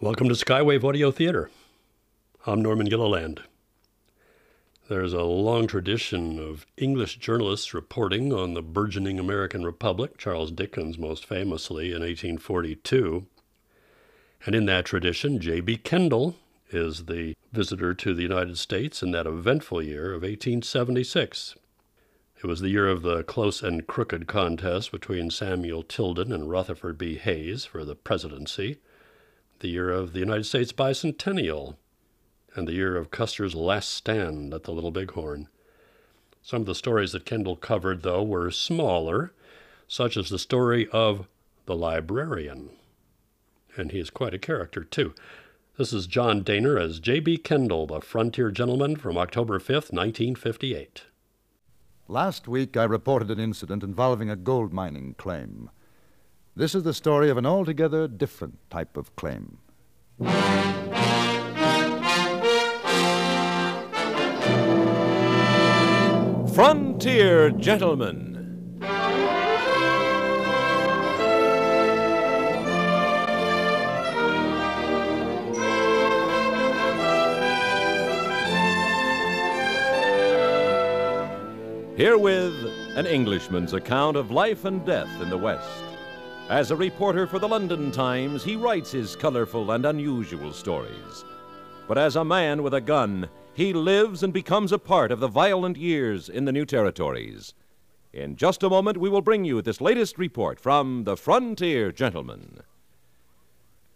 Welcome to Skywave Audio Theater. I'm Norman Gilliland. There's a long tradition of English journalists reporting on the burgeoning American Republic, Charles Dickens most famously in 1842. And in that tradition, J.B. Kendall is the visitor to the United States in that eventful year of 1876. It was the year of the close and crooked contest between Samuel Tilden and Rutherford B. Hayes for the presidency, the year of the United States bicentennial, and the year of Custer's last stand at the Little Bighorn. Some of the stories that Kendall covered, though, were smaller, such as the story of the librarian. And he is quite a character, too. This is John Daner as J.B. Kendall, the frontier gentleman from October 5th, 1958. Last week, I reported an incident involving a gold mining claim. This is the story of an altogether different type of claim. Frontier Gentlemen. Herewith, an Englishman's account of life and death in the West. As a reporter for the London Times, he writes his colorful and unusual stories. But as a man with a gun, he lives and becomes a part of the violent years in the new territories. In just a moment, we will bring you this latest report from the Frontier Gentleman.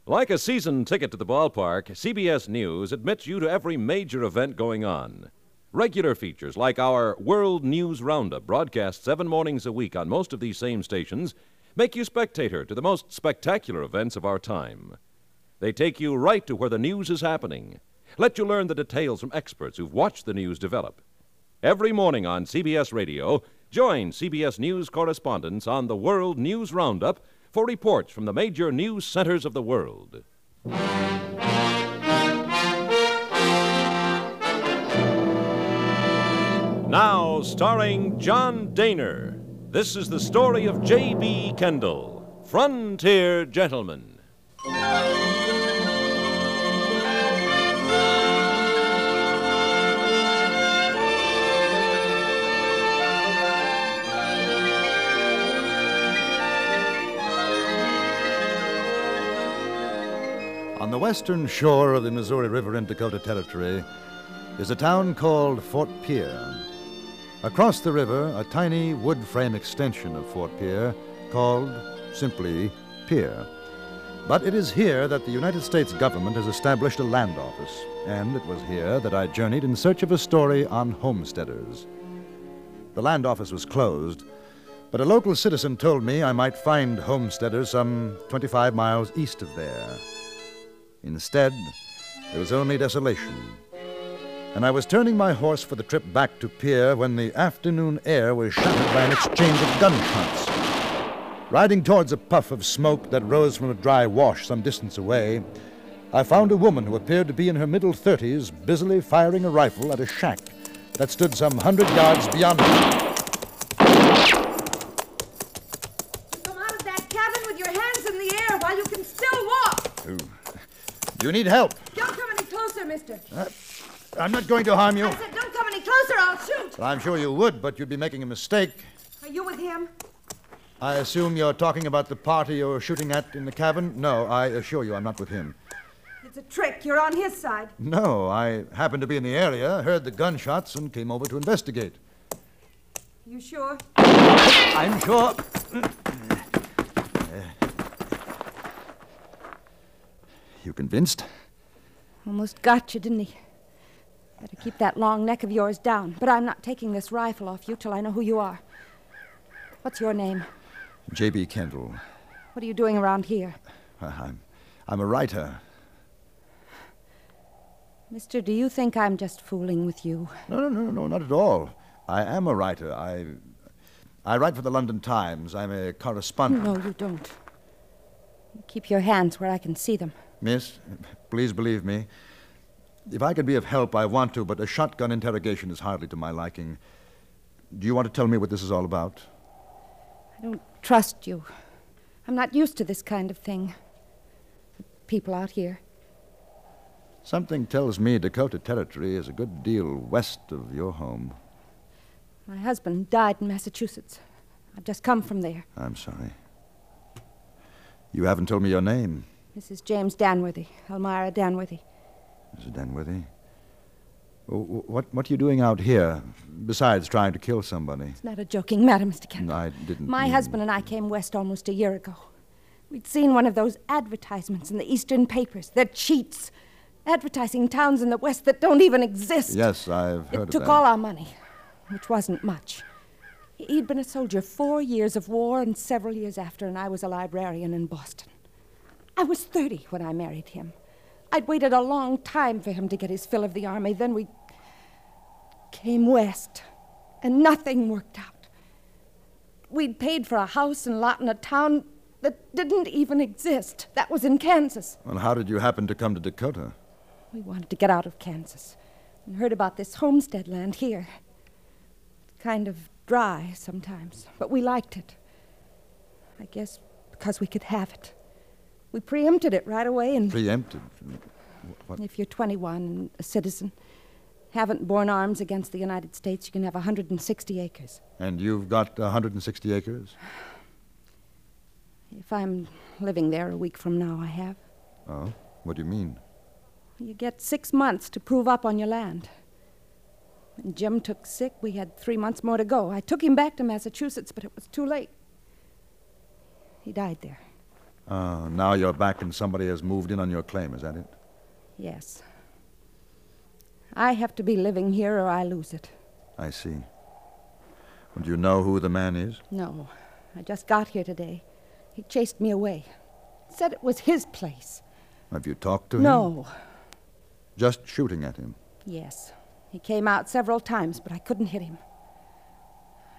Like a season ticket to the ballpark, CBS News admits you to every major event going on. Regular features like our World News Roundup, broadcast seven mornings a week on most of these same stations, make you spectator to the most spectacular events of our time. They take you right to where the news is happening. Let you learn the details from experts who've watched the news develop. Every morning on CBS Radio, join CBS News correspondents on the World News Roundup for reports from the major news centers of the world. Now, starring John Daner, this is the story of J.B. Kendall, Frontier Gentleman. On the western shore of the Missouri River in Dakota Territory is a town called Fort Pierre. Across the river, a tiny wood frame extension of Fort Pierre called simply Pierre. But it is here that the United States government has established a land office, and it was here that I journeyed in search of a story on homesteaders. The land office was closed, but a local citizen told me I might find homesteaders some 25 miles east of there. Instead, there was only desolation. And I was turning my horse for the trip back to Pierre when the afternoon air was shattered by an exchange of gunshots. Riding towards a puff of smoke that rose from a dry wash some distance away, I found a woman who appeared to be in her middle 30s busily firing a rifle at a shack that stood some hundred yards beyond me. Come out of that cabin with your hands in the air while you can still walk. You need help. Don't come any closer, mister. Uh, I'm not going to harm you. I said, don't come any closer, I'll shoot. I'm sure you would, but you'd be making a mistake. Are you with him? I assume you're talking about the party you're shooting at in the cabin? No, I assure you I'm not with him. It's a trick. You're on his side. No, I happened to be in the area, heard the gunshots, and came over to investigate. You sure? I'm sure. Eh. You convinced? Almost got you, didn't he? Better keep that long neck of yours down. But I'm not taking this rifle off you till I know who you are. What's your name? J.B. Kendall. What are you doing around here? Uh, I'm, I'm a writer. Mister, do you think I'm just fooling with you? No, no, no, no, not at all. I am a writer. I, I write for the London Times. I'm a correspondent. No, you don't. You Keep your hands where I can see them. Miss, please believe me. If I could be of help, I want to, but a shotgun interrogation is hardly to my liking. Do you want to tell me what this is all about? I don't trust you. I'm not used to this kind of thing. The people out here. Something tells me Dakota Territory is a good deal west of your home. My husband died in Massachusetts. I've just come from there. I'm sorry. You haven't told me your name, Mrs. James Danworthy, Elmira Danworthy. Mrs. Denworthy. W- w- What, what are you doing out here, besides trying to kill somebody? It's not a joking matter, Mr. Kent. I didn't. My mean- husband and I came west almost a year ago. We'd seen one of those advertisements in the Eastern papers. They're cheats. Advertising towns in the West that don't even exist. Yes, I've heard It of took that. all our money, which wasn't much. He- He'd been a soldier four years of war and several years after, and I was a librarian in Boston. I was 30 when I married him. I'd waited a long time for him to get his fill of the army. Then we came west, and nothing worked out. We'd paid for a house and lot in a town that didn't even exist. That was in Kansas. Well, how did you happen to come to Dakota? We wanted to get out of Kansas and heard about this homestead land here. It's kind of dry sometimes, but we liked it. I guess because we could have it. We preempted it right away, and Preempted. What? if you're 21 and a citizen, haven't borne arms against the United States, you can have 160 acres. And you've got 160 acres? If I'm living there a week from now, I have. Oh, what do you mean? You get six months to prove up on your land. When Jim took sick, we had three months more to go. I took him back to Massachusetts, but it was too late. He died there. Oh, now you're back and somebody has moved in on your claim, is that it? Yes. I have to be living here or I lose it. I see. Well, do you know who the man is? No, I just got here today. He chased me away. Said it was his place. Have you talked to him? No. Just shooting at him. Yes. He came out several times, but I couldn't hit him.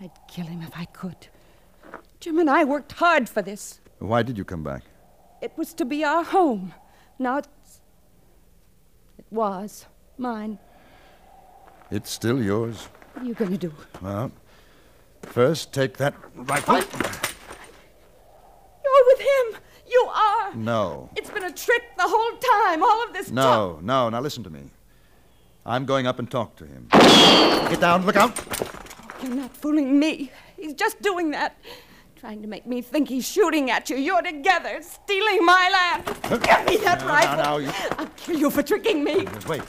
I'd kill him if I could. Jim and I worked hard for this. Why did you come back? It was to be our home. Now it's. It was mine. It's still yours. What are you going to do? Well, first take that rifle. You're with him. You are. No. It's been a trick the whole time. All of this. talk. No, no. Now listen to me. I'm going up and talk to him. Get down, look out. You're not fooling me. He's just doing that. Trying to make me think he's shooting at you. You're together, stealing my land. Give me that No, no, rifle. no, you- I'll kill you for tricking me. Just wait.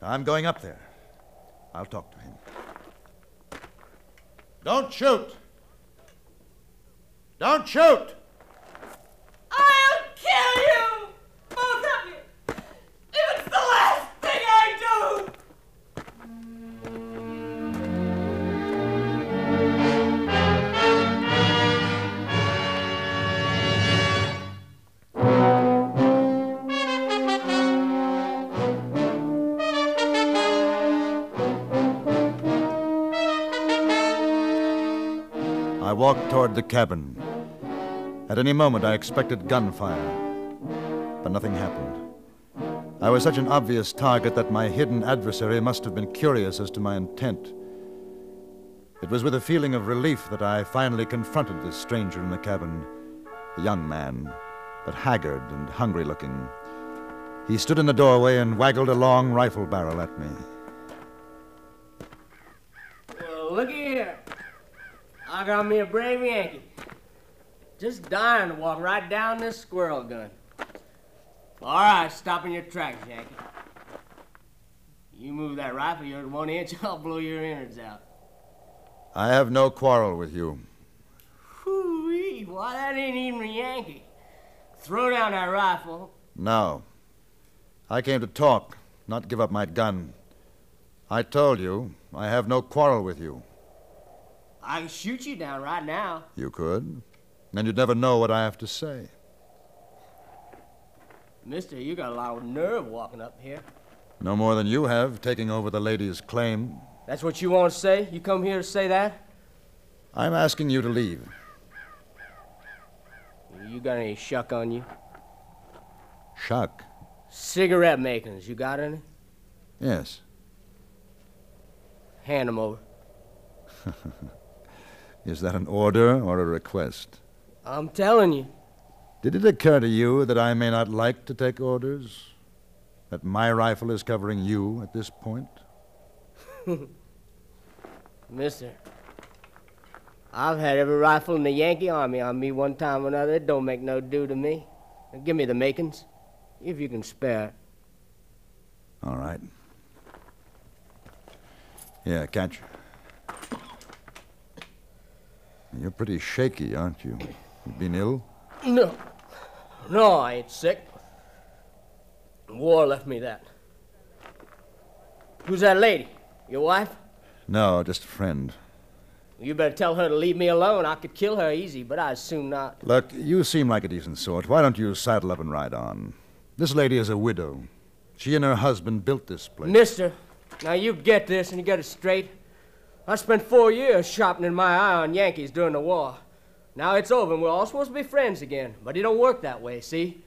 I'm going up there. I'll talk to him. Don't shoot! Don't shoot! I'll kill you! Both of you! If it's the last thing I do! I walked toward the cabin. At any moment, I expected gunfire, but nothing happened. I was such an obvious target that my hidden adversary must have been curious as to my intent. It was with a feeling of relief that I finally confronted this stranger in the cabin, a young man, but haggard and hungry looking. He stood in the doorway and waggled a long rifle barrel at me. Well, looky here. I got me a brave Yankee. Just dying to walk right down this squirrel gun. All right, stop in your tracks, Yankee. You move that rifle yours one inch, I'll blow your innards out. I have no quarrel with you. Whoo-wee, why that ain't even a Yankee. Throw down that rifle. No. I came to talk, not give up my gun. I told you, I have no quarrel with you. I can shoot you down right now. You could. And you'd never know what I have to say. Mister, you got a lot of nerve walking up here. No more than you have, taking over the lady's claim. That's what you want to say? You come here to say that? I'm asking you to leave. You got any shuck on you? Shuck. Cigarette makings, you got any? Yes. Hand 'em over. Is that an order or a request? I'm telling you. Did it occur to you that I may not like to take orders? that my rifle is covering you at this point? Mister, I've had every rifle in the Yankee Army on me one time or another. It don't make no do to me. Now give me the makings, if you can spare. it. All right. Yeah, catch. You're pretty shaky, aren't you? You been ill? No, no, I ain't sick. War left me that. Who's that lady? Your wife? No, just a friend. You better tell her to leave me alone. I could kill her easy, but I assume not. Look, you seem like a decent sort. Why don't you saddle up and ride on? This lady is a widow. She and her husband built this place. Mister, now you get this and you get it straight. I spent four years sharpening my eye on Yankees during the war. Now it's over and we're all supposed to be friends again, but it don't work that way, see?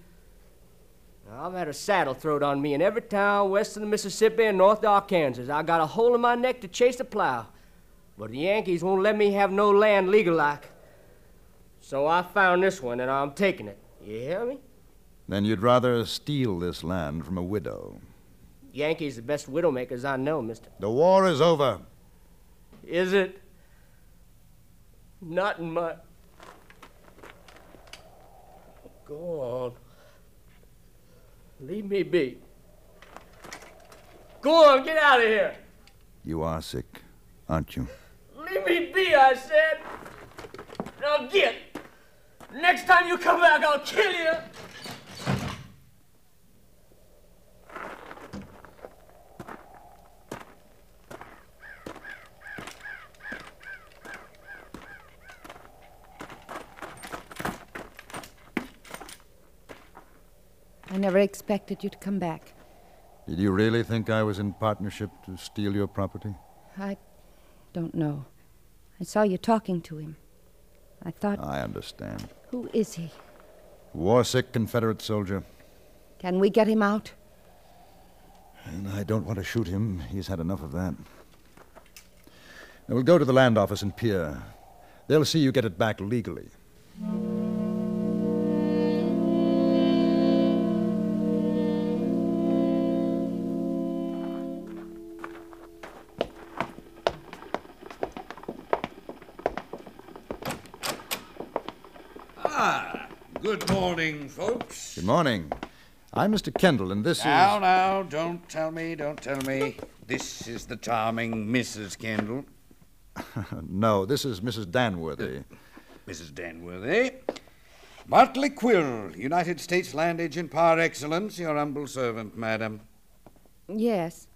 Now, I've had a saddle thrown on me in every town west of the Mississippi and north of Arkansas. I got a hole in my neck to chase the plow, but the Yankees won't let me have no land legal like. So I found this one and I'm taking it. You hear me? Then you'd rather steal this land from a widow. Yankees the best widowmakers I know, mister. The war is over. Is it? Not in my. Go on. Leave me be. Go on, get out of here. You are sick, aren't you? Leave me be, I said. Now get. Next time you come back, I'll kill you. I never expected you to come back. Did you really think I was in partnership to steal your property? I don't know. I saw you talking to him. I thought, I understand. who is he? War sick Confederate soldier. Can we get him out? And I don't want to shoot him. He's had enough of that. Now, we'll go to the land office in Pier. They'll see you get it back legally. Good morning, folks. Good morning. I'm Mr. Kendall, and this Now, is. now, don't tell me, don't tell me. This is the charming Mrs. Kendall, No, this is Mrs. Danworthy. Mrs. Danworthy. Bartley Quill, United States land agent par excellence, your humble servant, madam. Yes.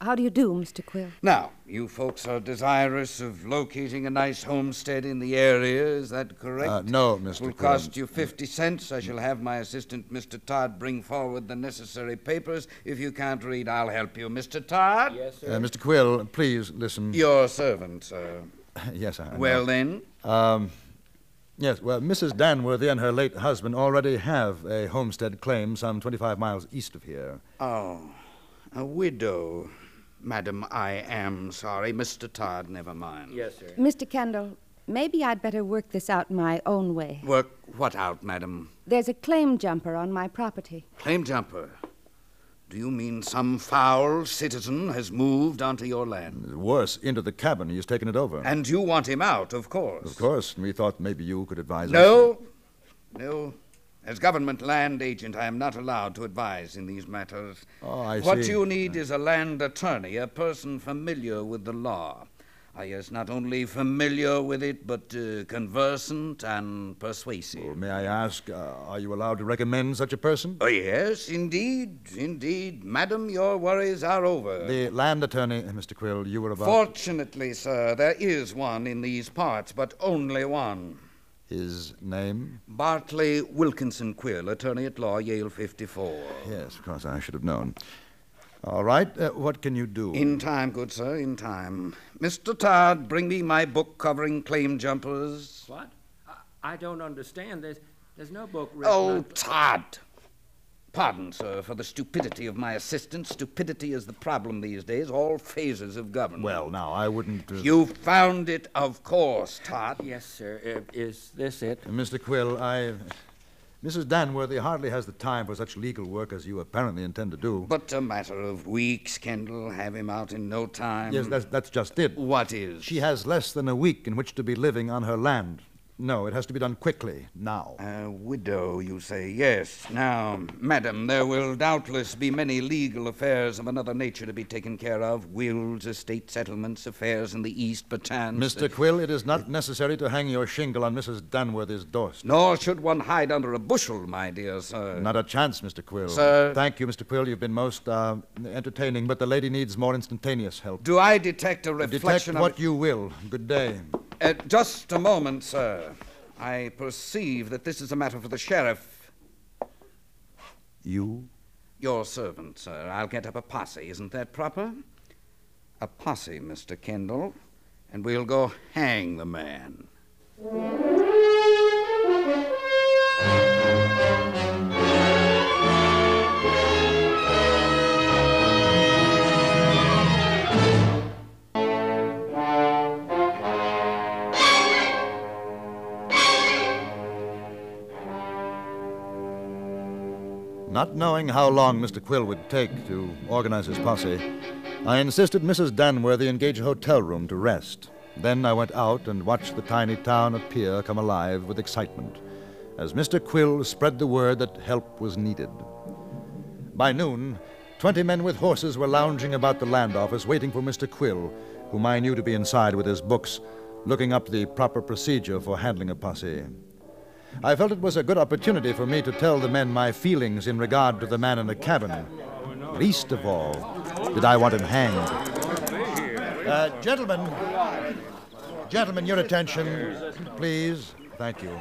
How do you do, Mr. Quill? Now, you folks are desirous of locating a nice homestead in the area, is that correct? Uh, no, It Mr. will Quill. cost you 50 cents. I shall have my assistant, Mr. Todd, bring forward the necessary papers. If you can't read, I'll help you. Mr. Todd? Yes, Uh, Mr. Quill, please listen. Your servant, sir. yes, I. I know. Um, Well, then, Yes, well, Mrs. Danworthy and her late husband already have a homestead claim some 25 miles east of here. oh, a widow. Madam, I am sorry. Mr. Todd, never mind. Yes, sir. Mr. Kendall, maybe I'd better work this out my own way. Work what out, madam? There's a claim jumper on my property. Claim jumper. Do you mean some foul citizen has moved onto your land? Worse, into the cabin. He's taken it over. And you want him out, of course. Of course, and we thought maybe you could advise us. No, no. As government land agent, I am not allowed to advise in these matters. Oh, I what see. you need is a land attorney, a person familiar with the law. I is not only familiar with it, but uh, conversant and persuasive. May I ask, uh, are you allowed to recommend such a person? Oh, yes, indeed, indeed. Madam, your worries are over. The land attorney, uh, Mr. Quill, you were about. Fortunately, sir, there is one in these parts, but only one. His name? Bartley Wilkinson Quill, attorney at law, Yale 54. Yes, of course, I should have known. All right, uh, what can you do? In time, good sir, in time. Mr. Todd, bring me my book covering claim jumpers. What? I, I don't understand. There's, there's no book written. Oh, on- Todd! Pardon, sir, for the stupidity of my assistant. Stupidity is the problem these days, all phases of government. Well, now, I wouldn't. Uh, You found it, of course, Todd. uh, Yes, sir. Uh, Is this it? Mr. Quill, I. Mrs. Danworthy hardly has the time for such legal work as you apparently intend to do. But a matter of weeks, Kendall. Have him out in no time. yes, that's, that's just it. What is? She has less than a week in which to be living on her land. No, it has to be done quickly, now. A widow, you say? Yes. Now, madam, there will doubtless be many legal affairs of another nature to be taken care of wills, estate settlements, affairs in the East, perchance. Mr. Quill, it is not necessary to hang your shingle on Mrs. Danworthy's doorstep. Nor should one hide under a bushel, my dear sir. Not a chance, Mr. Quill. Sir- Thank you, Mr. Quill. You've been most uh, entertaining, but the lady needs more instantaneous help. Do I detect a Detect reflection of. what you will. Good day. Uh, just a moment, sir. I perceive that this is a matter for the sheriff. You? Your servant, sir. I'll get up a posse. Isn't that proper? A posse, Mr. Kendall. And we'll go hang the man. Not knowing how long Mr. Quill would take to organize his posse, I insisted Mrs. Danworthy engage a hotel room to rest. Then I went out and watched the tiny town of Pier come alive with excitement as Mr. Quill spread the word that help was needed. By noon, 20 men with horses were lounging about the land office waiting for Mr. Quill, whom I knew to be inside with his books, looking up the proper procedure for handling a posse. I felt it was a good opportunity for me to tell the men my feelings in regard to the man in the cabin. Least of all, did I want him hanged. Uh, gentlemen, gentlemen, your attention, please. Thank you.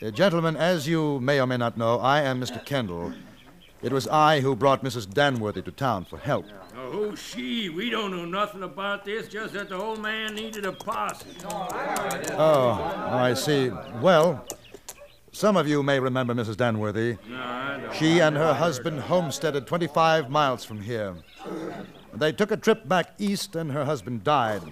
Uh, gentlemen, as you may or may not know, I am Mr. Kendall. It was I who brought Mrs. Danworthy to town for help. Oh, she, we don't know nothing about this, just that the old man needed a posse. Oh, I see. Well, some of you may remember Mrs. Danworthy. She and her husband homesteaded 25 miles from here. They took a trip back east, and her husband died.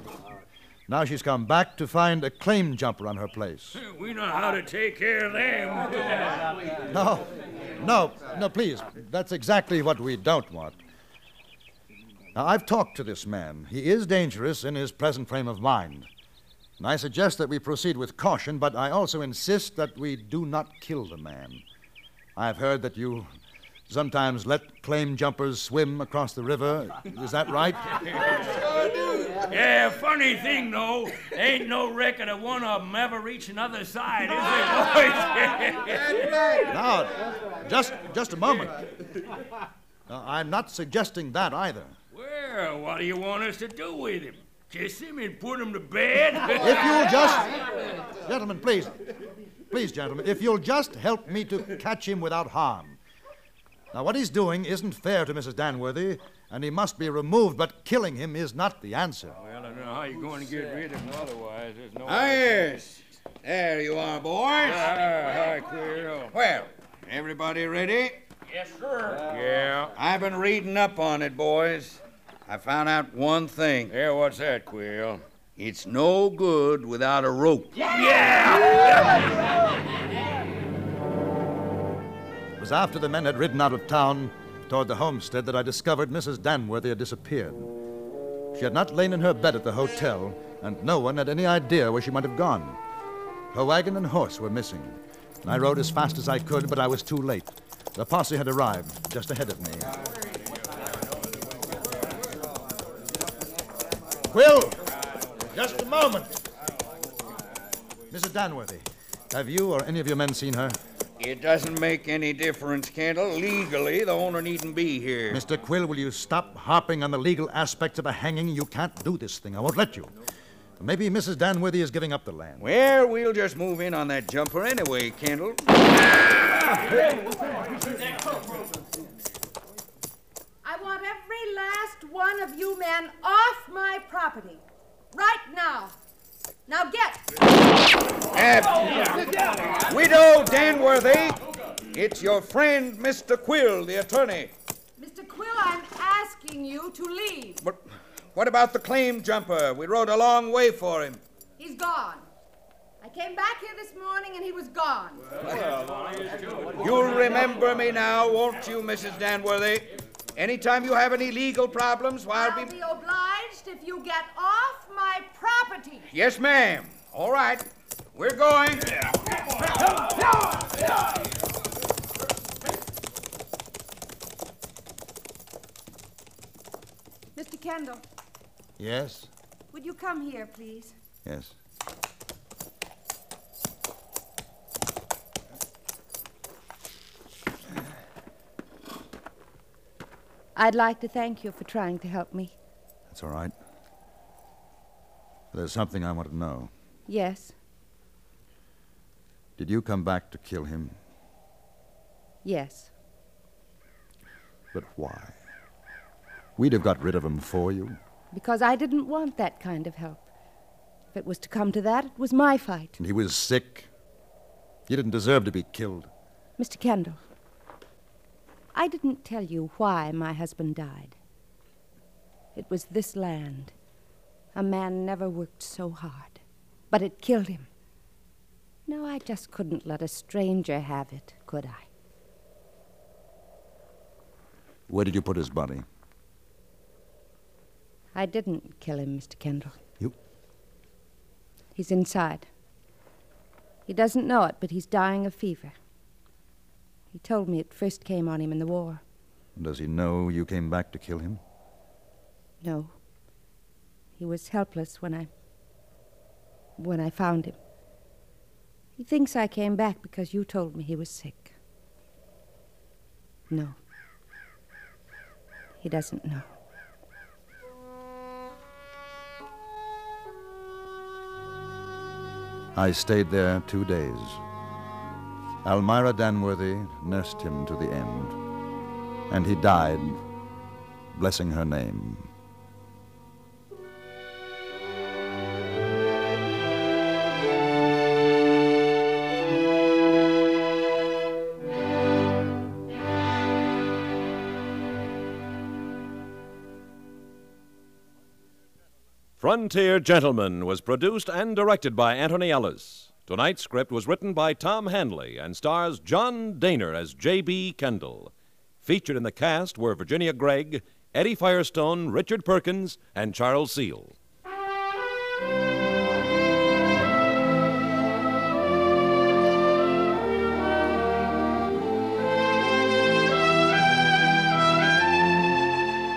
Now she's come back to find a claim jumper on her place. We know how to take care of them. No, no, no, please. That's exactly what we don't want. Now, I've talked to this man. He is dangerous in his present frame of mind. And I suggest that we proceed with caution, but I also insist that we do not kill the man. I've heard that you sometimes let claim jumpers swim across the river. Is that right? Yeah, funny thing, though, ain't no record of one of them ever reaching other side, is there, boys? Now, just, just a moment. Now, I'm not suggesting that either. Well, what do you want us to do with him? Kiss him and put him to bed? If you'll just. Gentlemen, please. Please, gentlemen, if you'll just help me to catch him without harm. Now, what he's doing isn't fair to Mrs. Danworthy, and he must be removed, but killing him is not the answer. well, I don't know how you're going to get rid of him otherwise. There's no. Ah, yes. There you are, boys. hi, Quero. Well, everybody ready? Yes, sir. Yeah. I've been reading up on it, boys. I found out one thing. Yeah, what's that, Quill? It's no good without a rope. It was after the men had ridden out of town toward the homestead that I discovered Mrs. Danworthy had disappeared. She had not lain in her bed at the hotel, and no one had any idea where she might have gone. Her wagon and horse were missing. I rode as fast as I could, but I was too late. The posse had arrived just ahead of me. Quill! Just a moment! Mrs. Danworthy, have you or any of your men seen her? It doesn't make any difference, Kendall. Legally, the owner needn't be here. Mr. Quill, will you stop harping on the legal aspects of a hanging? You can't do this thing. I won't let you. Maybe Mrs. Danworthy is giving up the land. Well, we'll just move in on that jumper anyway, Kendall. I want every last one of you men off my property. Right now. Now get. Uh, Widow Danworthy, it's your friend, Mr. Quill, the attorney. Mr. Quill, I'm asking you to leave. But what about the claim jumper? We rode a long way for him. He's gone. I came back here this morning and he was gone. You'll remember me now, won't you, Mrs. Danworthy? Anytime you have any legal problems, why I'll I'll be be. obliged if you get off my property. Yes, ma'am. All right. We're going. Mr. Kendall, Yes? would you come here, please? Yes. I'd like to thank you for trying to help me. That's all right. There's something I want to know. Yes, Did you come back to kill him? yes. But why? We'd have got rid of him for you. Because I didn't want that kind of help. If it was to come to that, it was my fight. And he was sick. He didn't deserve to be killed. Mr. Kendall, I didn't tell you why my husband died. It was this land. A man never worked so hard, but it killed him. No, I just couldn't let a stranger have it, could I? Where did you put his body? I didn't kill him, Mr. Kendall. You- He's inside. He doesn't know it, but he's dying of fever. He told me it first came on him in the war. Does he know you came back to kill him? No. He was helpless when I. when I found him. He thinks I came back because you told me he was sick. No. He doesn't know. I stayed there two days. Almira Danworthy nursed him to the end, and he died, blessing her name. Frontier Gentleman was produced and directed by Anthony Ellis. Tonight's script was written by Tom Hanley and stars John Daner as J.B. Kendall. Featured in the cast were Virginia Gregg, Eddie Firestone, Richard Perkins, and Charles Seal.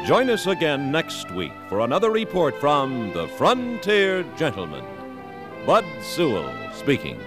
Join us again next week for another report from the Frontier Gentleman. Bud Sewell speaking.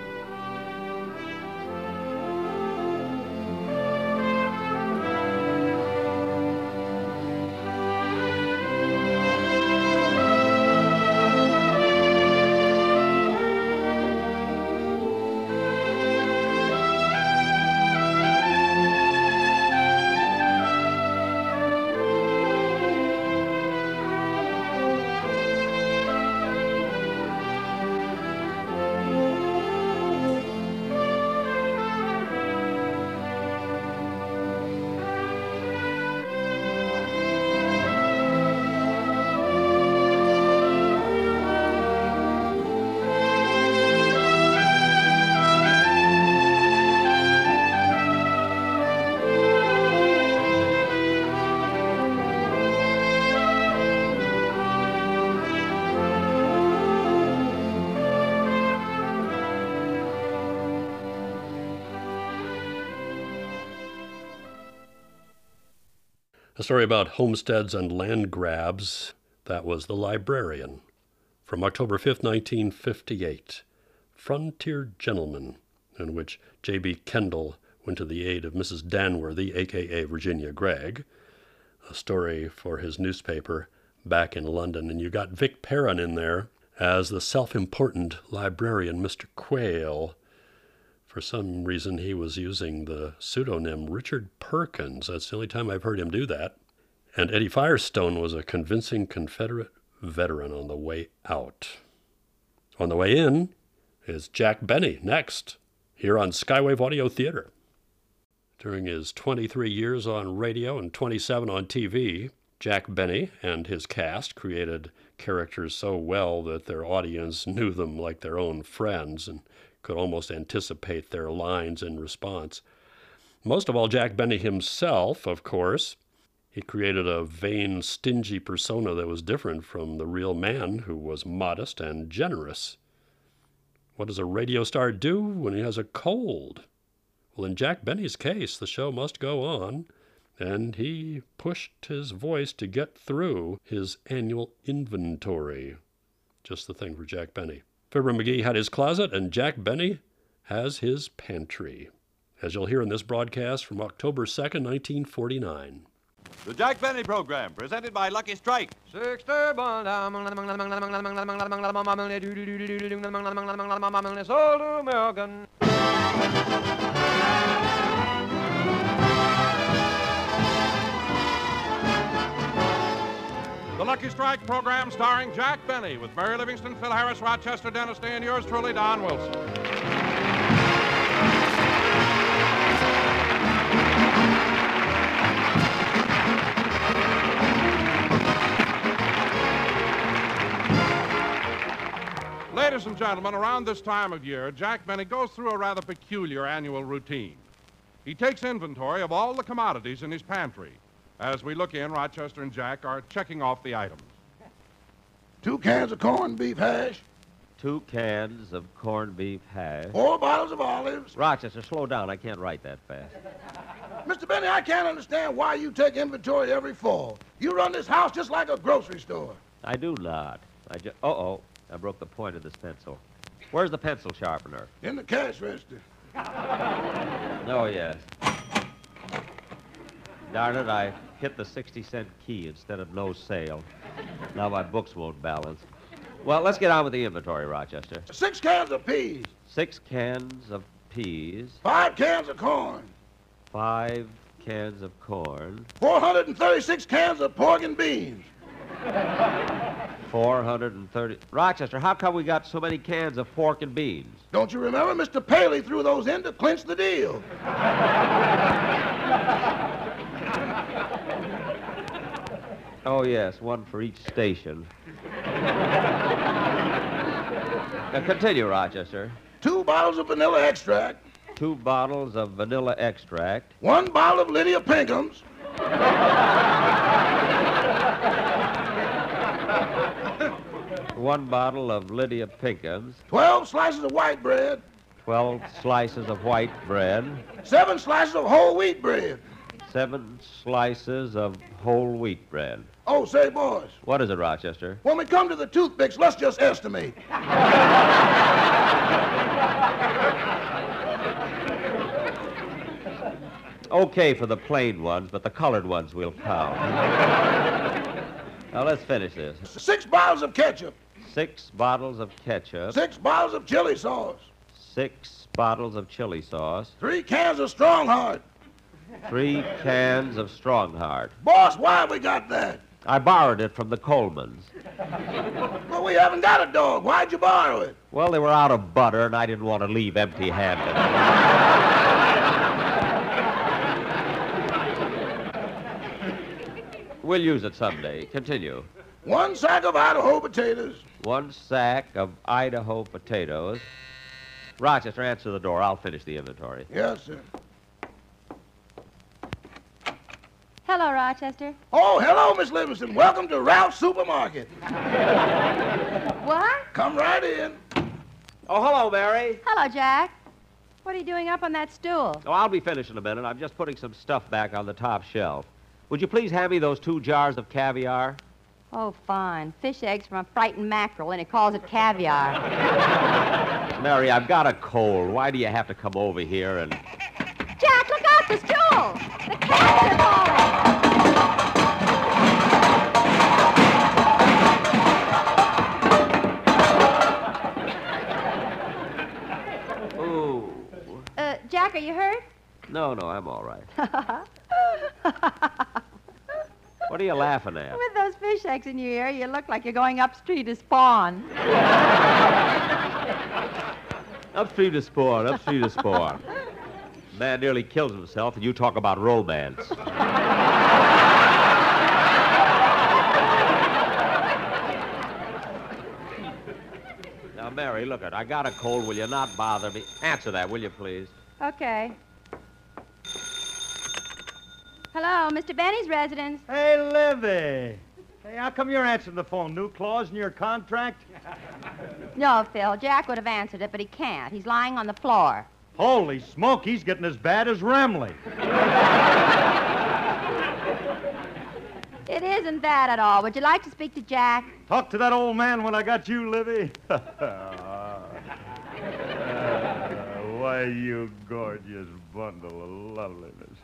A story about homesteads and land grabs. That was The Librarian from October 5th, 1958. Frontier Gentleman, in which J.B. Kendall went to the aid of Mrs. Danworthy, a.k.a. Virginia Gregg. A story for his newspaper back in London. And you got Vic Perrin in there as the self important librarian, Mr. Quayle. For some reason, he was using the pseudonym Richard Perkins. That's the only time I've heard him do that. And Eddie Firestone was a convincing Confederate veteran on the way out. On the way in is Jack Benny next, here on Skywave Audio Theater. During his 23 years on radio and 27 on TV, Jack Benny and his cast created characters so well that their audience knew them like their own friends and could almost anticipate their lines in response. Most of all, Jack Benny himself, of course. He created a vain, stingy persona that was different from the real man who was modest and generous. What does a radio star do when he has a cold? Well, in Jack Benny's case, the show must go on, and he pushed his voice to get through his annual inventory. Just the thing for Jack Benny. Fibber McGee had his closet, and Jack Benny has his pantry, as you'll hear in this broadcast from October 2nd, 1949. The Jack Benny Program, presented by Lucky Strike. Old American. The Lucky Strike Program, starring Jack Benny, with Mary Livingston, Phil Harris, Rochester Dynasty, and yours truly, Don Wilson. Ladies and gentlemen, around this time of year, Jack Benny goes through a rather peculiar annual routine. He takes inventory of all the commodities in his pantry. As we look in, Rochester and Jack are checking off the items. Two cans of corned beef hash, Two cans of corned beef hash. four bottles of olives. Rochester, slow down. I can't write that fast. Mr. Benny, I can't understand why you take inventory every fall. You run this house just like a grocery store. I do not. I just. Uh oh. I broke the point of this pencil. Where's the pencil sharpener? In the cash register. Oh, yes. Darn it, I hit the 60 cent key instead of no sale. Now my books won't balance. Well, let's get on with the inventory, Rochester. Six cans of peas, Six cans of peas, five cans of corn, five cans of corn, 436 cans of pork and beans. 430. Rochester, how come we got so many cans of pork and beans? Don't you remember Mr. Paley threw those in to clinch the deal? Oh, yes, one for each station. now continue, Rochester. Two bottles of vanilla extract, Two bottles of vanilla extract, one bottle of Lydia Pinkham's, one bottle of Lydia Pinkham's, 12 slices of white bread, 12 slices of white bread, seven slices of whole wheat bread. seven slices of whole wheat bread. Oh, say, boys, What is it, Rochester? when we come to the toothpicks, let's just estimate. Okay for the plain ones, but the colored ones we'll count. now let's finish this. Six bottles of ketchup, Six bottles of ketchup, six bottles of chili sauce, six bottles of chili sauce, three cans of Strongheart. three cans of Strongheart. Boss, why we got that? I borrowed it from the Colemans. Well, we haven't got a dog. Why'd you borrow it? Well, they were out of butter, and I didn't want to leave empty handed. we'll use it someday. Continue. One sack of Idaho potatoes, One sack of Idaho potatoes. Rochester, answer the door. I'll finish the inventory. Yes, sir. Hello, Rochester. Oh, hello, Miss Livingston. Welcome to Ralph's Supermarket. What? Come right in. Oh, hello, Mary. Hello, Jack. What are you doing up on that stool? Oh, I'll be finished in a minute. I'm just putting some stuff back on the top shelf. Would you please hand me those two jars of caviar? Oh, fine. Fish eggs from a frightened mackerel, and he calls it caviar. Mary, I've got a cold. Why do you have to come over here and. Jack, look out, the stool! The cats are falling! Ooh. Uh, Jack, are you hurt? No, no, I'm all right. What are you laughing at? With those fish eggs in your ear, you look like you're going upstream to spawn. Upstream to spawn, upstream to spawn. Man nearly kills himself, and you talk about romance. Mary, look it. I got a cold. Will you not bother me? Answer that, will you, please? Okay. Hello, Mr. Benny's residence. Hey, Livy. Hey, how come you're answering the phone? New clause in your contract? No, Phil. Jack would have answered it, but he can't. He's lying on the floor. Holy smoke, he's getting as bad as Remley. It isn't that at all. Would you like to speak to Jack? Talk to that old man when I got you, Livy. why, you gorgeous bundle of loveliness.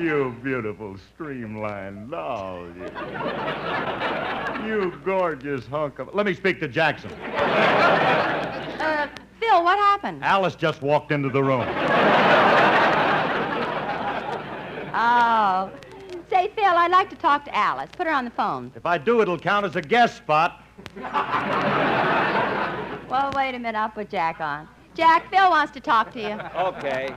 You beautiful streamlined doll, you. You gorgeous hunk of. Let me speak to Jackson. Uh, Phil, what happened? Alice just walked into the room. Oh. Say, Phil, I'd like to talk to Alice. Put her on the phone. If I do, it'll count as a guest spot. Well, wait a minute. I'll put Jack on. Jack, Phil wants to talk to you. Oh, Okay.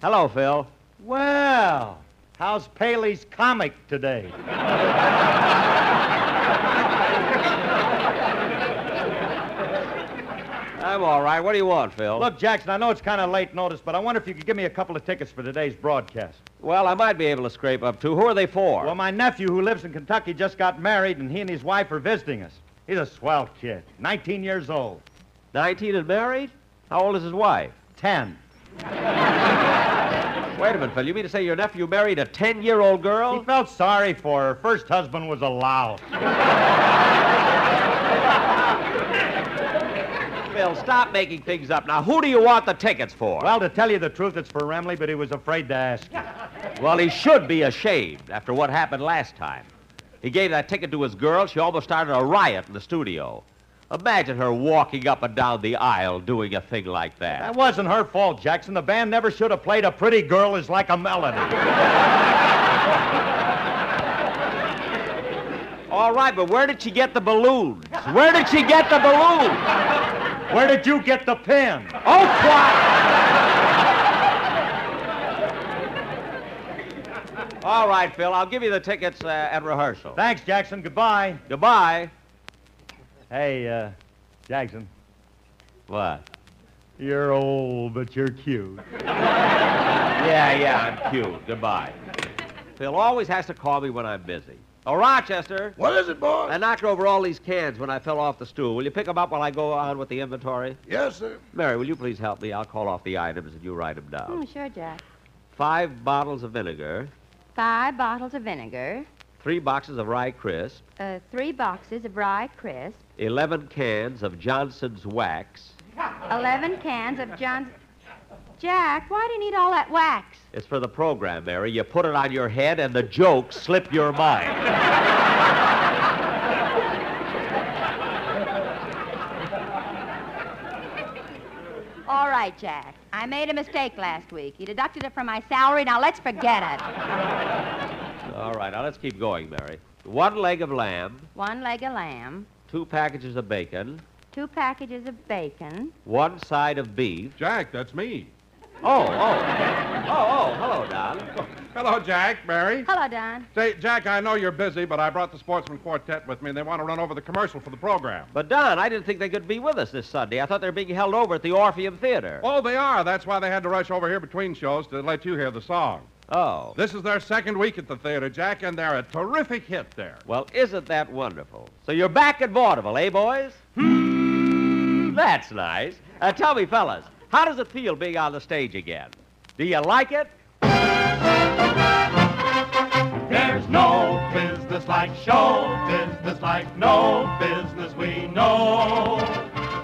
Hello, Phil. Well, how's Paley's comic today? I'm all right. What do you want, Phil? Look, Jackson, I know it's kind of late notice, but I wonder if you could give me a couple of tickets for today's broadcast. Well, I might be able to scrape up two. Who are they for? Well, my nephew who lives in Kentucky just got married, and he and his wife are visiting us. He's a swell kid, 19 years old. 19 and married? How old is his wife? 10. Wait a minute, Phil. You mean to say your nephew married a 10 year old girl? He felt sorry for her. First husband was a louse. Phil, stop making things up. Now, who do you want the tickets for? Well, to tell you the truth, it's for Remley, but he was afraid to ask. Well, he should be ashamed after what happened last time. He gave that ticket to his girl. She almost started a riot in the studio. Imagine her walking up and down the aisle doing a thing like that. That wasn't her fault, Jackson. The band never should have played A Pretty Girl Is Like a Melody. All right, but where did she get the balloons? Where did she get the balloons? Where did you get the pin? Oh, quiet! All right, Phil, I'll give you the tickets uh, at rehearsal. Thanks, Jackson. Goodbye. Goodbye. Hey, uh, Jackson, What? you're old, but you're cute. Yeah, yeah, I'm cute. Goodbye. Phil always has to call me when I'm busy. Oh, Rochester. What is it, boy? I knocked over all these cans when I fell off the stool. Will you pick them up while I go on with the inventory? Yes, sir. Mary, will you please help me? I'll call off the items and you write them Hmm, down. sure, Jack. Five bottles of vinegar, Five bottles of vinegar, three boxes of Rye Crisp, uh, three boxes of rye crisp, 11 cans of Johnson's Wax. 11 cans of John's. Jack, why do you need all that wax? It's for the program, Mary. You put it on your head and the jokes slip your mind. All right, Jack. I made a mistake last week. You deducted it from my salary. Now let's forget it. All right, now let's keep going, Mary. One leg of lamb, One leg of lamb, two packages of bacon, two packages of bacon. one side of beef. Jack, that's me. Oh, oh. Oh, oh, hello, Don. Hello, Jack, Mary. Hello, Don. Say, Jack, I know you're busy, but I brought the Sportsman Quartet with me, and they want to run over the commercial for the program. But, Don, I didn't think they could be with us this Sunday. I thought they were being held over at the Orpheum Theater. Oh, they are. That's why they had to rush over here between shows to let you hear the song. Oh. This is their second week at the theater, Jack, and they're a terrific hit there. Well, isn't that wonderful? So you're back at Vaudeville, eh, boys? Hmm, That's nice. Uh, tell me, fellas, how does it feel being on the stage again? Do you like it? There's no business like show business like no business we know.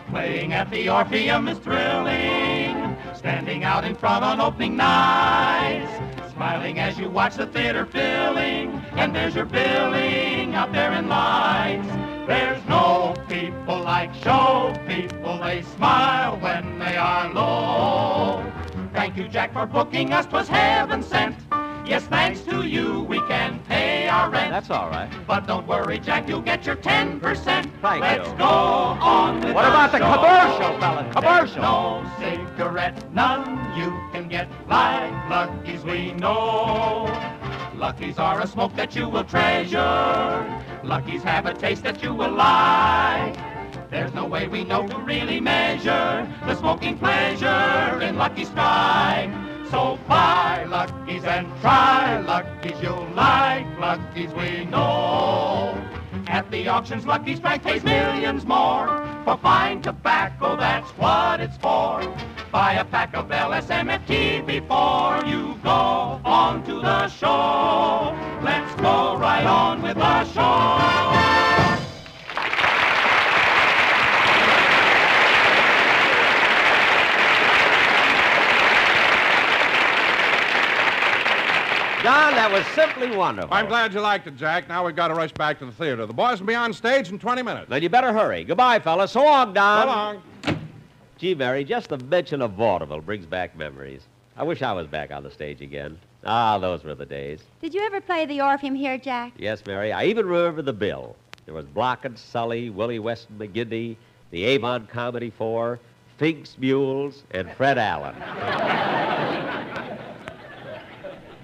Playing at the Orpheum is thrilling. Standing out in front on opening night. Smiling as you watch the theater filling. And there's your billing out there in lights. There's no people like show people. They smile when they are low. Thank you, Jack, for booking us. 'Twas heaven sent. Yes, thanks to you, we can pay our rent. That's all right. But don't worry, Jack, you'll get your 10%. Thank Let's you. go on with What our about the show. commercial, fella? Commercial. No cigarette, none you can get like Lucky's we know. Luckies are a smoke that you will treasure. Luckies have a taste that you will like. There's no way we know to really measure the smoking pleasure in Lucky Strike. So buy Luckies and try Luckies, you'll like Luckies we know. At the auctions, Lucky Strike pays millions more for fine tobacco. That's what it's for. Buy a pack of LSMFT before you go on to the show. Let's go right on with the show. Don, that was simply wonderful. I'm glad you liked it, Jack. Now we've got to rush back to the theater. The boys will be on stage in 20 minutes. Then you better hurry. Goodbye, fellas. So long, Don. So long. Gee, Mary, just the mention of vaudeville brings back memories. I wish I was back on the stage again. Ah, those were the days. Did you ever play the Orpheum here, Jack? Yes, Mary, I even remember the bill. There was Blockett, Sully, Willie Weston McGinty, the Avon Comedy Four, Fink's Mules, and Fred Allen.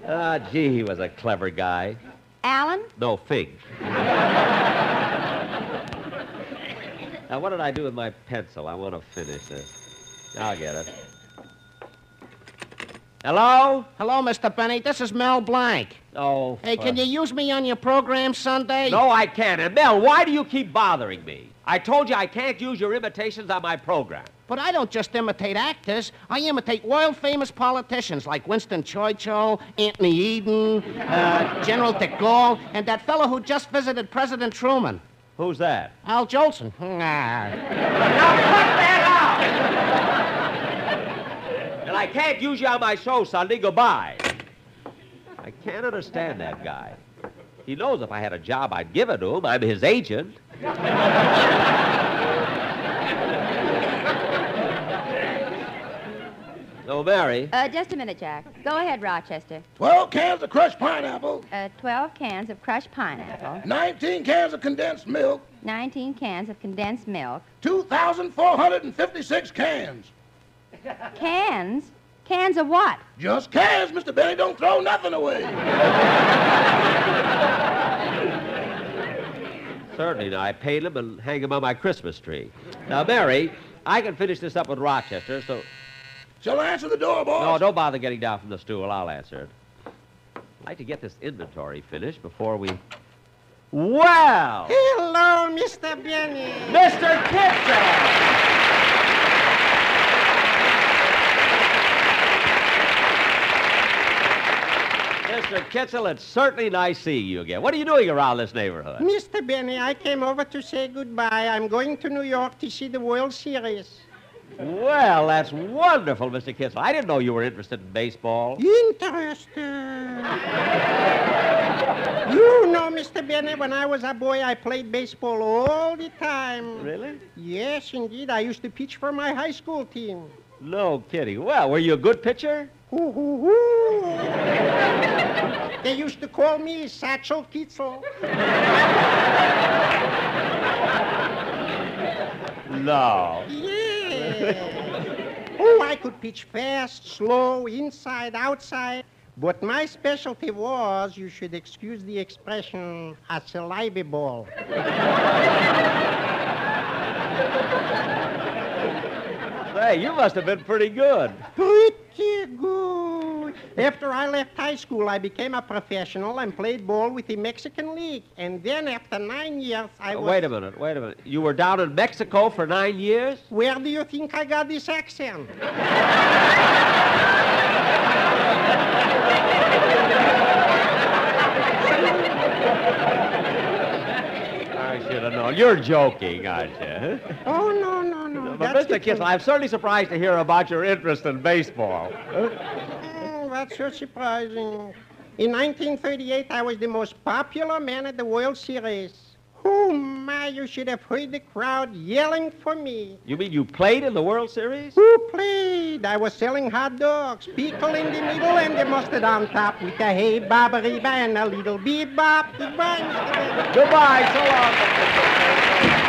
Ah, gee, he was a clever guy. Alan? No, Fink. now, what did I do with my pencil? I want to finish this. I'll get it. Hello? Hello, Mr. Benny. This is Mel Blank. Oh, Hey, can fuck. you use me on your program Sunday? No, I can't. And Mel, why do you keep bothering me? I told you I can't use your imitations on my program. But I don't just imitate actors. I imitate world famous politicians like Winston Churchill, Anthony Eden, uh, General de Gaulle, and that fellow who just visited President Truman. Who's that? Al Jolson. Ah. And I can't use you on my show Sunday. Goodbye. I can't understand that guy. He knows if I had a job, I'd give it to him. I'm his agent. Oh, Mary. Uh, just a minute, Jack. Go ahead, Rochester. 12 cans of crushed pineapple, Uh, 12 cans of crushed pineapple, 19 cans of condensed milk, 19 cans of condensed milk. 2,456 cans. Cans? Cans of what? Just cans, Mr. Benny. Don't throw nothing away. Certainly not. I paid him and hang him on my Christmas tree. Now, Mary, I can finish this up with Rochester, so. Shall I answer the door, boss? No, don't bother getting down from the stool. I'll answer it. I'd like to get this inventory finished before we. Wow! Hello, Mr. Benny. Mr. Kitson! Mr. Kitzel, it's certainly nice seeing you again. What are you doing around this neighborhood? Mr. Benny, I came over to say goodbye. I'm going to New York to see the World Series. Well, that's wonderful, Mr. Kitzel. I didn't know you were interested in baseball. Interesting. you know, Mr. Benny, when I was a boy, I played baseball all the time. Really? Yes, indeed. I used to pitch for my high school team. No kidding. Well, were you a good pitcher? Hoo, hoo, hoo. they used to call me Satchel Kitzel. No. Yeah. oh, I could pitch fast, slow, inside, outside. But my specialty was, you should excuse the expression, a saliva ball. Say, you must have been pretty good. Pretty good. After I left high school, I became a professional and played ball with the Mexican League. And then after nine years, I Uh, was... wait a minute, wait a minute. You were down in Mexico for nine years? Where do you think I got this accent? I should have known. You're joking, aren't you? Oh, no, no, no. But That's the Mr. Kitzel, truth. I'm certainly surprised to hear about your interest in baseball. Mm, that's so surprising. In 1938, I was the most popular man at the World Series. Oh my, you should have heard the crowd yelling for me. You mean you played in the World Series? Who played? I was selling hot dogs, pickle in the middle and the mustard on top with a hey baberiba and a little bebop. Goodbye, Mr. Benny. Goodbye, so long.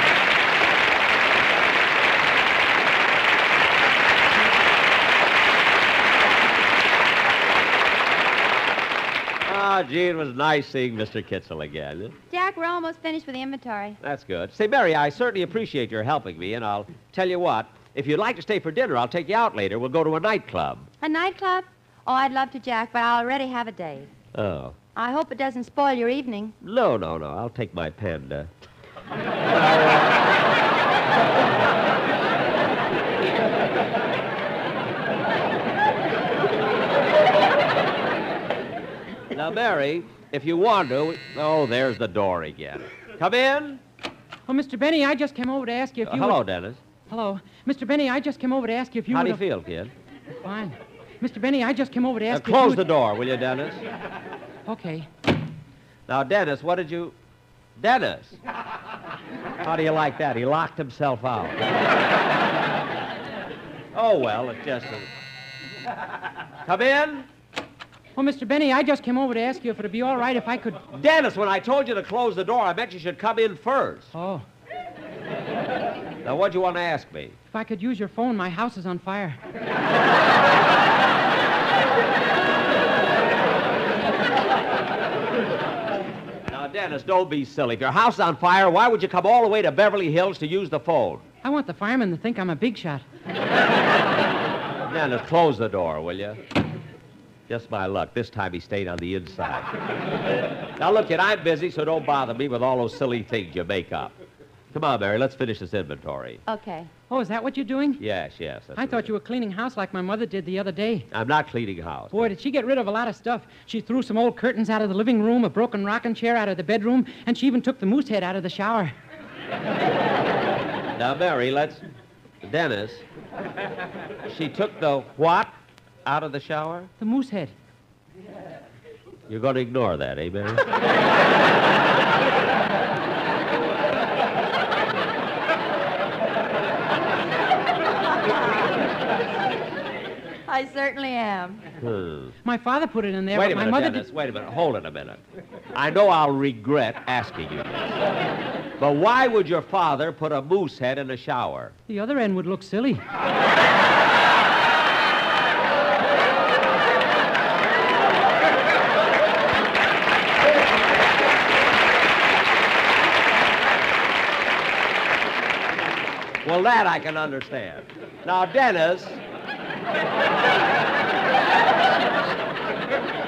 Ah, gee, it was nice seeing Mr. Kitzel again. Jack, we're almost finished with the inventory. That's good. Say, Mary, I certainly appreciate your helping me, and I'll tell you what. If you'd like to stay for dinner, I'll take you out later. We'll go to a nightclub. A nightclub? Oh, I'd love to, Jack, but I already have a date. Oh. I hope it doesn't spoil your evening. No, no, no. I'll take my pen. Uh, now, Mary, if you want to. Oh, there's the door again. Come in. Uh, Oh, Mr. Benny, I just came over to ask you if you. Hello, would- Dennis. Hello, Mr. Benny. I just came over to ask you if you. How do you would- feel, kid? Fine. Mr. Benny, I just came over to Now, ask you. close the door, will you, Dennis? door. Okay. Now, Dennis, what did you. Dennis! How do you like that? He locked himself out. oh, well, it's just. A... Come in. Oh, Mr. Benny, I just came over to ask you if it'd be all right if I could. Dennis, when I told you to close the door, I meant you should come in first. Oh. Now, what'd you want to ask me? If I could use your phone, my house is on fire. Now, Dennis, don't be silly. If your house's on fire, why would you come all the way to Beverly Hills to use the phone? I want the firemen to think I'm a big shot. Dennis, close the door, will you? Just my luck. This time he stayed on the inside. now, look, kid, I'm busy, so don't bother me with all those silly things you make up. Come on, Mary, let's finish this inventory. Okay. Oh, is that what you're doing? Yes, yes. that's I it. thought you were cleaning house like my mother did the other day. I'm not cleaning house. Boy, did she get rid of a lot of stuff. She threw some old curtains out of the living room, a broken rocking chair out of the bedroom, and she even took the moose head out of the shower. Now, Mary, let's. Dennis, she took the what out of the shower? The moose head. You're going to ignore that, eh, Mary? I certainly am. Hmm. My father put it in there, Wait but a my minute, mother Dennis. Wait a minute. Hold it a minute. I know I'll regret asking you this, but why would your father put a moose head in a shower? did. The other end would look silly. Well, that I can understand. Now, Dennis,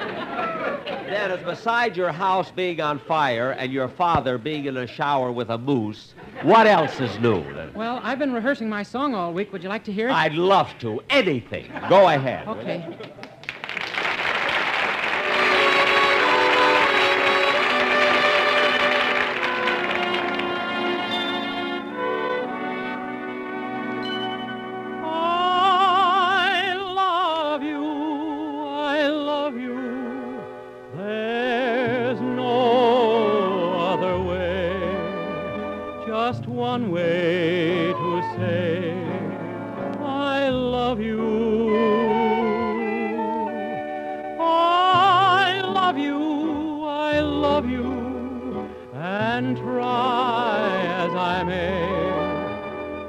Dennis, besides your house being on fire and your father being in a shower with a moose, what else is new? Well, I've been rehearsing my song all week. Would you like to hear it? I'd love to. Anything. Go ahead. will Okay. I love you, I love you. There's no other way, just one way to say I love you. I love you, I love you, and try as I may.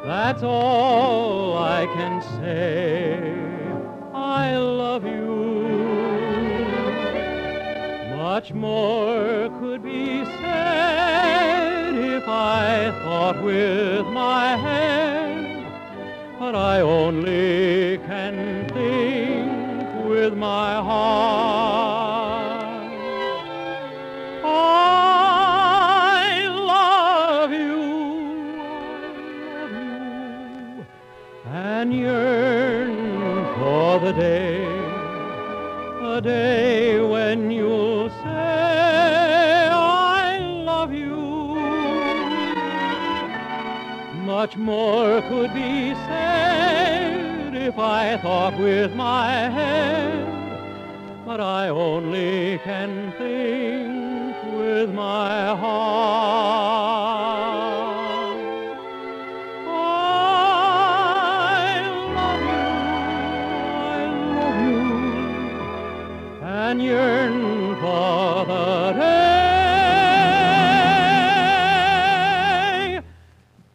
That's all I can say. I love you. Much more could be said if I thought with my head, but I only can think with my heart. I love you, and yearn for the day, the day when you'll say, I love you. Much more could be said if I thought with my head, but I only can think with my heart. and yearn for the day,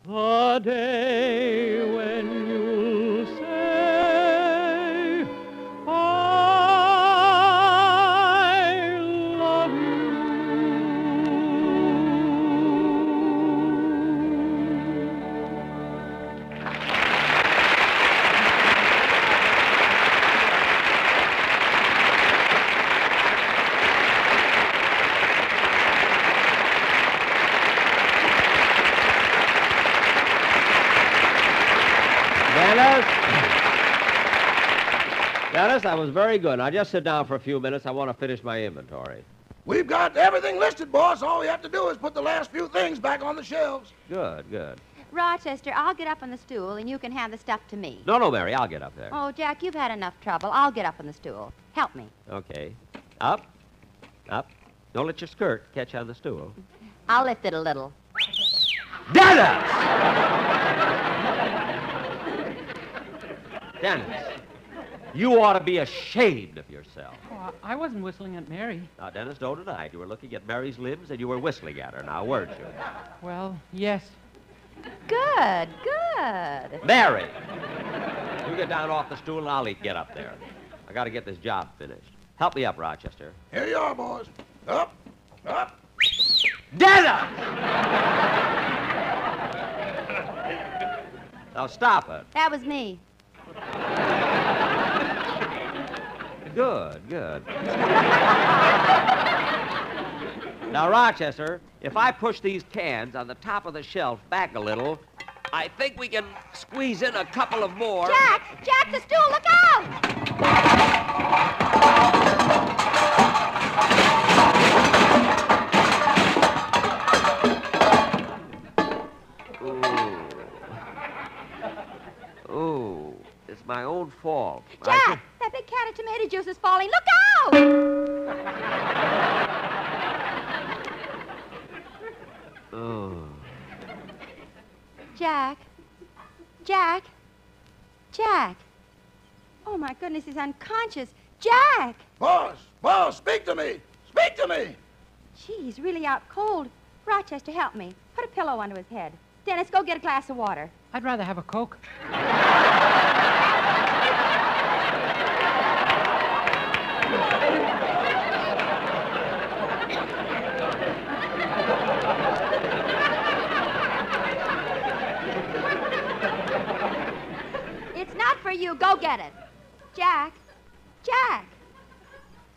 the day when you'll say, I love Dennis, that was very good. Now just sit down for a few minutes. I want to finish my inventory. We've got everything listed, boss. All we have to do is put the last few things back on the shelves. Good, good. Rochester, I'll get up on the stool and you can hand the stuff to me. No, no, Mary, I'll get up there. Oh, Jack, you've had enough trouble. I'll get up on the stool. Help me. Okay. Up, up. Don't let your skirt catch on the stool. I'll lift it a little. Dennis! Dennis, you ought to be ashamed of yourself. Oh, I wasn't whistling at Mary. Now, Dennis, don't deny it. You were looking at Mary's limbs and you were whistling at her now, weren't you? Well, yes. Good, good. Mary! You get down off the stool and I'll eat, get up there. I gotta get this job finished. Help me up, Rochester. Here you are, boys. Up, up. Dennis! Now stop it. That was me. Good, good. Now, Rochester, if I push these cans on the top of the shelf back a little, I think we can squeeze in a couple of more. Jack, Jack, the stool, look out! Ooh, it's my own fault. I Jack, should- that big can of tomato juice is falling. Look out! Oh. Jack. Jack. Jack. Oh, my goodness, he's unconscious. Jack! Boss, boss, speak to me. Speak to me. Gee, he's really out cold. Rochester, help me. Put a pillow under his head. Dennis, go get a glass of water. I'd rather have a Coke. It's not for you. Go get it. Jack. Jack.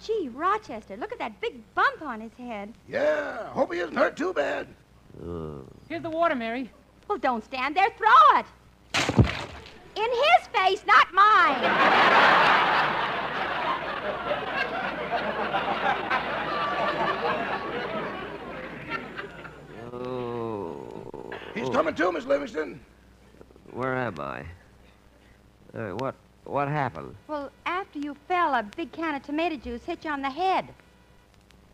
Gee, Rochester, look at that big bump on his head. Yeah, hope he isn't hurt too bad. Here's the water, Mary. Well, don't stand there. Throw it. In his face, not mine. E He's coming to, Miss Livingston. Where am I? Uh, what what happened? well, after you fell, a big can of tomato juice hit you on the head.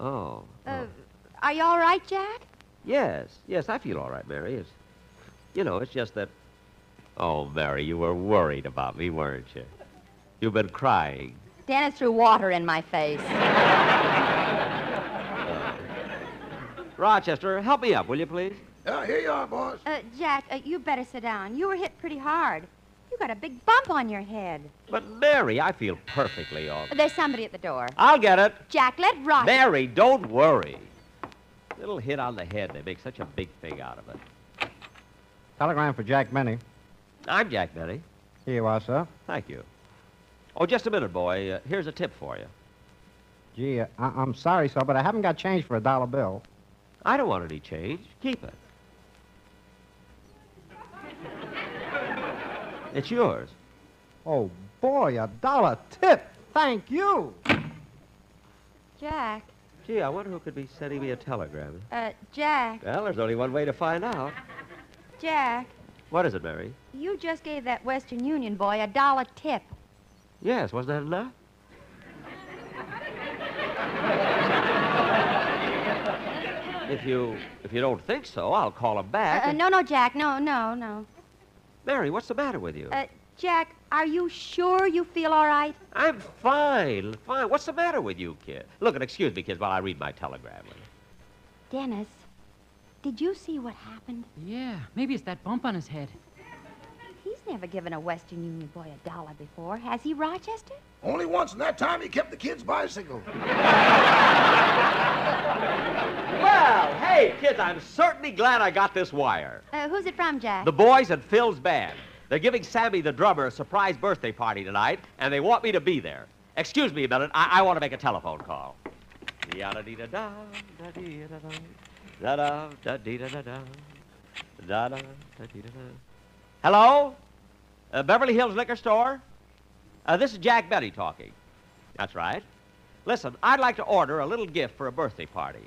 Oh. Uh, are you all right, Jack? Yes, yes, I feel all right, Mary. It's, you know, it's just that. Oh, Mary, you were worried about me, weren't you? You've been crying. Dennis threw water in my face. Rochester, help me up, will you, please? Yeah, here you are, boss. Uh, Jack, uh, you better sit down. You were hit pretty hard. You got a big bump on your head. Uh, But Mary, I feel perfectly all. There's somebody at the door. I'll get it. Jack, let Rochester. Mary, don't worry. Little hit on the head. They make such a big thing out of it. Telegram for Jack Benny. I'm Jack Benny. Here you are, sir. Thank you. Oh, just a minute, boy. Uh, here's a tip for you. Gee, I- I'm sorry, sir, but I haven't got change for a dollar bill. I don't want any change. Keep it. It's yours. Oh, boy, a dollar tip. Thank you. Jack, Gee, I wonder who could be sending me a telegram. uh, Jack, Well, there's only one way to find out. Jack, What is it, Mary? you just gave that Western Union boy a dollar tip. Yes, wasn't that enough? If you if you don't think so, I'll call him Uh, uh, back. and- no, no, Jack, no, no, no. Mary, what's the matter with you? Uh, Jack, are you sure you feel all right? I'm fine, fine. What's the matter with you, kid? Look, and excuse me, kids, while I read my telegram. Dennis, did you see what happened? Yeah, maybe it's that bump on his head. He's never given a Western Union boy a dollar before, has he, Rochester? Only once, and that time he kept the kid's bicycle. Well, hey, kids, I'm certainly glad I got this wire. Uh, who's it from, Jack? The boys at Phil's band. They're giving Sammy the drummer a surprise birthday party tonight, and they want me to be there. Excuse me a minute. I, I want to make a telephone call. Da-da-dee-da-da, da-dee-da-da, da-da-da-dee-da-da-da, da-da-da-dee-da-da. Hello? Uh, Beverly Hills Liquor Store? Uh, this is Jack Benny talking. That's right. Listen, I'd like to order a little gift for a birthday party.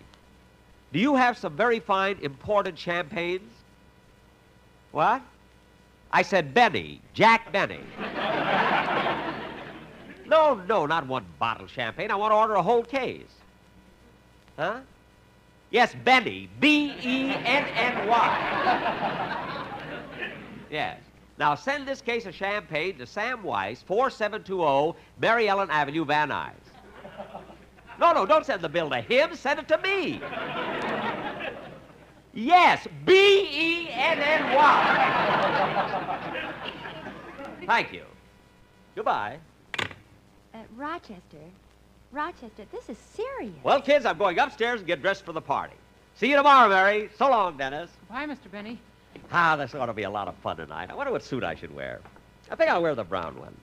Do you have some very fine imported champagnes? What? I said Benny, Jack Benny. no, no, not one bottle of champagne. I want to order a whole case. Huh? Yes, Benny, B E N N Y. Yes. Now send this case of champagne to Sam Weiss, 4720 oh, Mary Ellen Avenue, Van Nuys. No, no, don't send the bill to him. Send it to me. Yes, B E N N Y. Thank you. Goodbye. Uh, Rochester, Rochester, this is serious. Well, kids, I'm going upstairs and get dressed for the party. See you tomorrow, Mary. So long, Dennis. Why, Mr. Benny? Ah, this ought to be a lot of fun tonight. I wonder what suit I should wear. I think I'll wear the brown one.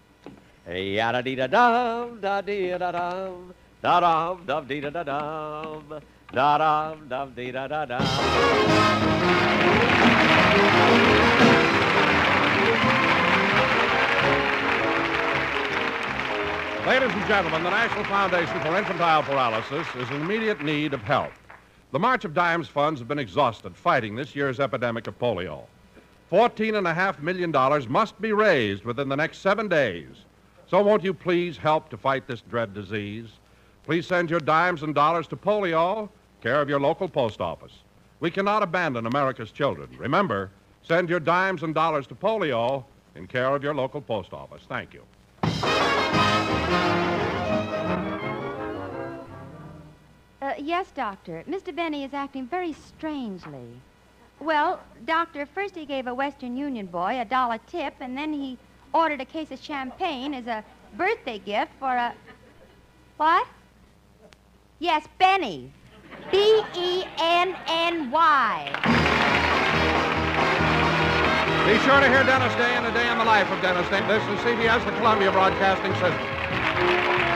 Yada dee da dum, da dee da dum, da dum, dum dee da da dum, da dum, dum dee da da dum. Ladies and gentlemen, the National Foundation for Infantile Paralysis is in immediate need of help. The March of Dimes funds have been exhausted fighting this year's epidemic of polio. $14.5 million must be raised within the next seven days. So won't you please help to fight this dread disease? Please send your dimes and dollars to polio, care of your local post office. We cannot abandon America's children. Remember, send your dimes and dollars to polio in care of your local post office. Thank you. Uh, yes, Doctor. Mr. Benny is acting very strangely. Well, Doctor, first he gave a Western Union boy a dollar tip, and then he ordered a case of champagne as a birthday gift for a. What? Yes, Benny. B E N N Y. Be sure to hear Dennis Day and the Day in the Life of Dennis Day. This is CBS, the Columbia Broadcasting System.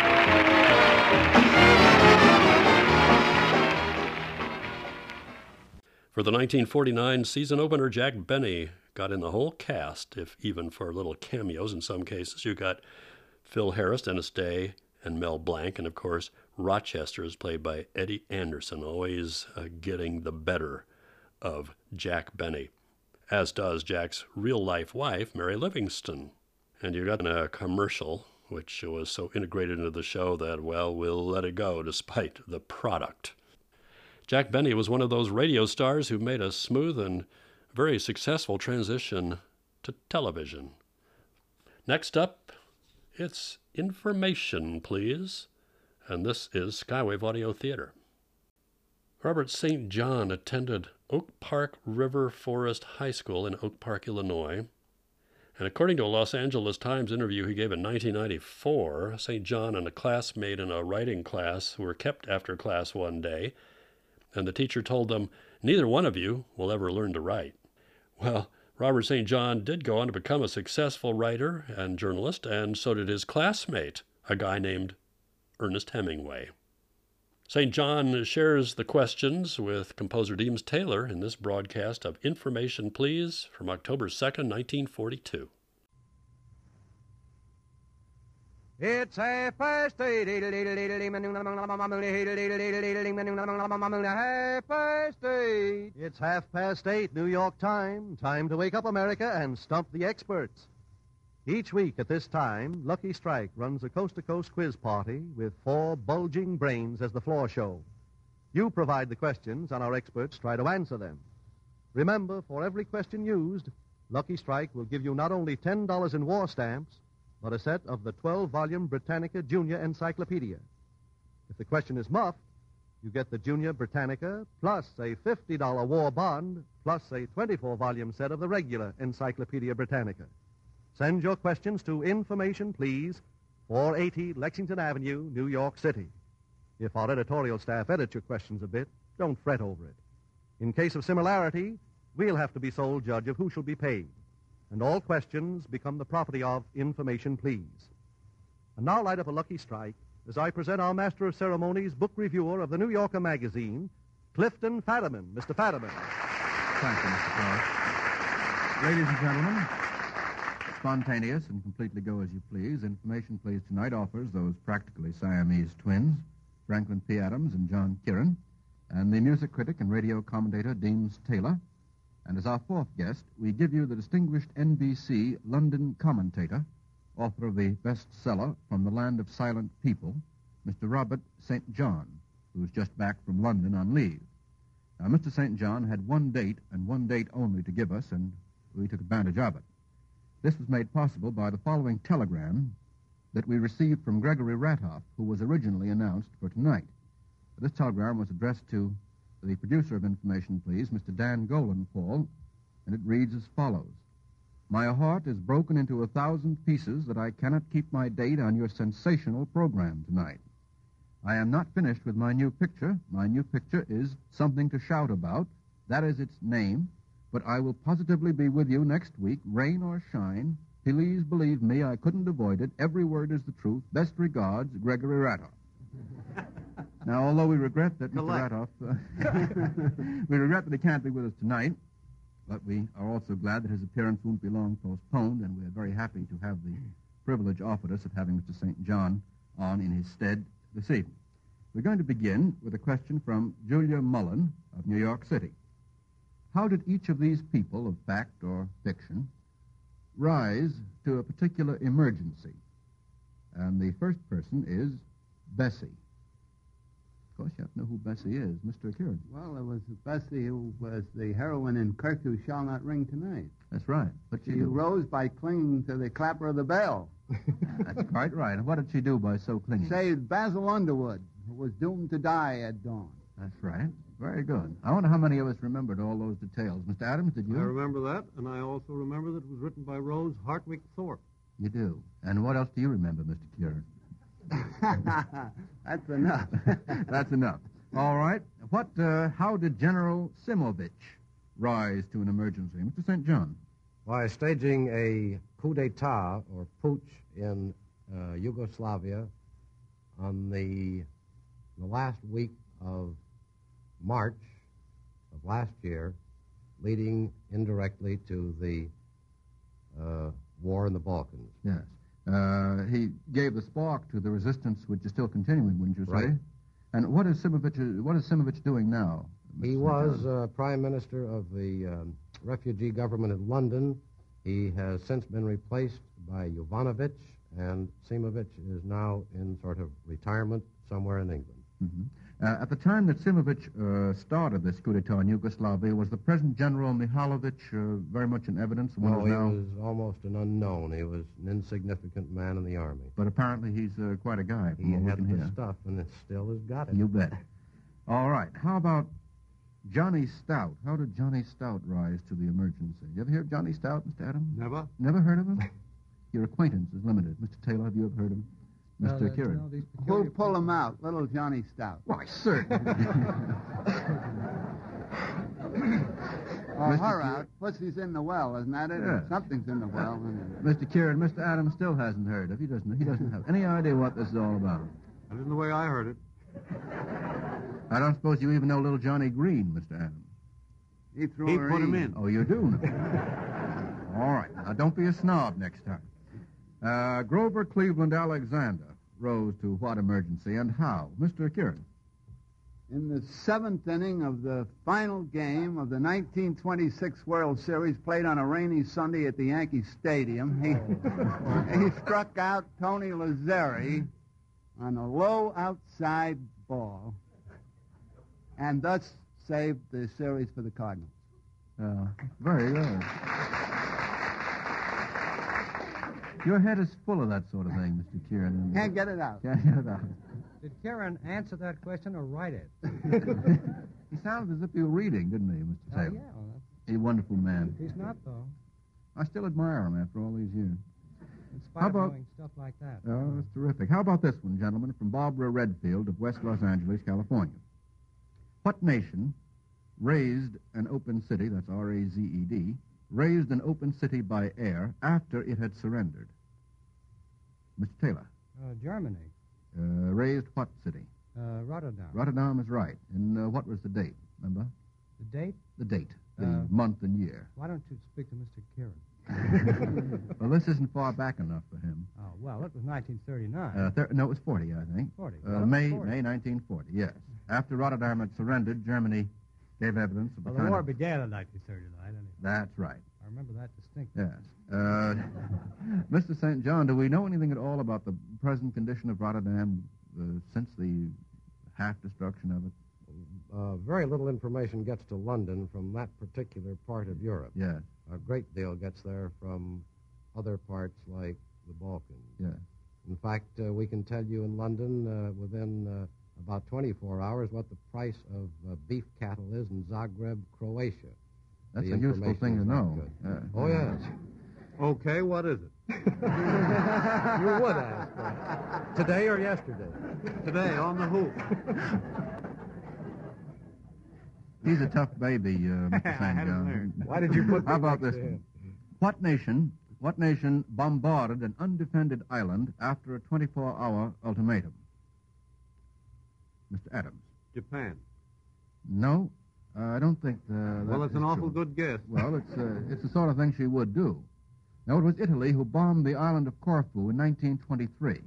For the 1949 season opener, Jack Benny got in the whole cast, if even for little cameos in some cases. You got Phil Harris, Dennis Day, and Mel Blanc, and of course, Rochester is played by Eddie Anderson, always uh, getting the better of Jack Benny, as does Jack's real life wife, Mary Livingston. And you got a commercial which was so integrated into the show that, well, we'll let it go despite the product. Jack Benny was one of those radio stars who made a smooth and very successful transition to television. Next up, it's information, please. And this is Skywave Audio Theater. Robert St. John attended Oak Park River Forest High School in Oak Park, Illinois. And according to a Los Angeles Times interview he gave in 1994, St. John and a classmate in a writing class were kept after class one day, and the teacher told them, Neither one of you will ever learn to write. Well, Robert St. John did go on to become a successful writer and journalist, and so did his classmate, a guy named Ernest Hemingway. St. John shares the questions with composer Deems Taylor in this broadcast of Information Please from October 2nd, 1942. It's half past eight. Half past eight. It's half past eight, New York time. Time to wake up America and stump the experts. Each week at this time, Lucky Strike runs a coast to coast quiz party with four bulging brains as the floor show. You provide the questions, and our experts try to answer them. Remember, for every question used, Lucky Strike will give you not only $10 in war stamps, but a set of the 12 volume Britannica Junior Encyclopedia. If the question is muffed, you get the Junior Britannica plus a $50 war bond plus a 24 volume set of the regular Encyclopedia Britannica. Send your questions to Information, please, 480 Lexington Avenue, New York City. If our editorial staff edits your questions a bit, don't fret over it. In case of similarity, we'll have to be sole judge of who shall be paid. And all questions become the property of Information, please. And now light up a lucky strike as I present our Master of Ceremonies book reviewer of the New Yorker magazine, Clifton Fadiman. Mr. Fadiman. Thank you, Mr. Clark. Ladies and gentlemen, spontaneous and completely go as you please, Information Please Tonight offers those practically Siamese twins, Franklin P. Adams and John Kieran, and the music critic and radio commentator Deems Taylor. And as our fourth guest, we give you the distinguished NBC London commentator, author of the bestseller From the Land of Silent People, Mr. Robert St. John, who's just back from London on leave. Now, Mr. St. John had one date and one date only to give us, and we took advantage of it. This was made possible by the following telegram that we received from Gregory Ratoff, who was originally announced for tonight. This telegram was addressed to the producer of Information Please, Mr. Dan Golan Paul, and it reads as follows. My heart is broken into a thousand pieces that I cannot keep my date on your sensational program tonight. I am not finished with my new picture. My new picture is Something to Shout About. That is its name. But I will positively be with you next week, rain or shine. Please believe me, I couldn't avoid it. Every word is the truth. Best regards, Gregory Ratoff. now, although we regret that Collect. Mr. Ratoff, uh, we regret that he can't be with us tonight, but we are also glad that his appearance won't be long postponed, and we are very happy to have the privilege offered us of having Mr. St. John on in his stead this evening. We're going to begin with a question from Julia Mullen of New York City. How did each of these people, of fact or fiction, rise to a particular emergency? And the first person is Bessie. Of course, you have to know who Bessie is, Mr. Kieran. Well, it was Bessie who was the heroine in Kirk Who Shall Not Ring Tonight. That's right. But She rose by clinging to the clapper of the bell. That's quite right. And What did she do by so clinging? Saved Basil Underwood, who was doomed to die at dawn. That's right. Very good. I wonder how many of us remembered all those details. Mr. Adams, did you? I remember that, and I also remember that it was written by Rose Hartwick Thorpe. You do. And what else do you remember, Mr. Kieran? That's enough. That's enough. All right. What? Uh, how did General Simovich rise to an emergency, Mr. St. John? By staging a coup d'etat or putsch in uh, Yugoslavia on the, the last week of March of last year, leading indirectly to the uh, war in the Balkans. Yes. Uh, he gave the spark to the resistance, which is still continuing, wouldn't you say? Right. And what is Simovich? What is Simovich doing now? He Mr. was John? uh, prime minister of the um, refugee government in London. He has since been replaced by Jovanovic, and Simovich is now in sort of retirement somewhere in England. Mhm. Uh, at the time that Simovich uh, started this coup d'etat in Yugoslavia, was the present General Mihalovic uh, very much in evidence? The one No, Oh, who's he now- was almost an unknown. He was an insignificant man in the army. But apparently he's uh, quite a guy. from He what we had can the hear. stuff, and it still has got it. You bet. All right. How about Johnny Stout? How did Johnny Stout rise to the emergency? You ever hear of Johnny Stout, Mr. Adams? Never. Never heard of him? Your acquaintance is limited. Mr. Taylor, have you ever heard of him? Mr. Well, uh, Kieran? no, Who'll pull him out? Little Johnny Stout. Why, certainly. Or Mr. her Kew- out. Pussy's in the well, isn't that it? Yeah. Something's in the well. isn't Mr. Kieran, Mr. Adams still hasn't heard of. He doesn't. He doesn't have any idea what this is all about. That isn't the way I heard it. I don't suppose you even know little Johnny Green, Mr. Adams. it? He threw He her put in. him in. Oh, you do know. All right. Now, don't be a snob next time. Uh, Grover Cleveland Alexander rose to what emergency and how? Mr. Kieran. In the seventh inning of the final game of the 1926 World Series, played on a rainy Sunday at the Yankee Stadium, he, he struck out Tony Lazzari on a low outside ball and thus saved the series for the Cardinals. Uh, very good. Your head is full of that sort of thing, Mr. Kieran. Can't get it out. Can't get it out. Did Karen answer that question or write it? He sounded as if he were reading, didn't he, Mr. Oh, yeah. Taylor? well, that's- A wonderful man. He's not, though. I still admire him after all these years. In spite How of about- knowing stuff like that. Oh, that's terrific. How about this one, gentlemen, from Barbara Redfield of West Los Angeles, California? What nation raised an open city, that's R A Z E D, raised an open city by air after it had surrendered? Mr. Taylor, Uh, Germany, uh, raised what city? uh, Rotterdam. Rotterdam is right. And uh, what was the date, remember? The date? The date, the Uh, month and year. Why don't you speak to Mr. Kieran? well, this isn't far back enough for him. Oh, well, it was 1939. Uh, thir- no, it was 40, I think. 40. Uh, Well, May, 40. May 1940, yes. After Rotterdam had surrendered, Germany gave evidence of the Well, the kind war of- began in 1939. Anyway. That's right, I remember that distinctly. yes. Uh, Mr. St. John, do we know anything at all about the present condition of Rotterdam uh, since the half destruction of it? Uh, very little information gets to London from that particular part of Europe. Yes. A great deal gets there from other parts like the Balkans. Yeah. In fact, uh, we can tell you in London uh, within uh, about 24 hours what the price of uh, beef cattle is in Zagreb, Croatia. That's The a useful information thing is to not know. good. Yeah. Oh, yes. Okay, what is it? you would ask that. Today or yesterday? Today on the hoop. He's a tough baby, uh, Mr. St. had him John. there. Why did you put me How about next this to one? him? What nation? What nation bombarded an undefended island after a 24-hour ultimatum? Mr. Adams. Japan. No, I don't think. Uh, that Well, it's is an awful true. good guess. Well, it's uh, it's the sort of thing she would do. No, it was Italy who bombed the island of Corfu in 1923,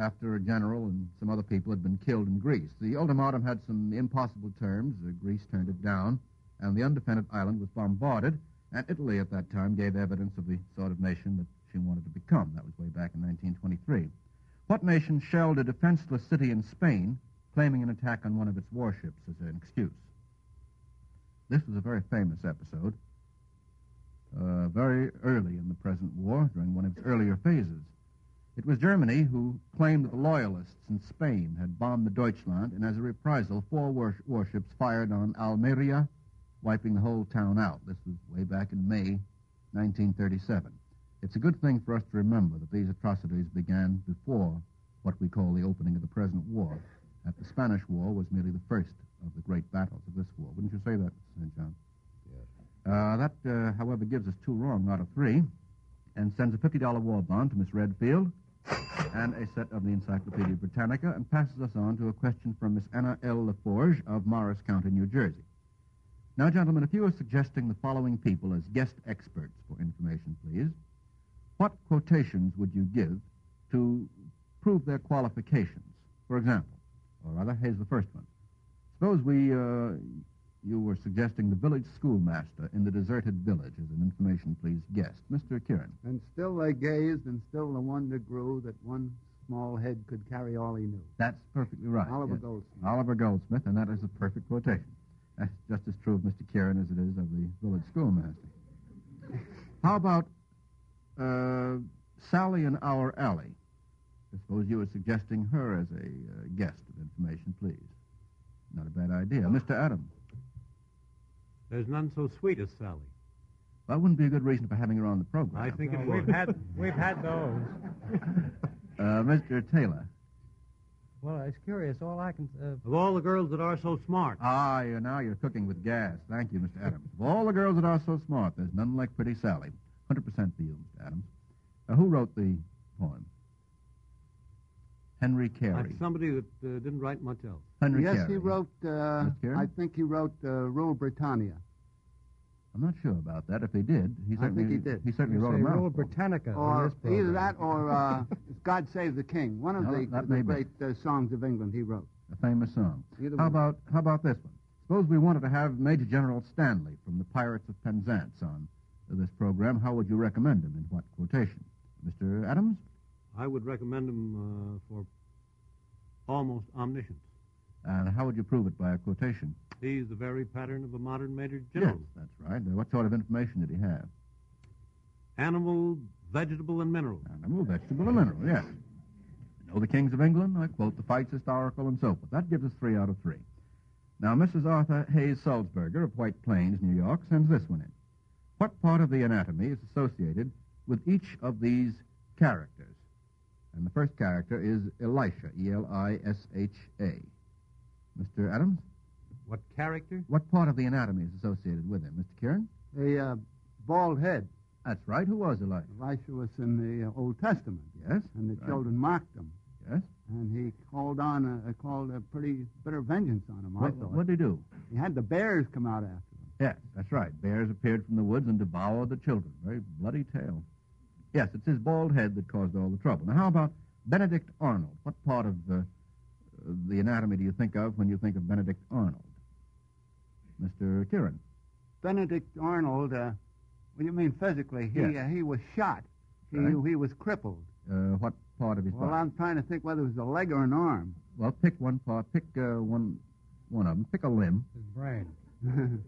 after a general and some other people had been killed in Greece. The ultimatum had some impossible terms. Uh, Greece turned it down, and the undefended island was bombarded. And Italy at that time gave evidence of the sort of nation that she wanted to become. That was way back in 1923. What nation shelled a defenseless city in Spain, claiming an attack on one of its warships as an excuse? This was a very famous episode, uh, very early in the present war, during one of its earlier phases. It was Germany who claimed that the Loyalists in Spain had bombed the Deutschland, and as a reprisal, four war- warships fired on Almeria, wiping the whole town out. This was way back in May 1937. It's a good thing for us to remember that these atrocities began before what we call the opening of the present war, that the Spanish War was merely the first of the great battles of this war. Wouldn't you say that, St. John? Uh, that, uh, however, gives us two wrong out of three and sends a $50 war bond to Miss Redfield and a set of the Encyclopedia Britannica and passes us on to a question from Miss Anna L. LaForge of Morris County, New Jersey. Now, gentlemen, if you are suggesting the following people as guest experts for information, please, what quotations would you give to prove their qualifications? For example, or rather, here's the first one. Suppose we, uh, you were suggesting the village schoolmaster in the deserted village as an information, please, guest. Mr. Kieran. And still they gazed, and still the wonder grew that one small head could carry all he knew. That's perfectly right. Oliver yes. Goldsmith. Oliver Goldsmith, and that is a perfect quotation. That's just as true of Mr. Kieran as it is of the village schoolmaster. How about uh, Sally in our alley? I suppose you were suggesting her as a uh, guest of information, please. Not a bad idea. Mr. Adams. There's none so sweet as Sally. That wouldn't be a good reason for having her on the program. I think No, it we've was. had we've had those. Uh, Mr. Taylor. Well, it's curious. All I can uh, Of all the girls that are so smart. Ah, you now you're cooking with gas. Thank you, Mr. Adams. Of all the girls that are so smart, there's none like pretty Sally. 100% for you, Mr. Adams. Now, who wrote the poem? Henry Carey. That's somebody that uh, didn't write much else. Henry yes, Carey. he wrote, uh, Miss Karen? I think he wrote uh, Rule Britannia. I'm not sure about that. If he did, he I certainly think he did. He certainly You wrote a say Rule mouthful. Britannica. in Or this either program. that or uh, God Save the King, one of No, the, that the may be. great uh, songs of England he wrote. a famous song. Either How one. about how about this one? Suppose we wanted to have Major General Stanley from the Pirates of Penzance on this program. How would you recommend him? In what quotation, Mr. Adams? I would recommend him uh, for almost omniscience. And how would you prove it by a quotation? He's the very pattern of a modern major general. Yes, that's right. Now, what sort of information did he have? Animal, vegetable, and mineral. Animal, vegetable, and mineral, yes. I know the kings of England. I quote the fights historical and so forth. That gives us three out of three. Now, Mrs. Arthur Hayes Salzberger of White Plains, New York, sends this one in. What part of the anatomy is associated with each of these characters? And the first character is Elisha, E E-L-I-S-H-A. Mr. Adams, What character? what part of the anatomy is associated with him? Mr. Kieran? The uh, bald head. That's right. Who was Elisha? Elisha was in the uh, Old Testament. Yes. And the Right. children mocked him. Yes. And he called on, a, called a pretty bitter vengeance on him, I What, Right. thought. what did he do? He had the bears come out after him. Yes, that's right. Bears appeared from the woods and devoured the children. Very bloody tale. Yes, it's his bald head that caused all the trouble. Now, how about Benedict Arnold? What part of the, the anatomy do you think of when you think of Benedict Arnold? Mr. Kieran. Benedict Arnold, uh, what do you mean physically? He, Yes. uh, he was shot. He, Right. he was crippled. Uh, what part of his Well, body? I'm trying to think whether it was a leg or an arm. Well, pick one part. Pick uh, one, one of them. Pick a limb. His brain.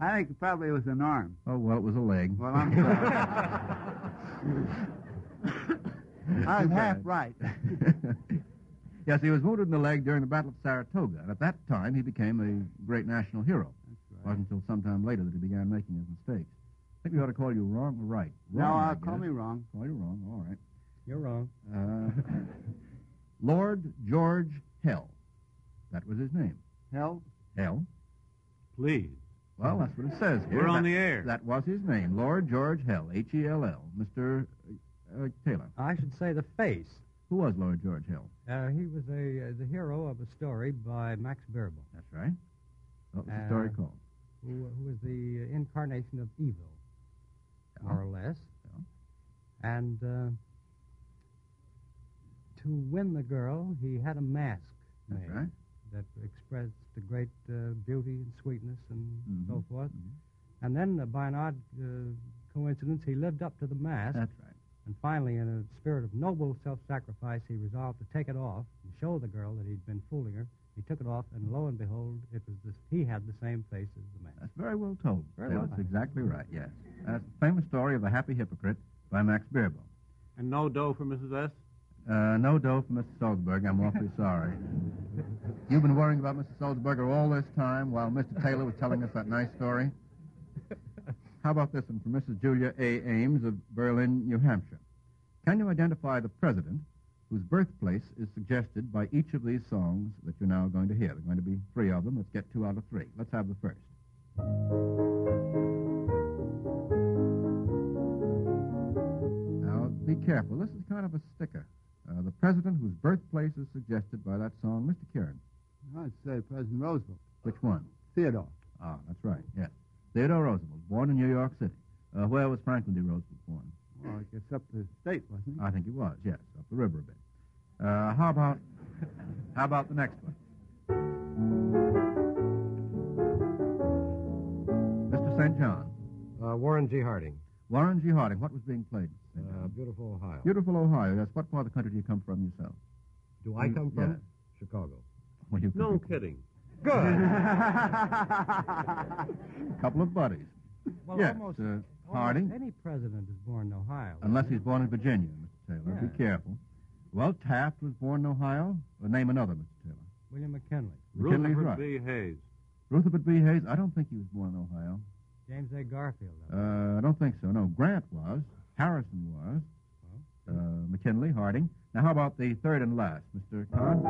I think probably it was an arm. Oh, well, it was a leg. Well, I'm I was half right. yes, he was wounded in the leg during the Battle of Saratoga, and at that time he became a great national hero. It wasn't until sometime later that he began making his mistakes. I think we ought to call you wrong or right. No, Wrong, I uh, call guess. me wrong. Call you wrong, all right. You're wrong. Uh, Lord George Hell. That was his name. Hell? Hell. Please. Well, that's what it says here. We're on That- the air. That was his name, Lord George Hell, E H-E-L-L. Mr. Uh, Taylor. I should say the face. Who was Lord George Hill? Uh, he was a, uh, the hero of a story by Max Beerbohm. That's right. What was the Uh, story called? who, who was the uh, incarnation of evil, more or less. And uh, to win the girl, he had a mask made right. that expressed a great uh, beauty and sweetness and so Mhm, forth. And then, uh, by an odd uh, coincidence, he lived up to the mask. That's right. And finally, in a spirit of noble self-sacrifice, he resolved to take it off and show the girl that he'd been fooling her. He took it off, and lo and behold, it was this, he had the same face as the mask. That's very well told. Very Taylor. well That's done. exactly right, yes. That's the famous story of a happy hypocrite by Max Beerbohm. And no dough for Mrs. S. Uh, no dough for Mr. Salzberger. I'm awfully sorry. You've been worrying about Mr. Salzberger all this time while Mr. Taylor was telling us that nice story. How about this one from Mrs. Julia A. Ames of Berlin, New Hampshire? Can you identify the president whose birthplace is suggested by each of these songs that you're now going to hear? There are going to be three of them. Let's get two out of three. Let's have the first. Now, be careful. This is kind of a sticker. Uh, the president whose birthplace is suggested by that song, Mr. Kieran. I'd say President Roosevelt. Which one? Theodore. Ah, that's right, yes. Theodore Roosevelt, born in New York City. Uh, where was Franklin D. Roosevelt born? Well, I guess up the state, wasn't I think he was, yes, up the river a bit. Uh, how about how about the next one? Mr. St. John. Uh, Warren G. Harding, Warren G. Harding, what was being played? St. uh, John? Beautiful, Ohio. Beautiful Ohio, yes. What part of the country do you come from yourself? Do I You- come from yeah. Chicago? Well, you No kidding. a couple of buddies. Well, yes, almost, uh, almost Harding. any president is born in Ohio. Unless he's born in Virginia, Mr. Taylor. Be Yeah. careful. Well, Taft was born in Ohio. Or name another, Mr. Taylor. William McKinley, McKinley's right. Rutherford B. Hayes. Rutherford B. Hayes, I don't think he was born in Ohio. James A. Garfield. Uh, I don't think so. No, Grant was. Harrison was. Uh, McKinley, Harding. Now, how about the third and last, Mr. Kahn?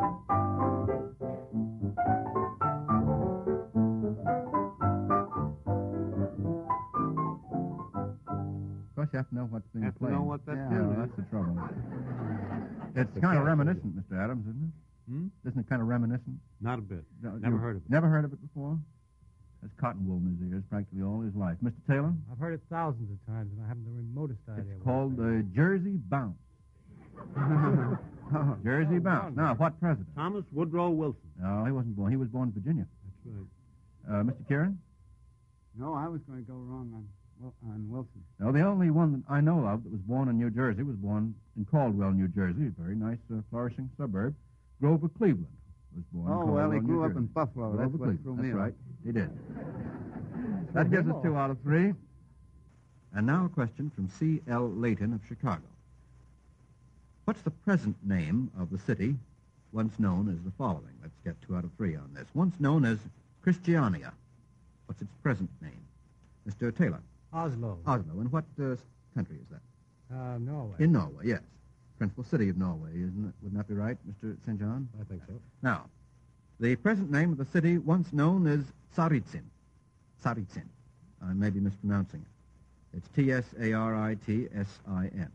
Of course, you have to know what's being Have to played. know what that yeah, tune that's is. the trouble. It's The kind of cat reminiscent, Mr. Adams, isn't it? Hmm? Isn't it kind of reminiscent? Not a bit. No, Never you- heard of it. Never heard of it before? That's cotton wool in his ears practically all his life. Mr. Taylor? I've heard it thousands of times, and I haven't the remotest idea. It's what called uh, Jersey Bounce. Oh, Jersey Bounce. Now, what president? Thomas Woodrow Wilson. No, he wasn't born. He was born in Virginia. That's right. Uh, Mr. Kieran? No, I was going to go wrong on, Wil- on Wilson. No, the only one that I know of that was born in New Jersey was born in Caldwell, New Jersey, a very nice, uh, flourishing suburb. Grover Cleveland was born in Oh, Caldwell, well, he New grew up Jersey. in Buffalo. Grover That's what Cleveland. threw me That's off. right. He did. that gives us two out of three. And now a question from C.L. Layton of Chicago. What's the present name of the city once known as the following? Let's get two out of three on this. Once known as Christiania. What's its present name? Mr. Taylor. Oslo. Oslo. In what uh, s- country is that? Uh, Norway. In Norway, yes. Principal city of Norway, isn't it? Wouldn't that be right, Mr. St. John? I think so. Now, the present name of the city once known as Saritsin. Saritsin. I may be mispronouncing it. It's T-S-A-R-I-T-S-I-N.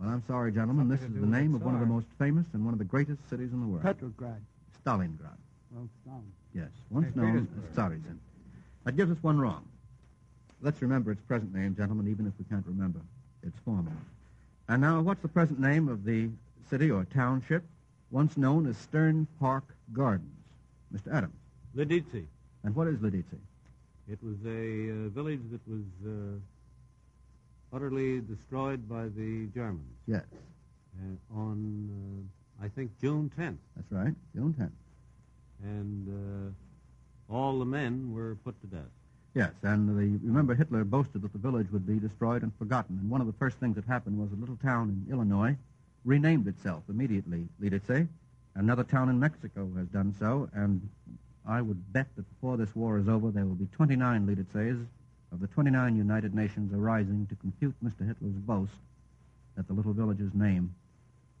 Well, I'm sorry, gentlemen. This is Something to the do with name of one of the Tsar. most famous and one of the greatest cities in the world. Petrograd. Stalingrad. Well, stone. Yes, once St. known Petersburg. as Starizin. That gives us one wrong. Let's remember its present name, gentlemen, even if we can't remember its former one. And now, what's the present name of the city or township once known as Stern Park Gardens? Mr. Adams. Lidice. And what is Lidice? It was a uh, village that was uh, utterly destroyed by the Germans Yes, uh, on, uh, I think, June 10th. that's right, June 10th. And uh, all the men were put to death. Yes, and the, remember Hitler boasted that the village would be destroyed and forgotten, and one of the first things that happened was a little town in Illinois renamed itself immediately, Lidice. Another town in Mexico has done so, and I would bet that before this war is over, there will be 29 Lidices of the 29 United Nations arising to confute Mr. Hitler's boast that the little village's name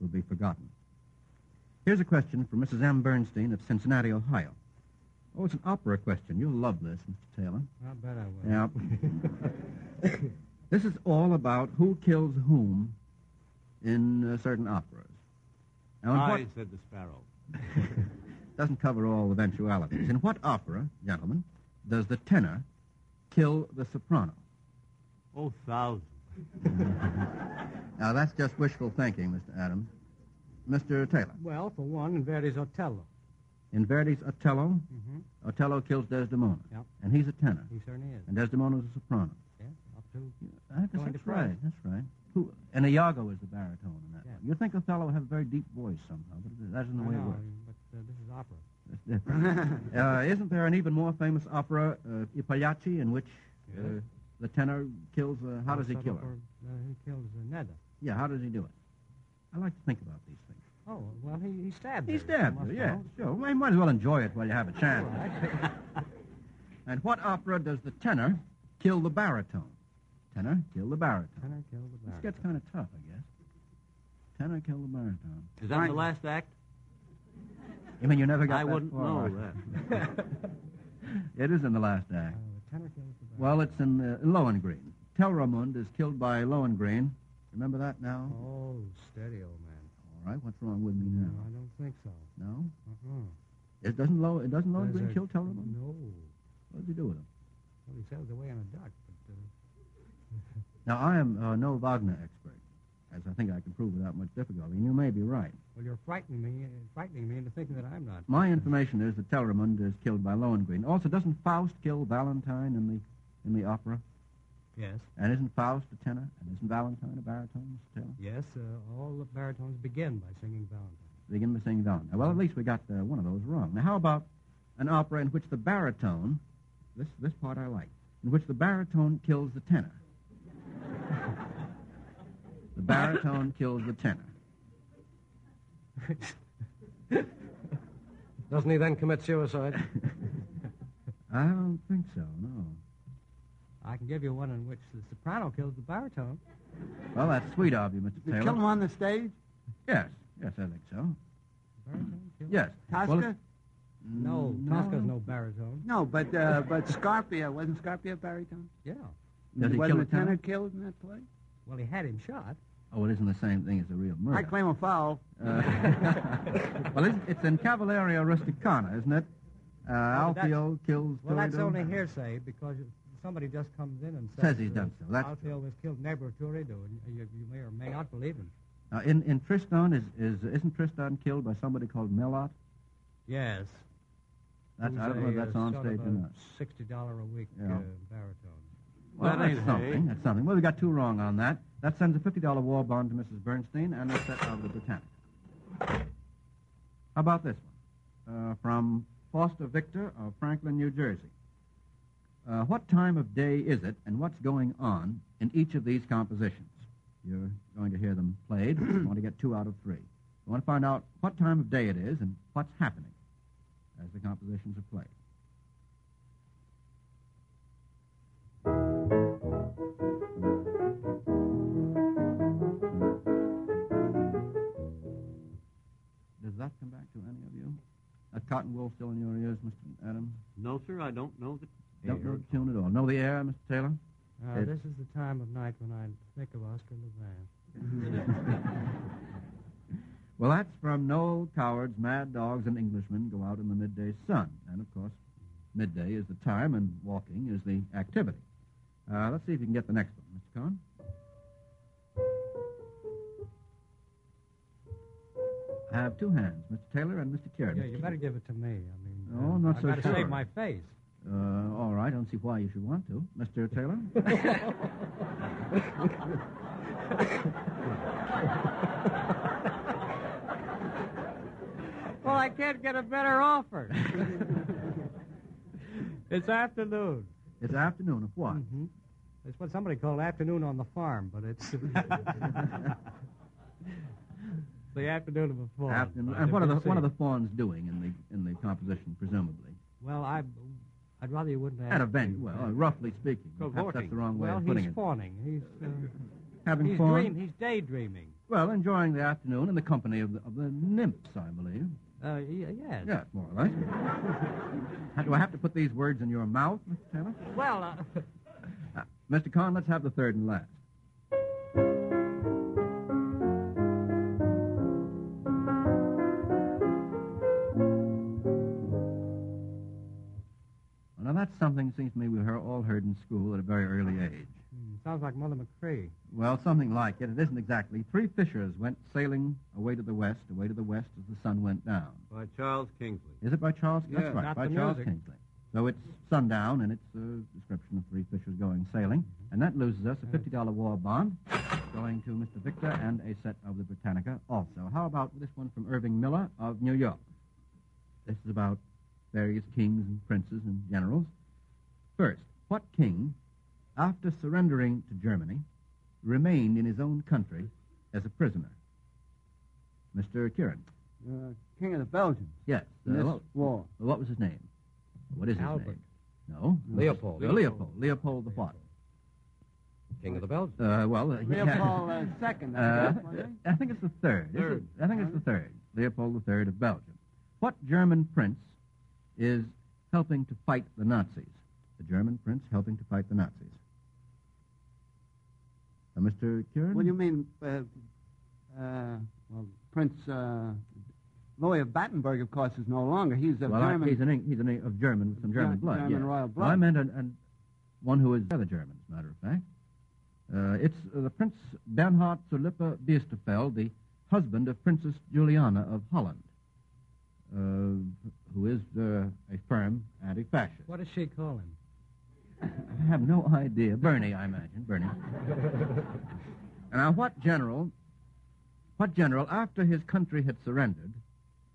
will be forgotten. Here's a question from Mrs. M. Bernstein of Cincinnati, Ohio. Oh, it's an opera question. You'll love this, Mr. Taylor. I bet I will. Yeah. this is all about who kills whom in uh, certain operas. Now, in I what, said the sparrow. doesn't cover all eventualities. In what opera, gentlemen, does the tenor kill the soprano? Oh, thousand. Now, that's just wishful thinking, Mr. Adams. Mr. Taylor, Well, for one, in Verdi's Otello. in Verdi's Otello, Mm-hmm. Otello kills Desdemona, Yep. and he's a tenor, He certainly is. and Desdemona's a soprano. Yeah, up to I guess going to that's Friday. right. That's right. Who, and Iago is the baritone in that. Yeah. one. You think Othello would have a very deep voice somehow, but it- that isn't the I way know, it works. But uh, this is opera. That's different. uh, isn't there an even more famous opera, uh, I Pagliacci, in which uh, Yes. the tenor kills? Uh, how does he Also kill for- her? Uh, he kills uh, Neda. Yeah, how does he do it? I like to think about these things. Oh, well, he, he stabbed He her. stabbed must her, yeah, know. sure. Well, you might as well enjoy it while you have a chance. All right. And what opera does the tenor kill the baritone? Tenor, kill the baritone. Tenor killed the This baritone. gets kind of tough, I guess. Tenor kill the baritone. Is that the last act? You mean you never got I that wouldn't far? know it is in the last act. The tenor kills the baritone. Well, it's in uh, Lohengrin. Telramund is killed by Lohengrin. Remember that now? Oh, steady, old man. All right, what's wrong with me No, now? I don't think so. No? Uh-huh. It doesn't Loh- it doesn't There's Lohengrin a- kill Telramund? No. What does he do with him? Well, he sails away on a duck, but... Uh, Now, I am uh, no Wagner expert, as I think I can prove without much difficulty, and you may be right. well, you're frightening me, frightening me into thinking that I'm not. My information is that Telramund is killed by Lohengrin. Also, doesn't Faust kill Valentine in the in the opera? Yes. And isn't Faust a tenor? And isn't Valentine a baritone? Mr. Taylor? Yes, uh, all the baritones begin by singing Valentine. Begin by saying Valentine. Well, at least we got uh, one of those wrong. Now, how about an opera in which the baritone, this this part I like, in which the baritone kills the tenor. the baritone kills the tenor. Doesn't he then commit suicide? I don't think so. No. I can give you one in which the soprano kills the baritone. Well, that's sweet of you, Mr. You Taylor. kill him on the stage? Yes. Yes, I think so. Baritone kills. Yes. Well, Tosca? No, Mm, No. Tosca's no baritone. No, but uh, but Scarpia wasn't Scarpia baritone? Yeah. Does he wasn't kill a a tenor? tenor killed in that play? Well, he had him shot. Oh, it isn't the same thing as the real murder. I claim a foul. Uh, well, it's, it's in Cavalleria Rusticana, isn't it? Uh, Oh, but Alfio kills Well, that's Torrido. only hearsay because somebody just comes in and says, uh, Says he's done so, that's Outfield was killed neighbor Turido, and you, you may or may not believe him. Now, Uh, in, in Tristan, is, is, isn't Tristan killed by somebody called Melot? Yes. That's, I don't know if that's on uh, stage or not. Sixty dollar a week Yeah. uh, baritone. Well, That ain't that's something. hay. That's something. Well, we got two wrong on that. That sends a $50 war bond to Mrs. Bernstein and a set of the Britannic. How about this one? Uh, from Foster Victor of Franklin, New Jersey. Uh, what time of day is it and what's going on in each of these compositions? You're going to hear them played. you want to get two out of three. You want to find out what time of day it is and what's happening as the compositions are played. Does that come back to any of you? That cotton wool still in your ears, Mr. Adams? No, sir, I don't know the Don't know air. the tune at all. Know the air, Mr. Taylor? oh. Uh, It- this is the time of night when I think of Oscar Levant. Well, that's from Noel Coward's Mad Dogs and Englishmen Go Out in the Midday Sun. And, of course, midday is the time and walking is the activity. Uh, let's see if you can get the next one, Mr. Cohen. I have two hands, Mr. Taylor and Mr. Kieran. Yeah, you better give it to me. I mean, Oh, uh, not I so gotta sure. save my face. Uh, all right, I don't see why you should want to. Mr. Taylor? Well, I can't get a better offer. it's afternoon. It's afternoon of what? hmm It's what somebody called afternoon on the farm, but it's the afternoon of a farm. Afternoon. And what are the what are the fawns doing in the in the composition, presumably? Well, I, I'd rather you wouldn't ask. At a venue, me. well, uh, roughly speaking. Well, Perhaps voting. that's the wrong way well, of putting he's it. fawning. He's uh, Having he's fawn? dream- He's daydreaming. Well, enjoying the afternoon in the company of the, of the nymphs, I believe. Uh, y- yes. Yes, more or less. How- Do I have to put these words in your mouth, Mr. Taylor? Well, uh, Mr. Kahn, let's have the third and last. Well, now, that's something, seems to me, we hear- all heard in school at a very early age. hmm, sounds like Mother McCree. Well, something like it. It isn't exactly. Three fishers went sailing away to the west, away to the west as the sun went down. By Charles Kingsley. Is it by Charles? Yeah. That's right, Not by the Charles music. Kingsley. So it's sundown, and it's a description of three fishers going sailing, and that loses us a fifty-dollar war bond going to Mr. Victor and a set of the Britannica. Also, how about this one from Irving Miller of New York? This is about various kings and princes and generals. First, what king, after surrendering to Germany, remained in his own country as a prisoner? Mr. Kieran. Uh, King of the Belgians. Yes. In this what- war. What was his name? What is his Albert. name? No. Leopold. Uh, Leopold. Leopold the what? King of the Belgians. Uh, well, uh, he had- Leopold uh, second. Uh, I guess, wasn't I think it's the third. is it? Third. I think it's the third. Leopold III of Belgium. What German prince is helping to fight the Nazis? The German prince helping to fight the Nazis. Now, Mr. he? Kieran? Well, you mean uh, uh, well, Prince uh, Louis of Battenberg, of course, is no longer. He's a well, I- German. he's an Eng- he's an Eng- of German with some German Ger- blood. German yes. royal No, I blood. meant an, an one who is other German, as a matter of fact. Uh, it's uh, the Prince Bernhard zur Lippe Biesterfeld, the husband of Princess Juliana of Holland, uh, who is uh, a firm anti-fascist. What does she call him? I have no idea. Bernie, I imagine. Bernie. now, what general, what general, after his country had surrendered,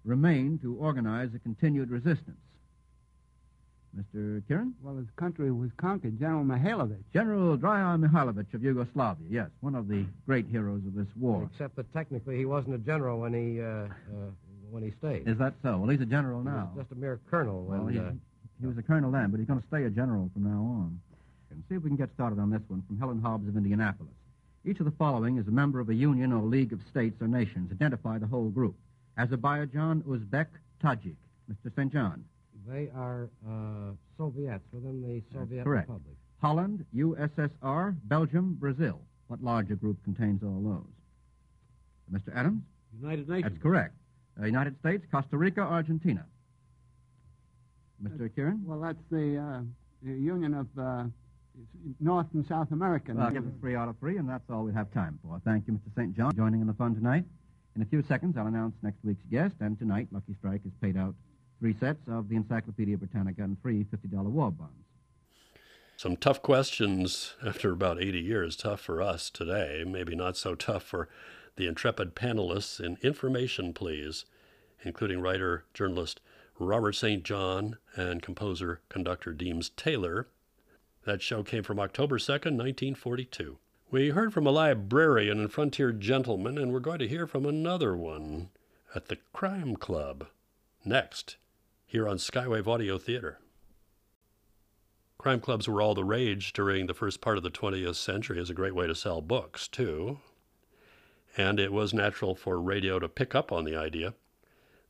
remained to organize a continued resistance? Mr. Kieran? Well, his country was conquered. General Mihailovich. General Dryan Mihailovich of Yugoslavia, yes, one of the great heroes of this war. Except that technically he wasn't a general when he uh, uh, when he stayed. Is that so? Well, he's a general He was now. just a mere colonel when. Well, he, uh, he was a colonel then, but he's going to stay a general from now on. And see if we can get started on this one from Helen Hobbs of Indianapolis. Each of the following is a member of a union or league of states or nations. Identify the whole group. Azerbaijan, Uzbek, Tajik. Mr. St. John. They are uh, Soviets within the Soviet correct. Republic. Holland, USSR, Belgium, Brazil. What larger group contains all those? Mr. Adams? United Nations. That's correct. Uh, United States, Costa Rica, Argentina. Mr. Kieran? Uh, Well, that's the, uh, the Union of uh, North and South America. Well, I'll give it three out of three, and that's all we have time for. Thank you, Mr. St. John, for joining in the fun tonight. In a few seconds, I'll announce next week's guest, and tonight, Lucky Strike has paid out three sets of the Encyclopedia Britannica and three $50 war bonds. Some tough questions after about 80 years, tough for us today, maybe not so tough for the intrepid panelists in Information Please, including writer, journalist Robert St. John and composer, conductor Deems Taylor. That show came from October 2nd, 1942. We heard from a librarian and frontier gentleman, and we're going to hear from another one at the Crime Club next, here on Skywave Audio Theater. Crime clubs were all the rage during the first part of the 20th century as a great way to sell books, too. And it was natural for radio to pick up on the idea.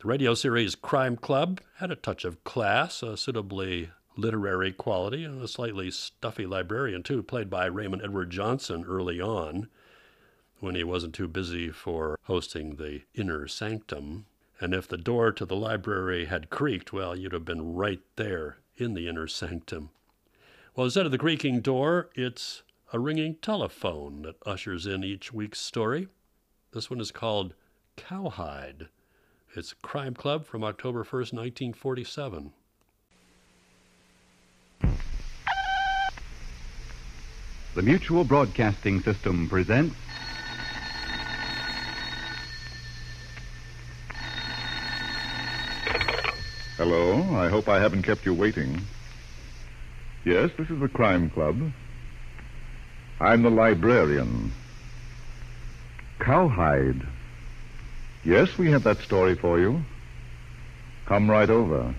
The radio series Crime Club had a touch of class, a suitably literary quality, and a slightly stuffy librarian, too, played by Raymond Edward Johnson early on. when he wasn't too busy for hosting the inner sanctum. And if the door to the library had creaked, well, you'd have been right there in the inner sanctum. Well, instead of the creaking door, it's a ringing telephone that ushers in each week's story. This one is called Cowhide. It's Crime Club from October 1st, 1947. The Mutual Broadcasting System presents. Hello. I hope I haven't kept you waiting. Yes, this is the Crime Club. I'm the librarian. Cowhide. Yes, we have that story for you. Come right over.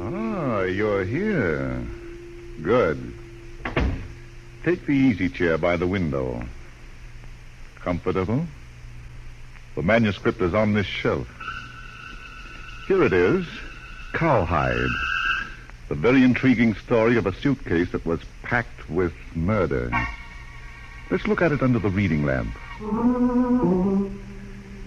Ah, you're here. Good. Take the easy chair by the window. Comfortable? The manuscript is on this shelf. Here it is Cowhide. The very intriguing story of a suitcase that was packed with murder. Let's look at it under the reading lamp.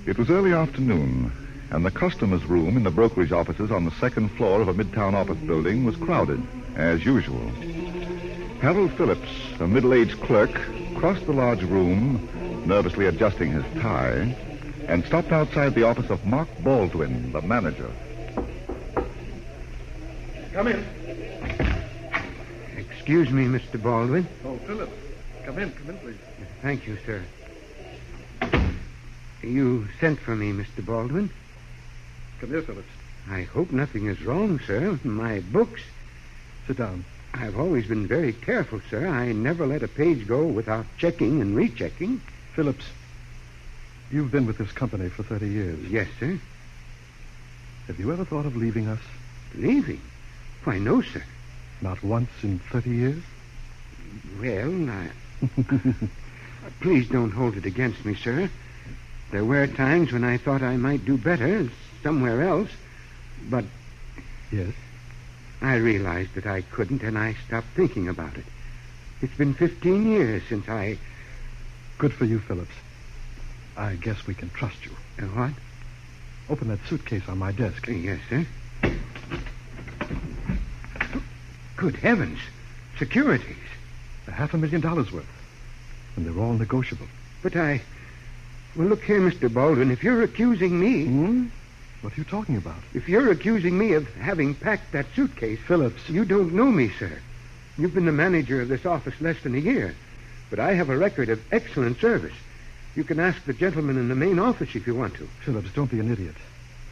It was early afternoon, and the customer's room in the brokerage offices on the second floor of a midtown office building was crowded, as usual. Harold Phillips, a middle aged clerk, crossed the large room, nervously adjusting his tie, and stopped outside the office of Mark Baldwin, the manager. Come in. Excuse me, Mr. Baldwin. Oh, Phillips. Come in, come in, please. Thank you, sir. You sent for me, Mr. Baldwin. Come here, Phillips. I hope nothing is wrong, sir. My books. Sit down. I've always been very careful, sir. I never let a page go without checking and rechecking. Phillips, you've been with this company for 30 years. Yes, sir. Have you ever thought of leaving us? Leaving? Why, no, sir. Not once in 30 years? Well, I. Please don't hold it against me, sir. There were times when I thought I might do better somewhere else, but Yes. I realized that I couldn't, and I stopped thinking about it. It's been 15 years since I. Good for you, Phillips. I guess we can trust you. Uh, what? Open that suitcase on my desk. Yes, sir. Good heavens. Securities. A half a million dollars worth. And they're all negotiable. But I. Well, look here, Mr. Baldwin. If you're accusing me. Hmm? What are you talking about? If you're accusing me of having packed that suitcase. Phillips. You don't know me, sir. You've been the manager of this office less than a year. But I have a record of excellent service. You can ask the gentleman in the main office if you want to. Phillips, don't be an idiot.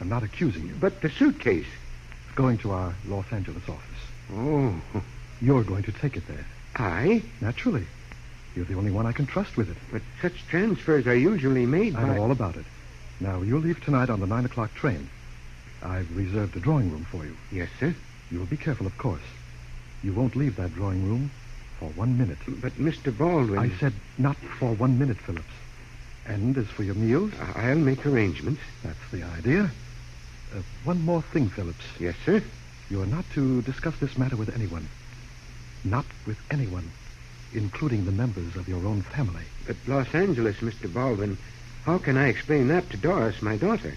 I'm not accusing you. But the suitcase. It's going to our Los Angeles office. Oh. You're going to take it there. I? Naturally. You're the only one I can trust with it. But such transfers are usually made I by... know all about it. Now, you'll leave tonight on the 9 o'clock train. I've reserved a drawing room for you. Yes, sir. You'll be careful, of course. You won't leave that drawing room for one minute. But, Mr. Baldwin... I said not for one minute, Phillips. And as for your meals... Uh, I'll make arrangements. That's the idea. Uh, one more thing, Phillips. Yes, sir? You are not to discuss this matter with anyone. Not with anyone, including the members of your own family. But Los Angeles, Mr. Baldwin, how can I explain that to Doris, my daughter?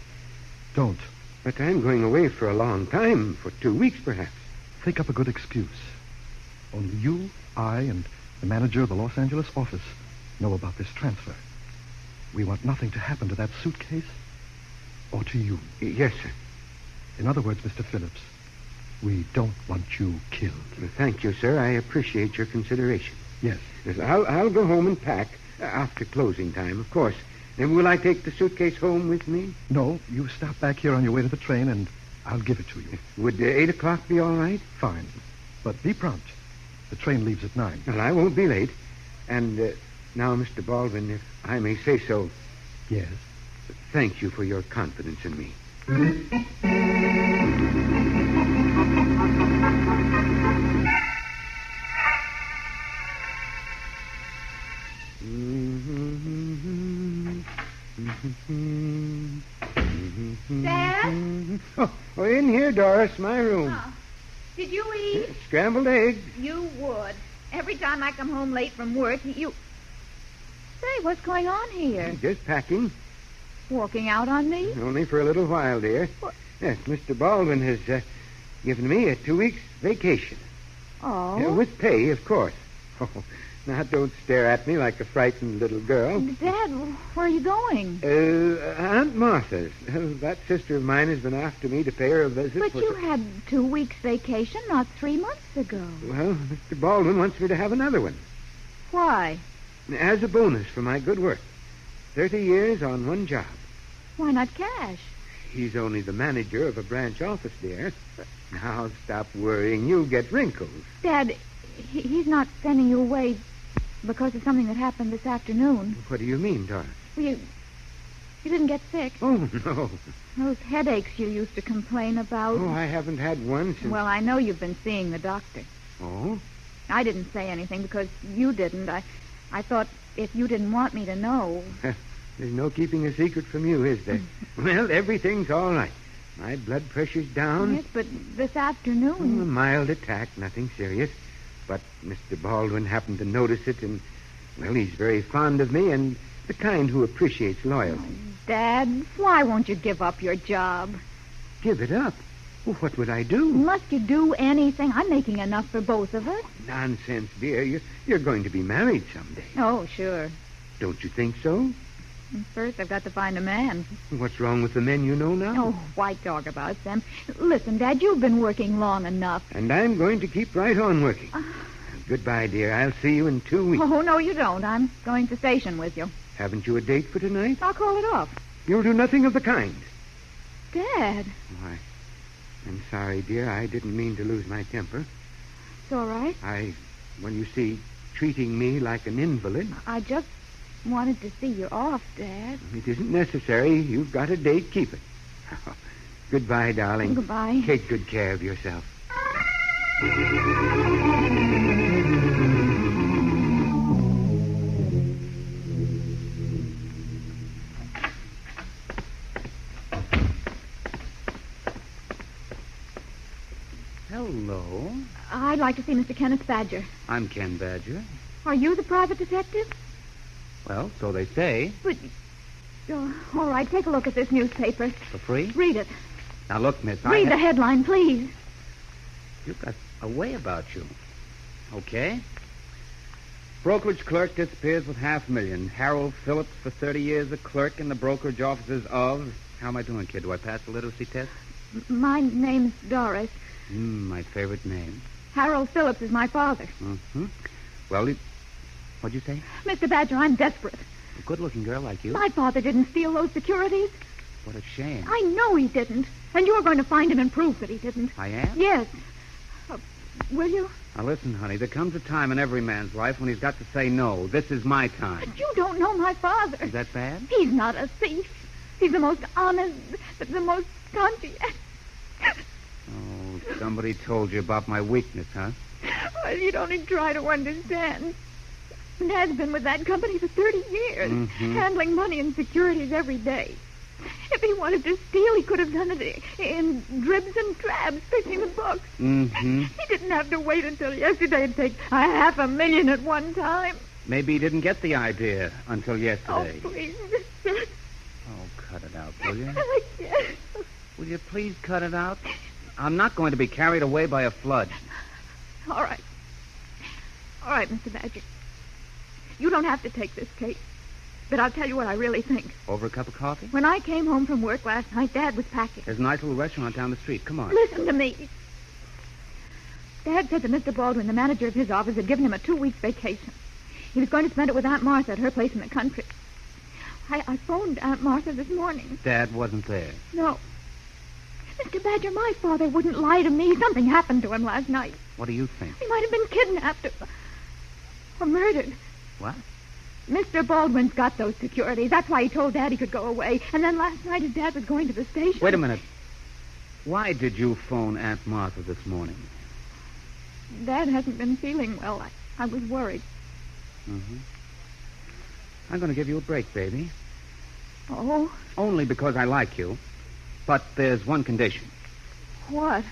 Don't. But I'm going away for a long time, for two weeks perhaps. Think up a good excuse. Only you, I, and the manager of the Los Angeles office know about this transfer. We want nothing to happen to that suitcase or to you. Yes, sir. In other words, Mr. Phillips, we don't want you killed. Thank you, sir. I appreciate your consideration. Yes. Yes, I'll, I'll go home and pack uh, after closing time, of course. And will I take the suitcase home with me? No, you stop back here on your way to the train, and I'll give it to you. Would uh, 8 o'clock be all right? Fine. But be prompt. The train leaves at 9. Well, I won't be late. And uh, now, Mr. Baldwin, if I may say so. Yes. Thank you for your confidence in me. Oh, in here, Doris, my room. Huh. Ah, Did you eat? Scrambled egg. You would. Every time I come home late from work, you. Say, what's going on here? Just packing. Walking out on me? Only for a little while, dear. Yes, Mr. Baldwin has uh, given me a two weeks vacation. Oh. Uh, with pay, of course. Oh, now don't stare at me like a frightened little girl. Dad, where are you going? Uh, Aunt Martha's. Uh, that sister of mine has been after me to pay her a visit. But for- you had two weeks vacation not three months ago. Well, Mr. Baldwin wants me to have another one Why? as a bonus for my good work. Thirty years on one job. Why not cash? He's only the manager of a branch office, dear. Now stop worrying. You'll get wrinkles. Dad, he, he's not sending you away because of something that happened this afternoon. What do you mean, Doris? Well, you, you didn't get sick. Oh, no. Those headaches you used to complain about. Oh, I haven't had one since. Well, I know you've been seeing the doctor. Oh? I didn't say anything because you didn't. I, I thought if you didn't want me to know. There's no keeping a secret from you, is there? well, everything's all right. My blood pressure's down. Yes, but this A afternoon. mild attack, nothing serious. But Mr. Baldwin happened to notice it, and, well, he's very fond of me and the kind who appreciates loyalty. Oh, Dad, why won't you give up your job? Give it up? Well, what would I do? Must you do anything? I'm making enough for both of us. Nonsense, dear. You, you're going to be married someday. Oh, sure. Don't you think so? First, I've got to find a man. What's wrong with the men you know now? Oh, why talk about them? Listen, Dad, you've been working long enough. And I'm going to keep right on working. Goodbye, dear. I'll see you in two weeks. Oh, no, you don't. I'm going to station with you. Haven't you a date for tonight? I'll call it off. You'll do nothing of the kind. Dad, Why? I'm sorry, dear. I didn't mean to lose my temper. it's all right. I, well, you see, treating me like an invalid, I just wanted to see you off, Dad. it isn't necessary. You've got a date, keep it. Goodbye, darling. Goodbye. Take good care of yourself. Hello. I'd like to see Mr. Kenneth Badger. I'm Ken Badger. Are you the private detective? Well, so they say. But, oh, all right, take a look at this newspaper. For free? Read it. Now look, Miss. Read the I have... headline, please. You've got a way about you. Okay. Brokerage clerk disappears with half million. Harold Phillips for 30 years a clerk in the brokerage offices of... How am I doing, kid? Do I pass the literacy test? M- My name's Doris. Mm, my favorite name. Harold Phillips is my father. Mm-hmm. Well, it... what'd you say? Mr. Badger, I'm desperate. A good-looking girl like you? My father didn't steal those securities. What a shame. I know he didn't. And you're going to find him and prove that he didn't. I am? Yes. Uh, will you? Now listen, honey, there comes a time in every man's life when he's got to say no. This is my time. You don't know my father. Is that bad? He's not a thief. He's the most honest, the most conscientious. Oh, somebody told you about my weakness, huh? Well, you'd only try to understand. Dad's been with that company for 30 years, Mhm. handling money and securities every day. If he wanted to steal, he could have done it i- in dribs and drabs, fixing the books. Mm-hmm. He didn't have to wait until yesterday to take a half a million at one time. Maybe he didn't get the idea until yesterday. Oh, please, Mister. Oh, cut it out, will you? I can't. Will you please cut it out? I'm not going to be carried away by a flood. All right. All right, Mr. Badger. You don't have to take this case, but I'll tell you what I really think. Over a cup of coffee? When I came home from work last night, Dad was packing. There's a nice little restaurant down the street. Come on. Listen to me. Dad said that Mr. Baldwin, the manager of his office, had given him a two weeks vacation. He was going to spend it with Aunt Martha at her place in the country. I, I phoned Aunt Martha this morning. Dad wasn't there. No. Mr. Badger, my father wouldn't lie to me. Something happened to him last night. What do you think? He might have been kidnapped or, or murdered. What? Mr. Baldwin's got those securities. That's why he told Dad he could go away. And then last night his dad was going to the station. Wait a minute. Why did you phone Aunt Martha this morning? Dad hasn't been feeling well. I, I was worried. Mm-hmm. I'm going to give you a break, baby. Oh, Only because I like you. But there's one condition. What?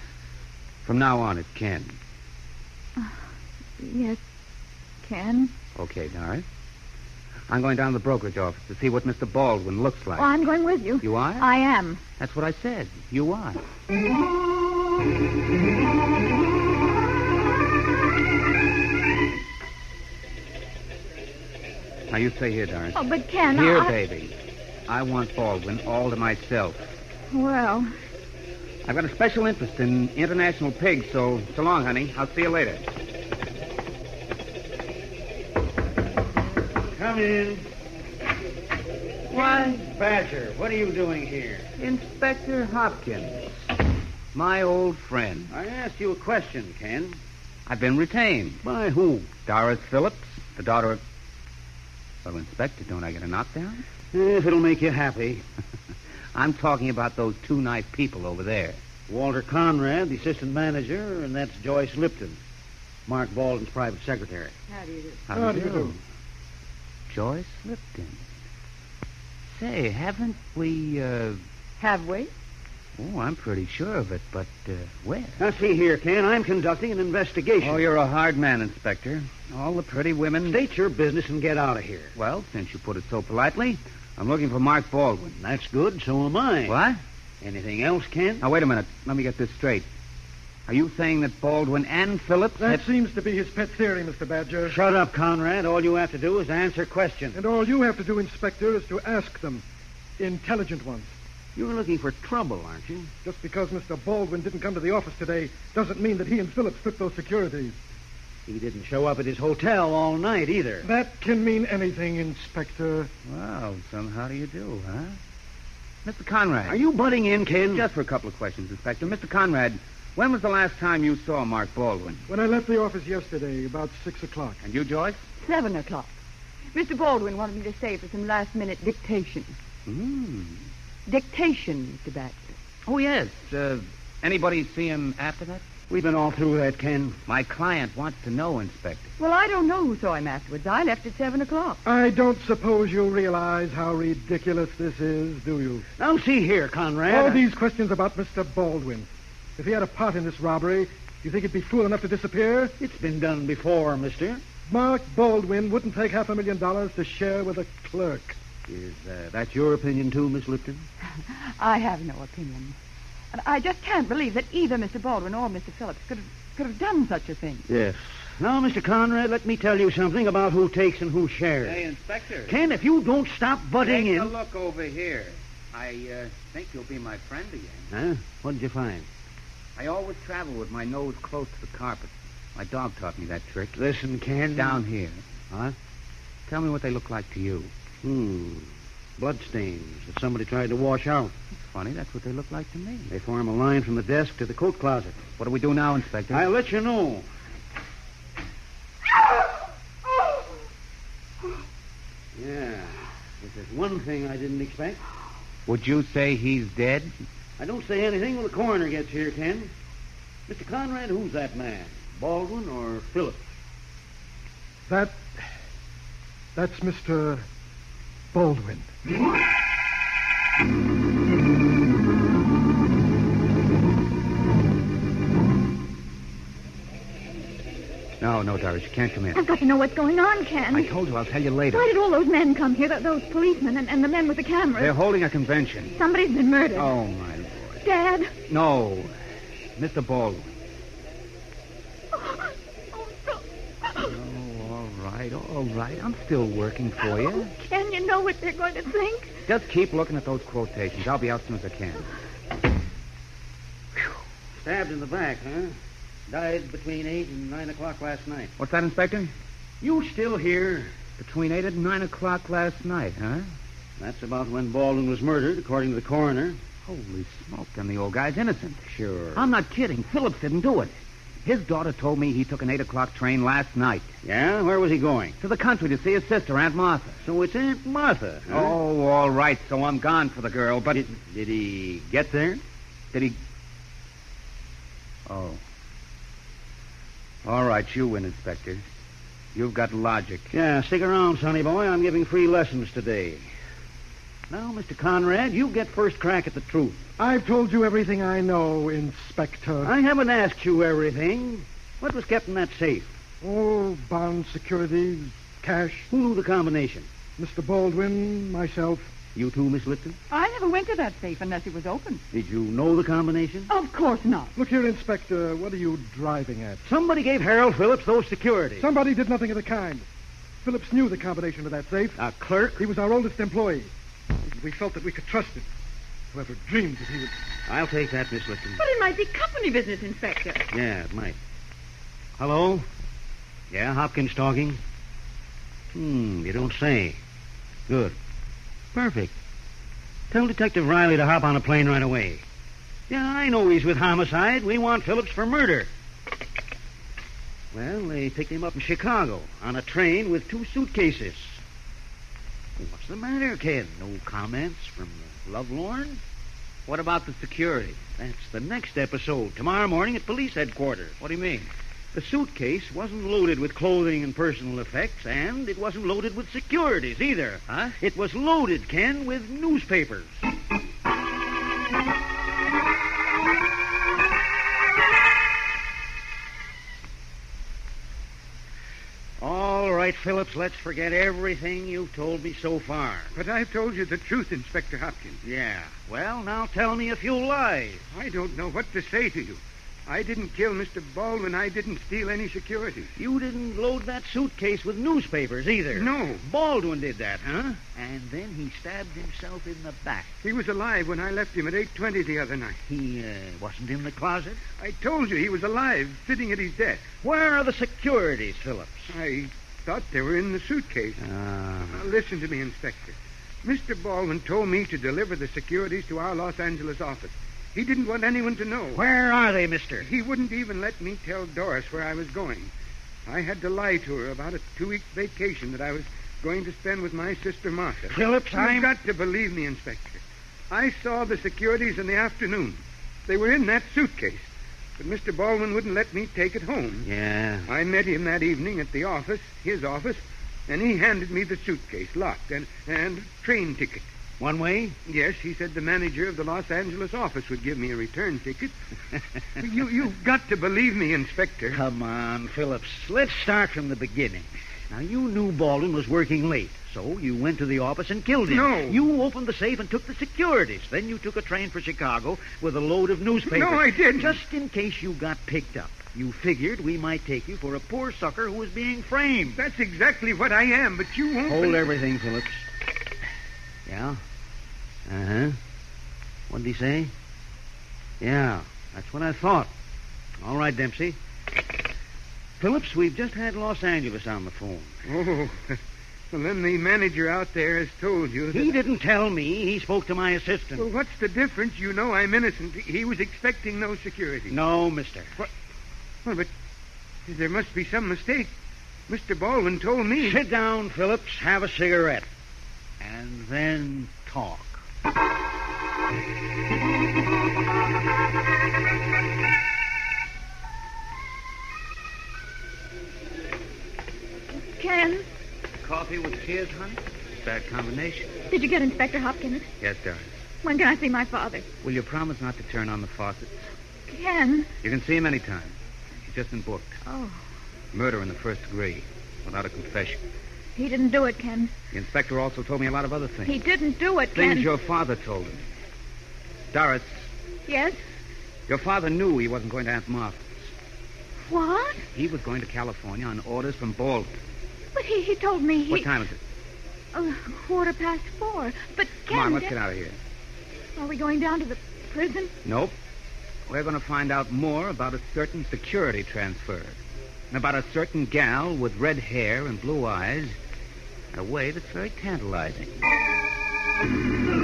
From now on, it can. Yes, Ken? Okay, Doris. I'm going down to the brokerage office to see what Mr. Baldwin looks like. Oh, I'm going with you. You are? I am. That's what I said. You are. Now, you stay here, Doris. Oh, but Ken, Here, I- baby. I want Baldwin all to myself. Well, I've got a special interest in international pigs, so so long, honey. I'll see you later. Come in. Why, Badger, what are you doing here? Inspector Hopkins, my old friend. I asked you a question, Ken. I've been retained. By who? Doris Phillips, the daughter of. Well, Inspector, don't I get a knockdown? If it'll make you happy. I'm talking about those two nice people over there. Walter Conrad, the assistant manager, and that's Joyce Lipton, Mark Baldwin's private secretary. How do you do? How do you do? Joyce Lipton. Say, haven't we, uh. Have we? Oh, I'm pretty sure of it, but uh, where? Now, see here, Ken, I'm conducting an investigation. Oh, you're a hard man, Inspector. All the pretty women. State your business and get out of here. Well, since you put it so politely, I'm looking for Mark Baldwin. That's good, so am I. What? Anything else, Ken? Now, wait a minute. Let me get this straight. Are you saying that Baldwin and Phillips. That seems to be his pet theory, Mr. Badger. Shut up, Conrad. All you have to do is answer questions. And all you have to do, Inspector, is to ask them. Intelligent ones. You're looking for trouble, aren't you? Just because Mr. Baldwin didn't come to the office today doesn't mean that he and Phillips took those securities. He didn't show up at his hotel all night either. That can mean anything, Inspector. Well, somehow do you do, huh? Mr. Conrad. Are you butting in, Ken? Just for a couple of questions, Inspector. Mr. Conrad, when was the last time you saw Mark Baldwin? When I left the office yesterday, about six o'clock. And you, Joyce? Seven o'clock. Mr. Baldwin wanted me to stay for some last minute dictation. Hmm. Dictation, Mr. Badger. Oh, yes. Uh, anybody see him after that? We've been all through that, Ken. My client wants to know, Inspector. Well, I don't know who saw him afterwards. I left at seven o'clock. I don't suppose you realize how ridiculous this is, do you? Now, see here, Conrad. All I- these questions about Mr. Baldwin. If he had a part in this robbery, you think he'd be fool enough to disappear? It's been done before, mister. Mark Baldwin wouldn't take half a million dollars to share with a clerk. Is uh, that your opinion, too, Miss Lipton? I have no opinion. And I just can't believe that either Mr. Baldwin or Mr. Phillips could have, could have done such a thing. Yes. Now, Mr. Conrad, let me tell you something about who takes and who shares. Hey, Inspector. Ken, if you don't stop butting Take in. a look over here. I uh, think you'll be my friend again. Huh? What did you find? I always travel with my nose close to the carpet. My dog taught me that trick. Listen, Ken. Down here. Huh? Tell me what they look like to you. Hmm. Bloodstains that somebody tried to wash out. Funny, that's what they look like to me. They form a line from the desk to the coat closet. What do we do now, Inspector? I'll let you know. Yeah. This is one thing I didn't expect. Would you say he's dead? I don't say anything when the coroner gets here, Ken. Mr. Conrad, who's that man? Baldwin or Phillips? That. That's Mr. Baldwin. No, no, Doris, you can't come in. I've got to know what's going on, Ken. I told you, I'll tell you later. Why did all those men come here, th- those policemen and, and the men with the cameras? They're holding a convention. Somebody's been murdered. Oh, my Lord. Dad. No. Mr. Baldwin. Oh, all right, all right. I'm still working for you. Ken, you know what they're going to think? Just keep looking at those quotations. I'll be out soon as I can. Stabbed in the back, huh? Died between 8 and 9 o'clock last night. What's that, Inspector? You still here? Between 8 and 9 o'clock last night, huh? That's about when Baldwin was murdered, according to the coroner. Holy smoke, then the old guy's innocent. Sure. I'm not kidding. Phillips didn't do it. His daughter told me he took an 8 o'clock train last night. Yeah? Where was he going? To the country to see his sister, Aunt Martha. So it's Aunt Martha, huh? Oh, all right, so I'm gone for the girl, but... Did, did he get there? Did he. Oh. All right, you win, Inspector. You've got logic. Yeah, stick around, sonny boy. I'm giving free lessons today. Now, Mr. Conrad, you get first crack at the truth. I've told you everything I know, Inspector. I haven't asked you everything. What was kept in that safe? Oh, bonds, securities, cash. Who knew the combination? Mr. Baldwin, myself. You too, Miss Lipton? I never went to that safe unless it was open. Did you know the combination? Of course not. Look here, Inspector, what are you driving at? Somebody gave Harold Phillips those securities. Somebody did nothing of the kind. Phillips knew the combination of that safe. A clerk? He was our oldest employee. We felt that we could trust him. Whoever dreamed that he would. I'll take that, Miss Lipton. But it might be company business, Inspector. Yeah, it might. Hello? Yeah, Hopkins talking. Hmm, you don't say. Good. Perfect. Tell Detective Riley to hop on a plane right away. Yeah, I know he's with homicide. We want Phillips for murder. Well, they picked him up in Chicago on a train with two suitcases. What's the matter, kid? No comments from Lovelorn? What about the security? That's the next episode, tomorrow morning at police headquarters. What do you mean? The suitcase wasn't loaded with clothing and personal effects, and it wasn't loaded with securities either. Huh? It was loaded, Ken, with newspapers. All right, Phillips, let's forget everything you've told me so far. But I've told you the truth, Inspector Hopkins. Yeah. Well, now tell me a few lies. I don't know what to say to you. I didn't kill Mr. Baldwin. I didn't steal any securities. You didn't load that suitcase with newspapers either. No. Baldwin did that, huh? And then he stabbed himself in the back. He was alive when I left him at 8:20 the other night. He uh, wasn't in the closet. I told you he was alive, sitting at his desk. Where are the securities, Phillips? I thought they were in the suitcase. Ah. Now listen to me, Inspector. Mr. Baldwin told me to deliver the securities to our Los Angeles office. He didn't want anyone to know. Where are they, mister? He wouldn't even let me tell Doris where I was going. I had to lie to her about a two week vacation that I was going to spend with my sister Martha. Phillips, You've I'm... got to believe me, Inspector. I saw the securities in the afternoon. They were in that suitcase. But Mr. Baldwin wouldn't let me take it home. Yeah. I met him that evening at the office, his office, and he handed me the suitcase, locked, and, and a train ticket. One way? Yes, he said the manager of the Los Angeles office would give me a return ticket. you, you've got to believe me, Inspector. Come on, Phillips. Let's start from the beginning. Now, you knew Baldwin was working late, so you went to the office and killed him. No. You opened the safe and took the securities. Then you took a train for Chicago with a load of newspapers. No, I didn't. Just in case you got picked up. You figured we might take you for a poor sucker who was being framed. That's exactly what I am, but you won't. Hold be- everything, Phillips. Yeah? Uh huh. What did he say? Yeah, that's what I thought. All right, Dempsey. Phillips, we've just had Los Angeles on the phone. Oh, well, then the manager out there has told you. That... He didn't tell me. He spoke to my assistant. Well, what's the difference? You know I'm innocent. He was expecting no security. No, mister. What? Well, but there must be some mistake. Mr. Baldwin told me. Sit down, Phillips. Have a cigarette. And then talk. Ken, Coffee with tears, honey? Bad combination. did you get Inspector Hopkins? Yes, darling. When can I see my father? Will you promise not to turn on the faucet? Ken. You can see him anytime. He's just been booked. Oh, Murder in the first degree, without a confession. he didn't do it, Ken. The inspector also told me a lot of other things. He didn't do it, Ken. Things your father told him. Doris, Yes? your father knew he wasn't going to Aunt Martha. What? He was going to California on orders from Baldwin. But he, he told me he... What time is it? Oh, quarter past four. But Ken... Come on, let's Da- get out of here. Are we going down to the prison? Nope. We're going to find out more about a certain security transfer. And about a certain gal with red hair and blue eyes. In a way that's very tantalizing.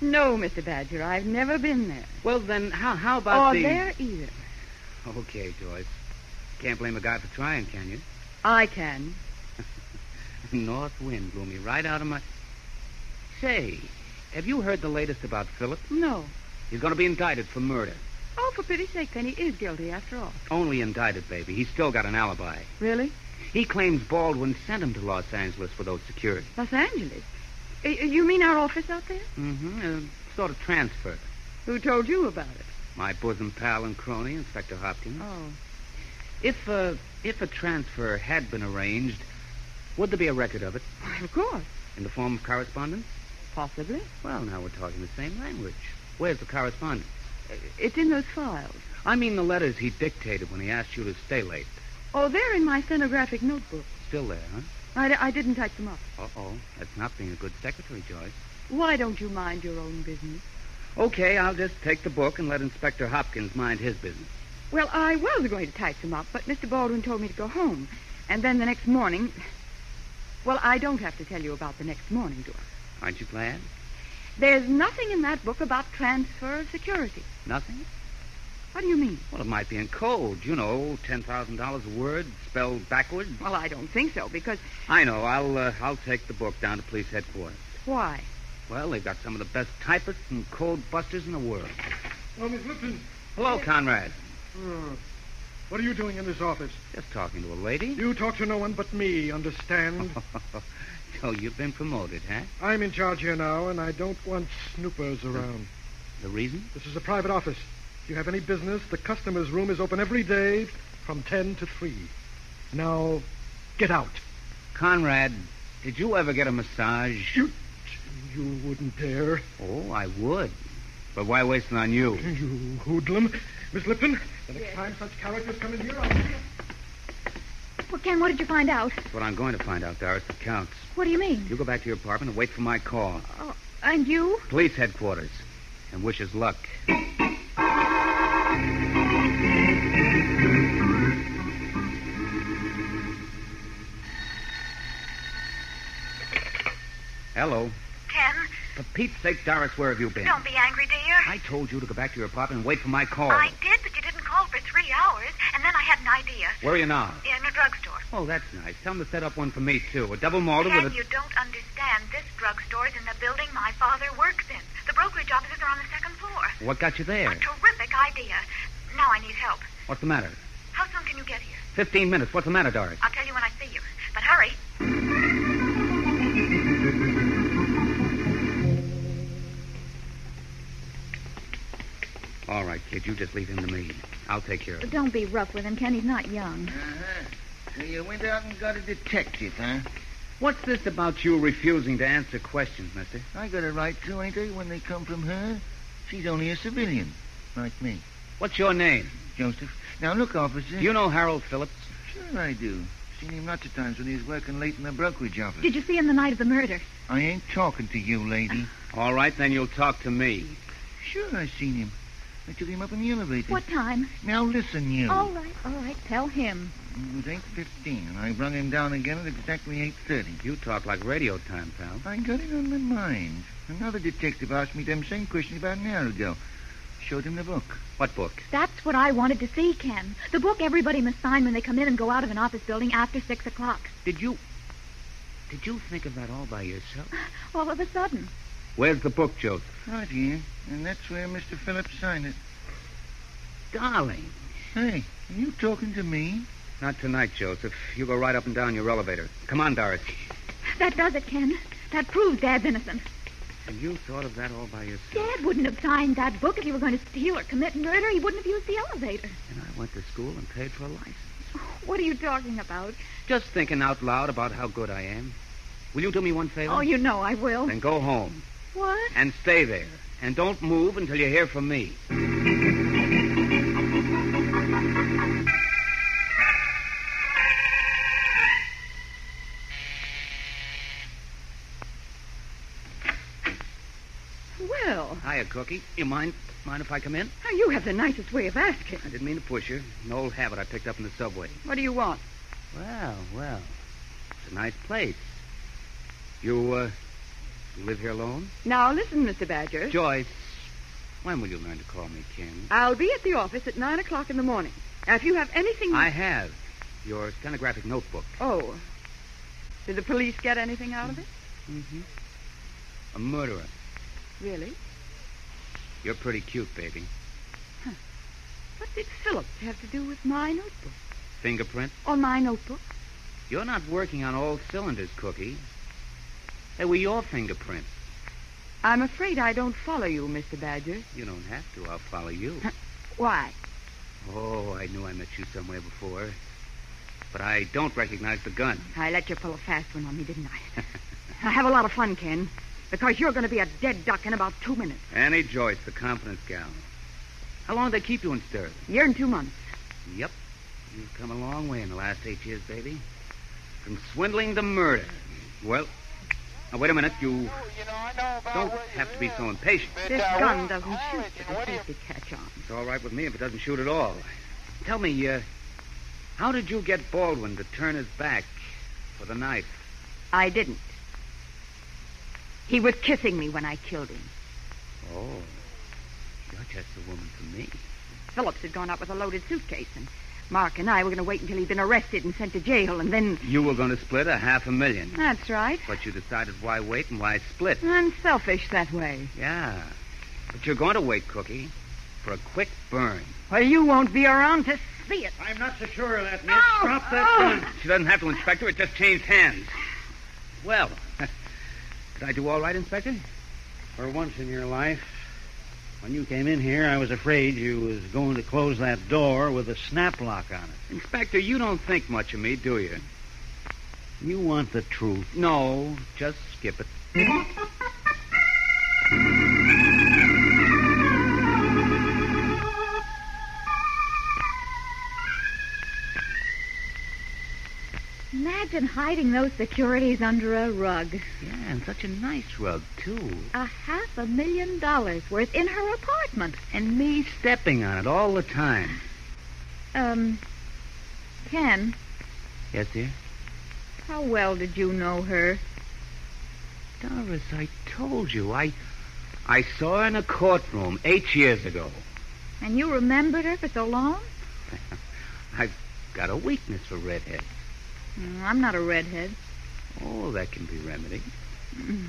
No, Mr. Badger, I've never been there. Well, then, how, how about or the... there either. Okay, Joyce. Can't blame a guy for trying, can you? I can. North wind blew me right out of my... Say, have you heard the latest about Phillips? No. He's going to be indicted for murder. Oh, for pity's sake, then he is guilty after all. Only indicted, baby. He's still got an alibi. Really? He claims Baldwin sent him to Los Angeles for those security. Los Angeles? Uh, You mean our office out there? Mm-hmm. A sort of transfer. Who told you about it? My bosom pal and crony, Inspector Hopkins. Oh. If uh, if a transfer had been arranged, would there be a record of it Why, of course. in the form of correspondence? Possibly. Well, now we're talking the same language. Where's the correspondence? It's in those files. I mean the letters he dictated when he asked you to stay late. Oh, they're in my stenographic notebook. Still there, huh? I, I didn't type them up. Uh-oh. That's not being a good secretary, Joyce. Why don't you mind your own business? Okay, I'll just take the book and let Inspector Hopkins mind his business. Well, I was going to type them up, but Mr. Baldwin told me to go home. And then the next morning. Well, I don't have to tell you about the next morning, do I? Aren't you glad? There's nothing in that book about transfer of security. Nothing? What do you mean? Well, it might be in code. You know, $10,000 a word spelled backwards. Well, I don't think so, because. I know. I'll, uh, I'll take the book down to police headquarters. Why? Well, they've got some of the best typists and code busters in the world. Oh, Miss Lipton. Hello, Conrad. Oh, what are you doing in this office? Just talking to a lady. You talk to no one but me, understand? so you've been promoted, huh? I'm in charge here now, and I don't want snoopers around. The reason? This is a private office. If you have any business, the customer's room is open every day from 10 to 3. Now, get out. Conrad, did you ever get a massage? You, you wouldn't dare. Oh, I would. But why wasting on you? You hoodlum. Miss Lipton, the next time such characters come in here, I'll... Well, Ken, what did you find out? That's what I'm going to find out, Doris. It counts. What do you mean? You go back to your apartment and wait for my call. Oh, and you? Police headquarters. And wish us luck. Hello. Ken, For Pete's sake, Doris, where have you been? don't be angry, dear. I told you to go back to your apartment and wait for my call. I did, but you didn't call for three hours, and then I had an idea. Where are you now? In a drugstore. Oh, that's nice. Tell them to set up one for me, too. A double motor Ken, with a... you don't understand. This drugstore's in the building my father works in. The brokerage offices are on the second floor. What got you there? A terrific idea. Now I need help. What's the matter? How soon can you get here? Fifteen minutes. What's the matter, Doris? I'll tell you when I see you. But hurry. All right, kid. You just leave him to me. I'll take care of him. Don't be rough with him, Ken. He's not young. Uh-huh. So you went out and got a detective, huh? What's this about you refusing to answer questions, mister? I got a right to, ain't I, when they come from her? She's only a civilian, like me. What's your name? Joseph. Now, look, officer. Do you know Harold Phillips? Sure I do. Seen him lots of times when he was working late in the brokerage office. Did you see him the night of the murder? Mm-hmm. I ain't talking to you, lady. All right, then you'll talk to me. Sure I seen him. I took him up in the elevator. What Oh, time? Now, listen, you. All right, all right. Tell him. It was 8.15, and I rung him down again at exactly 8.30. You talk like radio time, pal. I got it on my mind. Another detective asked me them same question about an hour ago. Showed him the book. What book? That's what I wanted to see, Ken. The book everybody must sign when they come in and go out of an office building after six o'clock. Did you did you think of that all by yourself? All of a sudden. Where's the book, Joseph? Right here, and that's where Mr. Phillips signed it. Darling. Hey, are you talking to me? Not tonight, Joseph. You go right up and down your elevator. Come on, Doris. That does it, Ken. That proves Dad's innocent. And you thought of that all by yourself. Dad wouldn't have signed that book if he were going to steal or commit murder. He wouldn't have used the elevator. And I went to school and paid for a license. What are you talking about? Just thinking out loud about how good I am. Will you do me one favor? Oh, you know I will. Then go home What? and stay there. And don't move until you hear from me. Well, Hiya, Cookie. You mind mind if I come in? now you have the nicest way of asking. I didn't mean to push you. An old habit I picked up in the subway. What do you want? Well, well. It's a nice place. You, uh, you live here alone? Now, listen, Mr. Badger. Joyce, when will you learn to call me Ken? I'll be at the office at nine o'clock in the morning. Now, if you have anything. I have your stenographic notebook. Oh. Did the police get anything out of it? Mm-hmm. A murderer. Really? You're pretty cute, baby. What did Phillips have to do with my notebook? Fingerprint? Or my notebook? You're not working on all cylinders, Cookie. They were your fingerprints. I'm afraid I don't follow you, Mr. Badger. You don't have to. I'll follow you. Why? oh, I knew I met you somewhere before. But I don't recognize the gun. I let you pull a fast one on me, didn't I? I have a lot of fun, Ken, because you're going to be a dead duck in about two minutes. Annie Joyce, the confidence gal. How long did they keep you in stir? Year and two months. Yep. You've come a long way in the last eight years, baby. From swindling to murder. Well, now wait a minute. You don't have to be so impatient. This gun doesn't shoot, but it seems to catch on. It's all right with me if it doesn't shoot at all. Tell me, uh, how did you get Baldwin to turn his back for the knife? I didn't. He was kissing me when I killed him. Oh, you're just the woman for me. Phillips had gone out with a loaded suitcase, and Mark and I were going to wait until he'd been arrested and sent to jail, and then. You were going to split a half a million. That's right. But you decided why wait and why split. I'm selfish that way. Yeah. But you're going to wait, Cookie, for a quick burn. Well, you won't be around to see it. Oh. I'm not so sure of that, Miss. Drop that gun. She doesn't have to, Inspector. It just changed hands. Well, did I do all right, Inspector? For once in your life, when you came in here, I was afraid you was going to close that door with a snap lock on it. Inspector, you don't think much of me, do you? You want the truth. No, just skip it. Imagine hiding those securities under a rug. Yeah, and such a nice rug, too. A half a million dollars worth in her apartment. And me stepping on it all the time. Um, Ken, Yes, dear? how well did you know her? Doris, I told you. I I saw her in a courtroom eight years ago. And you remembered her for so long? I've got a weakness for redheads. Mm, I'm not a redhead. Oh, that can be remedied. Mm.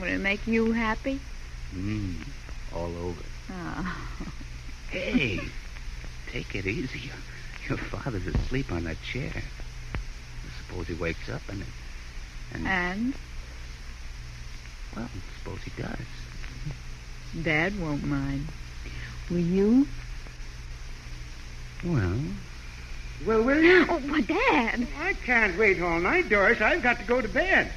Would it make you happy? Mmm, all over. Oh. Hey, take it easy. Your, your father's asleep on that chair. Suppose he wakes up and and, And well, suppose he does. Dad won't mind. Will you? Well, Well, will you? Oh, but Dad. I can't wait all night, Doris. I've got to go to bed.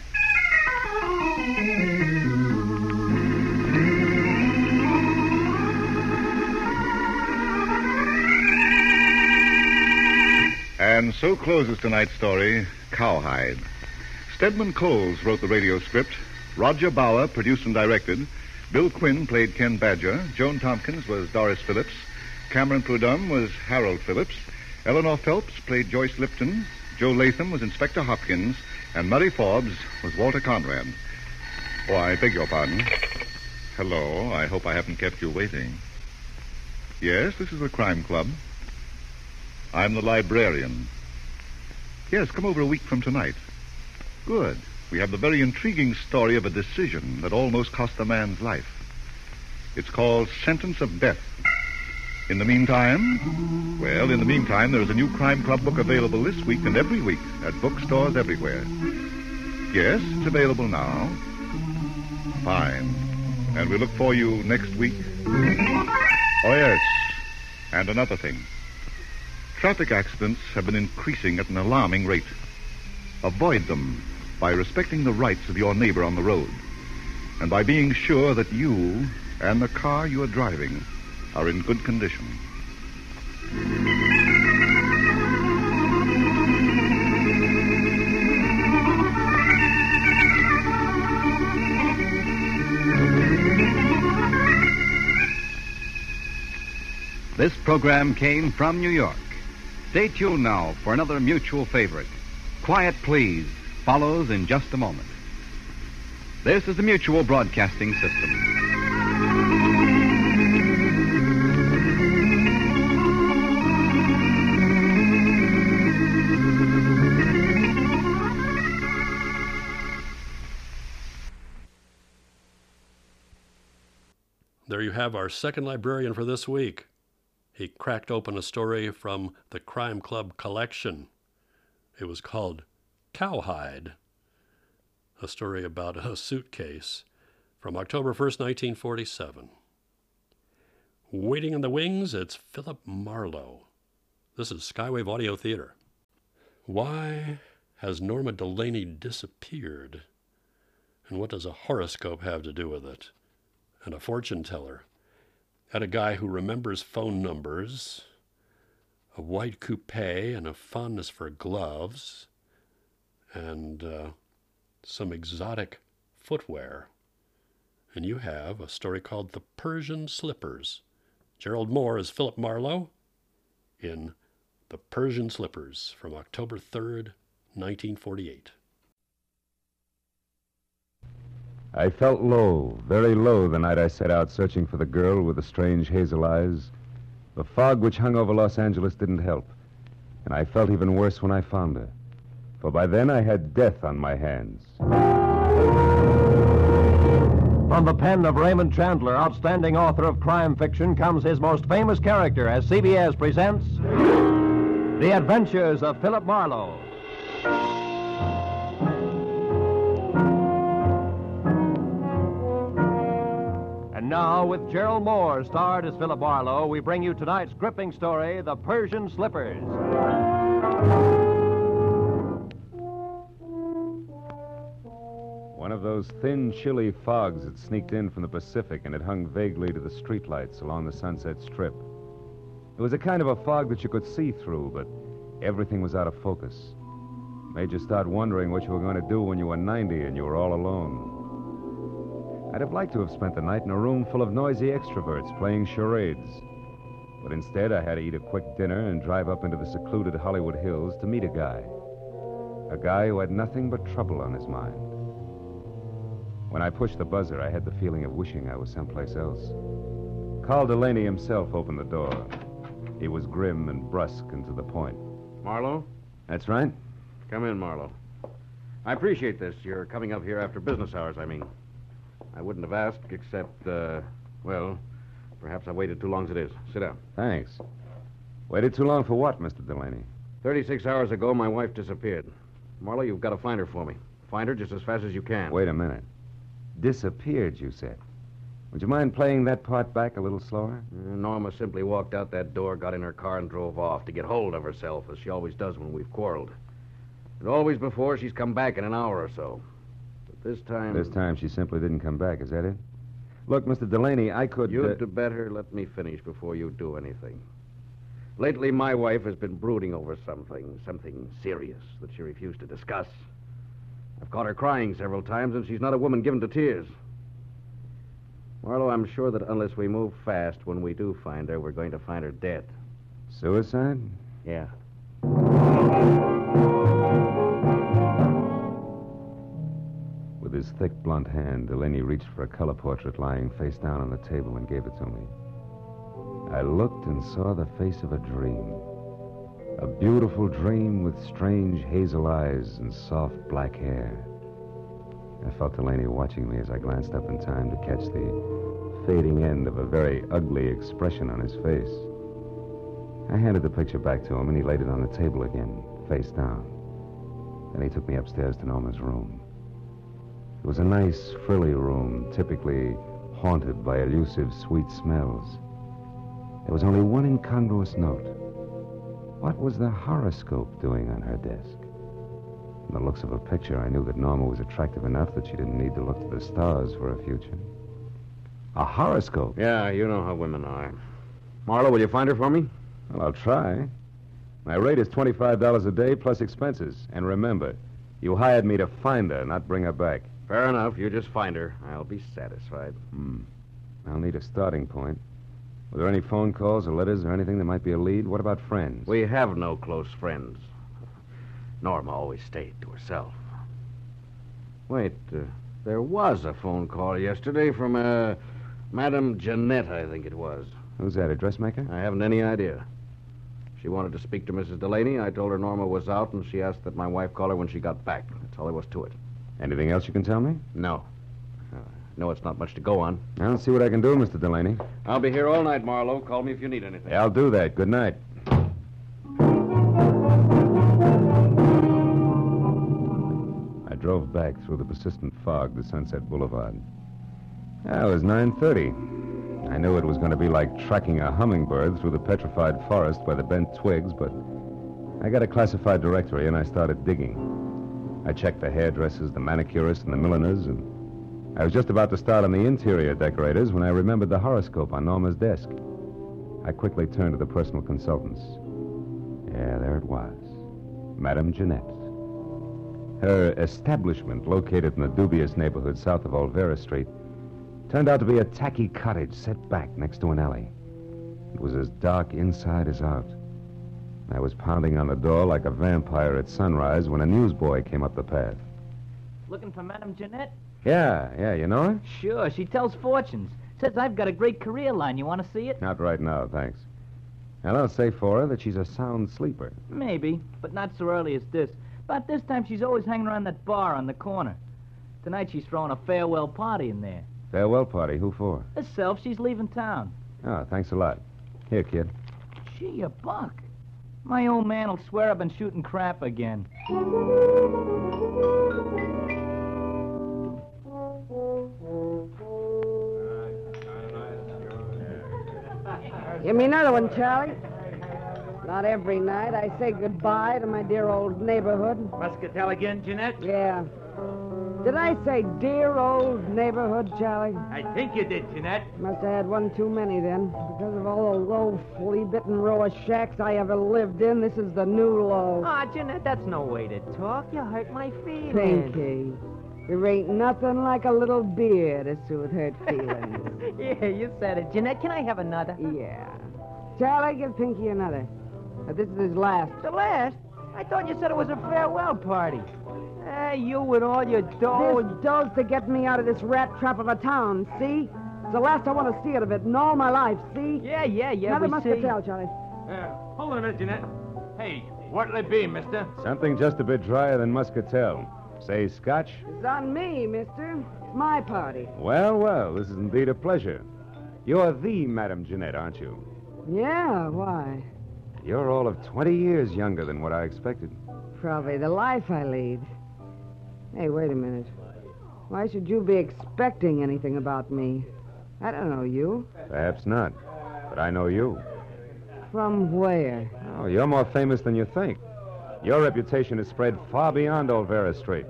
And so closes tonight's story, Cowhide. Stedman Coles wrote the radio script. Roger Bauer produced and directed. Bill Quinn played Ken Badger. Joan Tompkins was Doris Phillips. Cameron Prudhomme was Harold Phillips. Eleanor Phelps played Joyce Lipton. Joe Latham was Inspector Hopkins. And Murray Forbes was Walter Conrad. Oh, I beg your pardon. Hello. I hope I haven't kept you waiting. Yes, this is the Crime Club. I'm the librarian. Yes, come over a week from tonight. Good. We have the very intriguing story of a decision that almost cost a man's life. It's called Sentence of Death. In the meantime, well, in the meantime, there is a new Crime Club book available this week and every week at bookstores everywhere. Yes, it's available now. Fine. And we look for you next week. Oh, yes. And another thing. Traffic accidents have been increasing at an alarming rate. Avoid them by respecting the rights of your neighbor on the road and by being sure that you and the car you are driving are in good condition. This program came from New York. Stay tuned now for another mutual favorite. Quiet Please follows in just a moment. This is the Mutual Broadcasting System. There you have our second librarian for this week, he cracked open a story from the Crime Club collection. It was called Cowhide, a story about a suitcase from October 1st, 1947. Waiting in the wings, it's Philip Marlowe. This is Skywave Audio Theater. Why has Norma Delaney disappeared? And what does a horoscope have to do with it? And a fortune teller? And a guy who remembers phone numbers? A white coupe and a fondness for gloves? And uh, some exotic footwear? And you have a story called The Persian Slippers. Gerald Moore is Philip Marlowe in The Persian Slippers from October 3rd, 1948. I felt low, very low, the night I set out searching for the girl with the strange hazel eyes. The fog which hung over Los Angeles didn't help, and I felt even worse when I found her. For by then I had death on my hands. From the pen of Raymond Chandler, outstanding author of crime fiction, comes his most famous character as CBS presents The Adventures of Philip Marlowe. And now, with Gerald Moore, starred as Philip Marlowe, we bring you tonight's gripping story The Persian Slippers. One of those thin, chilly fogs that sneaked in from the Pacific and it hung vaguely to the streetlights along the Sunset Strip. It was a kind of a fog that you could see through, but everything was out of focus. Made you start wondering what you were going to do when you were 90 and you were all alone. I'd have liked to have spent the night in a room full of noisy extroverts playing charades. But instead, I had to eat a quick dinner and drive up into the secluded Hollywood Hills to meet a guy. A guy who had nothing but trouble on his mind. When I pushed the buzzer, I had the feeling of wishing I was someplace else. Carl Delaney himself opened the door. He was grim and brusque and to the point. Marlowe? That's right. Come in, Marlowe. I appreciate this. You're coming up here after business hours, I mean. I wouldn't have asked, except, uh, well, perhaps I waited too long as it is. Sit down. Thanks. Waited too long for what, Mr. Delaney? 36 hours ago, my wife disappeared. Marlowe, you've got to find her for me. Find her just as fast as you can. Wait a minute. Disappeared, you said. Would you mind playing that part back a little slower? Uh, Norma simply walked out that door, got in her car, and drove off to get hold of herself, as she always does when we've quarreled. And always before, she's come back in an hour or so. But this time. This time she simply didn't come back, is that it? Look, Mr. Delaney, I could. You'd better let me finish before you do anything. Lately, my wife has been brooding over something, something serious that she refused to discuss. I've caught her crying several times, and she's not a woman given to tears. Marlowe, I'm sure that unless we move fast, when we do find her, we're going to find her dead. Suicide? Yeah. With his thick, blunt hand, Delaney reached for a color portrait lying face down on the table and gave it to me. I looked and saw the face of a dream. A beautiful dream with strange hazel eyes and soft black hair. I felt Delaney watching me as I glanced up in time to catch the fading end of a very ugly expression on his face. I handed the picture back to him and he laid it on the table again, face down. Then he took me upstairs to Norma's room. It was a nice, frilly room, typically haunted by elusive sweet smells. There was only one incongruous note. What was the horoscope doing on her desk? From the looks of her picture, I knew that Norma was attractive enough that she didn't need to look to the stars for a future. A horoscope? Yeah, you know how women are. Marlowe, will you find her for me? Well, I'll try. My rate is $25 a day plus expenses. And remember, you hired me to find her, not bring her back. Fair enough. You just find her. I'll be satisfied. Hmm. I'll need a starting point. Were there any phone calls or letters or anything that might be a lead? What about friends? We have no close friends. Norma always stayed to herself. Wait, uh, there was a phone call yesterday from uh, Madame Jeanette, I think it was. Who's that, a dressmaker? I haven't any idea. She wanted to speak to Mrs. Delaney. I told her Norma was out, and she asked that my wife call her when she got back. That's all there was to it. Anything else you can tell me? No. Uh, No, it's not much to go on. I'll see what I can do, Mr. Delaney. I'll be here all night, Marlowe. Call me if you need anything. I'll do that. Good night. I drove back through the persistent fog to Sunset Boulevard. Ah, It was 9:30. I knew it was going to be like tracking a hummingbird through the petrified forest by the bent twigs, but I got a classified directory and I started digging. I checked the hairdressers, the manicurists, and the milliners, and I was just about to start on the interior decorators when I remembered the horoscope on Norma's desk. I quickly turned to the personal consultants. Yeah, there it was. Madame Jeanette. Her establishment, located in the dubious neighborhood south of Olvera Street, turned out to be a tacky cottage set back next to an alley. It was as dark inside as out. I was pounding on the door like a vampire at sunrise when a newsboy came up the path. Looking for Madame Jeanette? Yeah, yeah, you know her? Sure, she tells fortunes. Says I've got a great career line. You want to see it? Not right now, thanks. And I'll say for her that she's a sound sleeper. Maybe, but not so early as this. About this time, she's always hanging around that bar on the corner. Tonight, she's throwing a farewell party in there. Farewell party, who for? Herself, she's leaving town. Oh, thanks a lot. Here, kid. Gee, a buck. My old man will swear I've been shooting crap again. Give me another one, Charlie. Not every night I say goodbye to my dear old neighborhood. Muscatel again, Jeanette? Yeah. Did I say dear old neighborhood, Charlie? I think you did, Jeanette. Must have had one too many then. Because of all the low, flea-bitten row of shacks I ever lived in, this is the new Oh, low. Ah, Jeanette, that's no way to talk. You hurt my feelings. Pinky, there ain't nothing like a little beer to soothe hurt feelings. yeah, you said it. Jeanette, can I have another? Yeah. Charlie, give Pinky another. Now, this is his last. The last? I thought you said it was a farewell party. Hey, you with all your dough. This dough's to get me out of this rat trap of a town, see? It's the last I want to see out of it in all my life, see? Yeah, yeah, yeah, Another we must see. tell, Charlie. Uh, hold on a minute, Jeanette. Hey, what'll it be, mister? Something just a bit drier than Muscatel. Say, Scotch? It's on me, mister. It's my party. Well, well, this is indeed a pleasure. You're the Madame Jeanette, aren't you? Yeah, why? You're all of 20 years younger than what I expected. Probably the life I lead. Hey, wait a minute. Why should you be expecting anything about me? I don't know you. Perhaps not, but I know you. From where? Oh, you're more famous than you think. Your reputation has spread far beyond Olvera Street.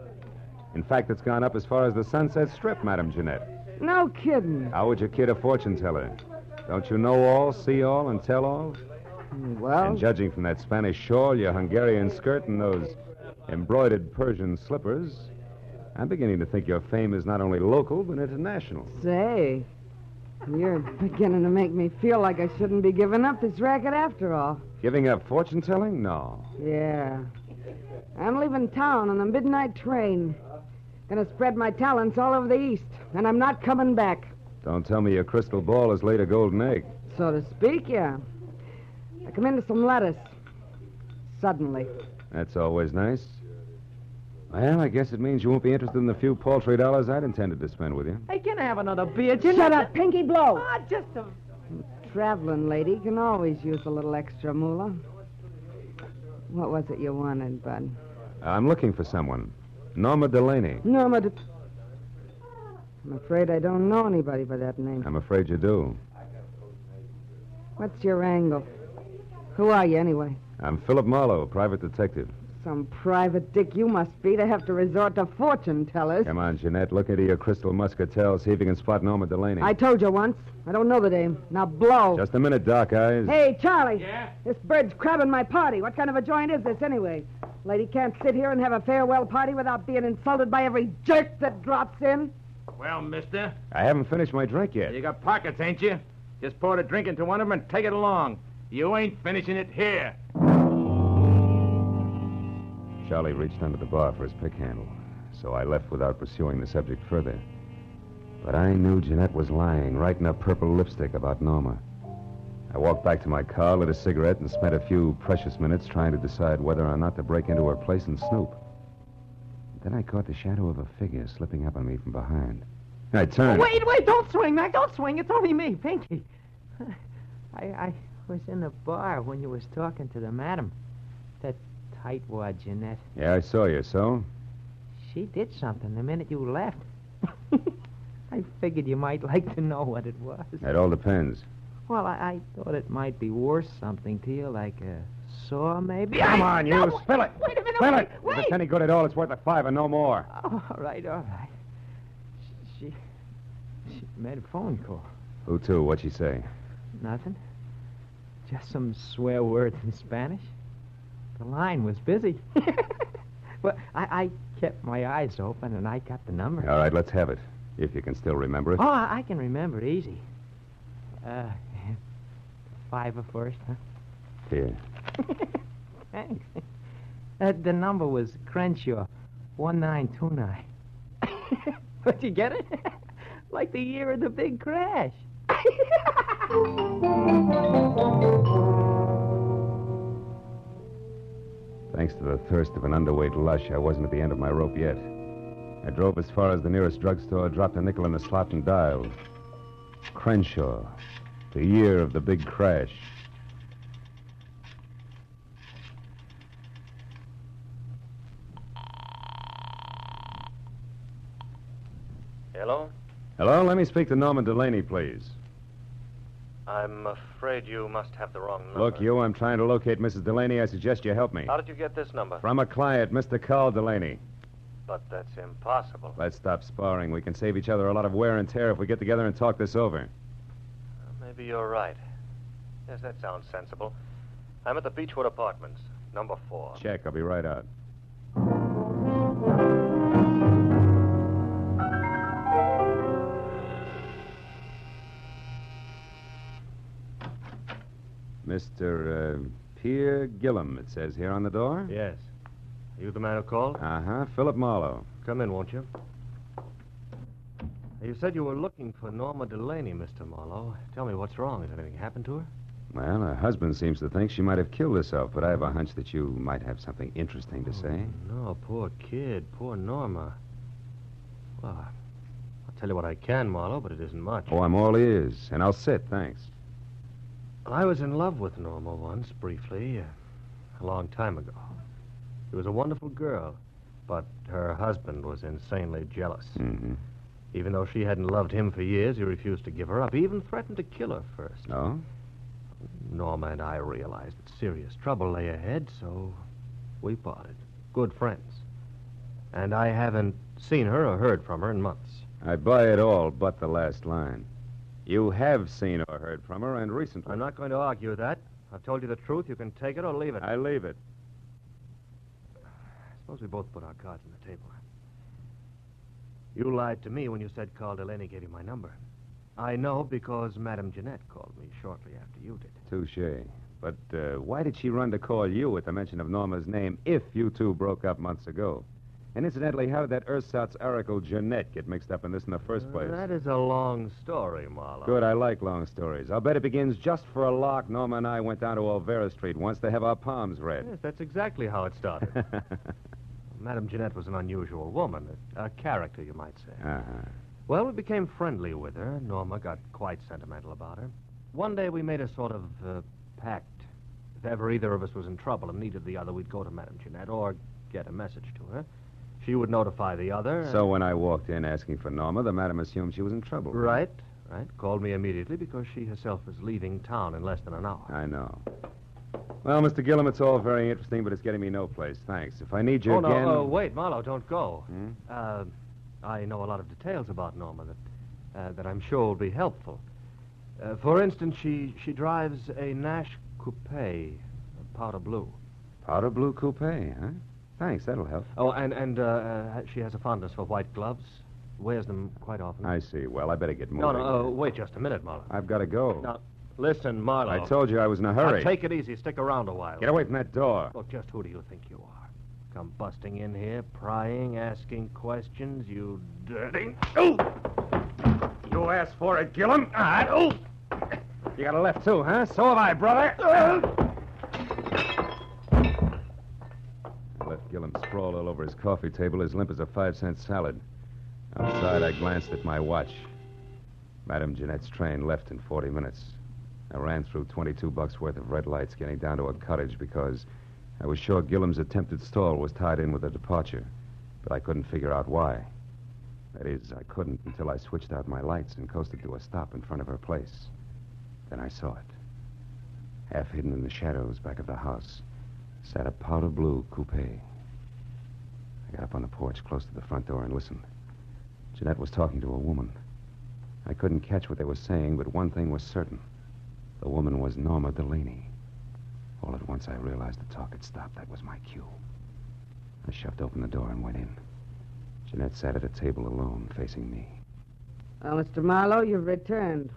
In fact, it's gone up as far as the Sunset Strip, Madame Jeanette. No kidding. How would you kid a fortune teller? Don't you know all, see all, and tell all? Well, And judging from that Spanish shawl, your Hungarian skirt, and those embroidered Persian slippers, I'm beginning to think your fame is not only local, but international. say, you're beginning to make me feel like I shouldn't be giving up this racket after all. Giving up fortune telling? No. Yeah. I'm leaving town on the midnight train. Gonna spread my talents all over the East, and I'm not coming back, Don't tell me your crystal ball has laid a golden egg. so to speak, yeah. I come into some lettuce. Suddenly. That's always nice. Well, I guess it means you won't be interested in the few paltry dollars I'd intended to spend with you. Hey, can I have another beer, Jeanette? Shut up, Pinky Blow! Ah, just a. Traveling lady can always use a little extra moolah. What was it you wanted, Bud? I'm looking for someone. Norma Delaney. Norma. De- I'm afraid I don't know anybody by that name. I'm afraid you do. What's your angle? Who are you, anyway? I'm Philip Marlowe, private detective. Some private dick you must be to have to resort to fortune tellers. Come on, Jeanette. Look into your crystal muscatel. See if you can spot Norma Delaney. I told you once. I don't know the name. Now blow. Just a minute, Doc Eyes. Hey, Charlie. Yeah? This bird's crabbing my party. What kind of a joint is this, anyway? Lady can't sit here and have a farewell party without being insulted by every jerk that drops in. Well, mister, I haven't finished my drink yet. you got pockets, ain't you? Just pour the drink into one of them and take it along. You ain't finishing it here. Charlie reached under the bar for his pick handle, so I left without pursuing the subject further. But I knew Jeanette was lying, right in her purple lipstick about Norma. I walked back to my car, lit a cigarette, and spent a few precious minutes trying to decide whether or not to break into her place and snoop. Then I caught the shadow of a figure slipping up on me from behind. I turn. Wait, wait, don't swing, Mac. Don't swing. It's only me, Pinky. I, I was in the bar when you was talking to the madam. That tightwad, Jeanette. Yeah, I saw you, so? She did something the minute you left. I figured you might like to know what it was. That all depends. Well, I, I thought it might be worth something to you, like a saw, maybe. Come on, you. No, spill it. Wait a minute. Spill wait, it. Wait. If it's any good at all, it's worth a five and no more. Oh, all right, all right. She, she, she made a phone call. Who to? What'd she say? Nothing. Just some swear words in Spanish. The line was busy. well, I, I kept my eyes open and I got the number. All right, let's have it. If you can still remember it. Oh, I, I can remember it easy. Uh, five or first, huh? Here. Thanks. Uh, the number was Crenshaw, 1929. But you get it? like the year of the big crash. Thanks to the thirst of an underweight lush, I wasn't at the end of my rope yet. I drove as far as the nearest drugstore, dropped a nickel in a slot, and dialed. Crenshaw, the year of the big crash. Hello? Hello, let me speak to Norman Delaney, please. I'm afraid you must have the wrong number. Look, you, I'm trying to locate Mrs. Delaney. I suggest you help me. How did you get this number? From a client, Mr. Carl Delaney. But that's impossible. Let's stop sparring. We can save each other a lot of wear and tear if we get together and talk this over. Maybe you're right. Yes, that sounds sensible. I'm at the Beechwood Apartments, number four. Check, I'll be right out. Mr. Uh, Pierre Gillum, it says here on the door. Yes. You the man who called? Uh huh. Philip Marlowe. Come in, won't you? You said you were looking for Norma Delaney, Mr. Marlowe. Tell me what's wrong. Has anything happened to her? Well, her husband seems to think she might have killed herself, but I have a hunch that you might have something interesting to Hmm. say. No, poor kid. Poor Norma. Well, I- I'll tell you what I can, Marlowe, but it isn't much. Oh, I'm all ears, and I'll sit, thanks. I was in love with Norma once, briefly, uh, a long time ago. She was a wonderful girl, but her husband was insanely jealous. Mm-hmm. Even though she hadn't loved him for years, he refused to give her up. He even threatened to kill her first. Oh? Norma and I realized that serious trouble lay ahead, so we parted. Good friends. And I haven't seen her or heard from her in months. I buy it all but the last line. You have seen or heard from her, and recently. I'm not going to argue that. I've told you the truth. You can take it or leave it. I leave it. Suppose we both put our cards on the table. You lied to me when you said Carl Delaney gave you my number. I know because Madame Jeanette called me shortly after you did. Touche. But uh, why did she run to call you at the mention of Norma's name if you two broke up months ago? And incidentally, how did that ersatz oracle Jeanette get mixed up in this in the first place? Uh, That is a long story, Marlowe. Good, I like long stories. I'll bet it begins just for a lark. Norma and I went down to Olvera Street once to have our palms read. Yes, that's exactly how it started. Madame Jeanette was an unusual woman, a, a character, you might say. Uh-huh. Well, we became friendly with her. Norma got quite sentimental about her. One day we made a sort of uh, pact. If ever either of us was in trouble and needed the other, we'd go to Madame Jeanette or get a message to her. She would notify the other. and- So when I walked in asking for Norma, the madam assumed she was in trouble. Right, right. Called me immediately because she herself was leaving town in less than an hour. I know. Well, Mr. Gillum, it's all very interesting, but it's getting me no place. Thanks. If I need you oh, again. no, uh, wait, Marlowe, don't go. Hmm? Uh, I know a lot of details about Norma that, uh, that I'm sure will be helpful. Uh, for instance, she, she drives a Nash coupe, a powder blue. Powder blue coupe, huh? Thanks, that'll help. Oh, and, and uh, uh, she has a fondness for white gloves, wears them quite often. I see. Well, I better get no, moving. no, uh, wait just a minute, Marlowe. I've got to go. Now, listen, Marlowe. I told you I was in a Now, hurry. take it easy. Stick around a while. Get away from that door. Look, just who do you think you are? Come busting in here, prying, asking questions, you dirty. Oh! You asked for it, Gillum. All right. Oh! You got a left, too, huh? So have I, brother. I left Gillum sprawl all over his coffee table, as limp as a five cent salad. Outside, I glanced at my watch. Madame Jeanette's train left in 40 minutes. I ran through 22 bucks worth of red lights getting down to a cottage because I was sure Gillam's attempted stall was tied in with a departure, but I couldn't figure out why. That is, I couldn't until I switched out my lights and coasted to a stop in front of her place. Then I saw it. Half hidden in the shadows back of the house sat a powder blue coupe. I got up on the porch close to the front door and listened. Jeanette was talking to a woman. I couldn't catch what they were saying, but one thing was certain. The woman was Norma Delaney. All at once, I realized the talk had stopped. That was my cue. I shoved open the door and went in. Jeanette sat at a table alone, facing me. Well, Mr. Marlowe, you've returned.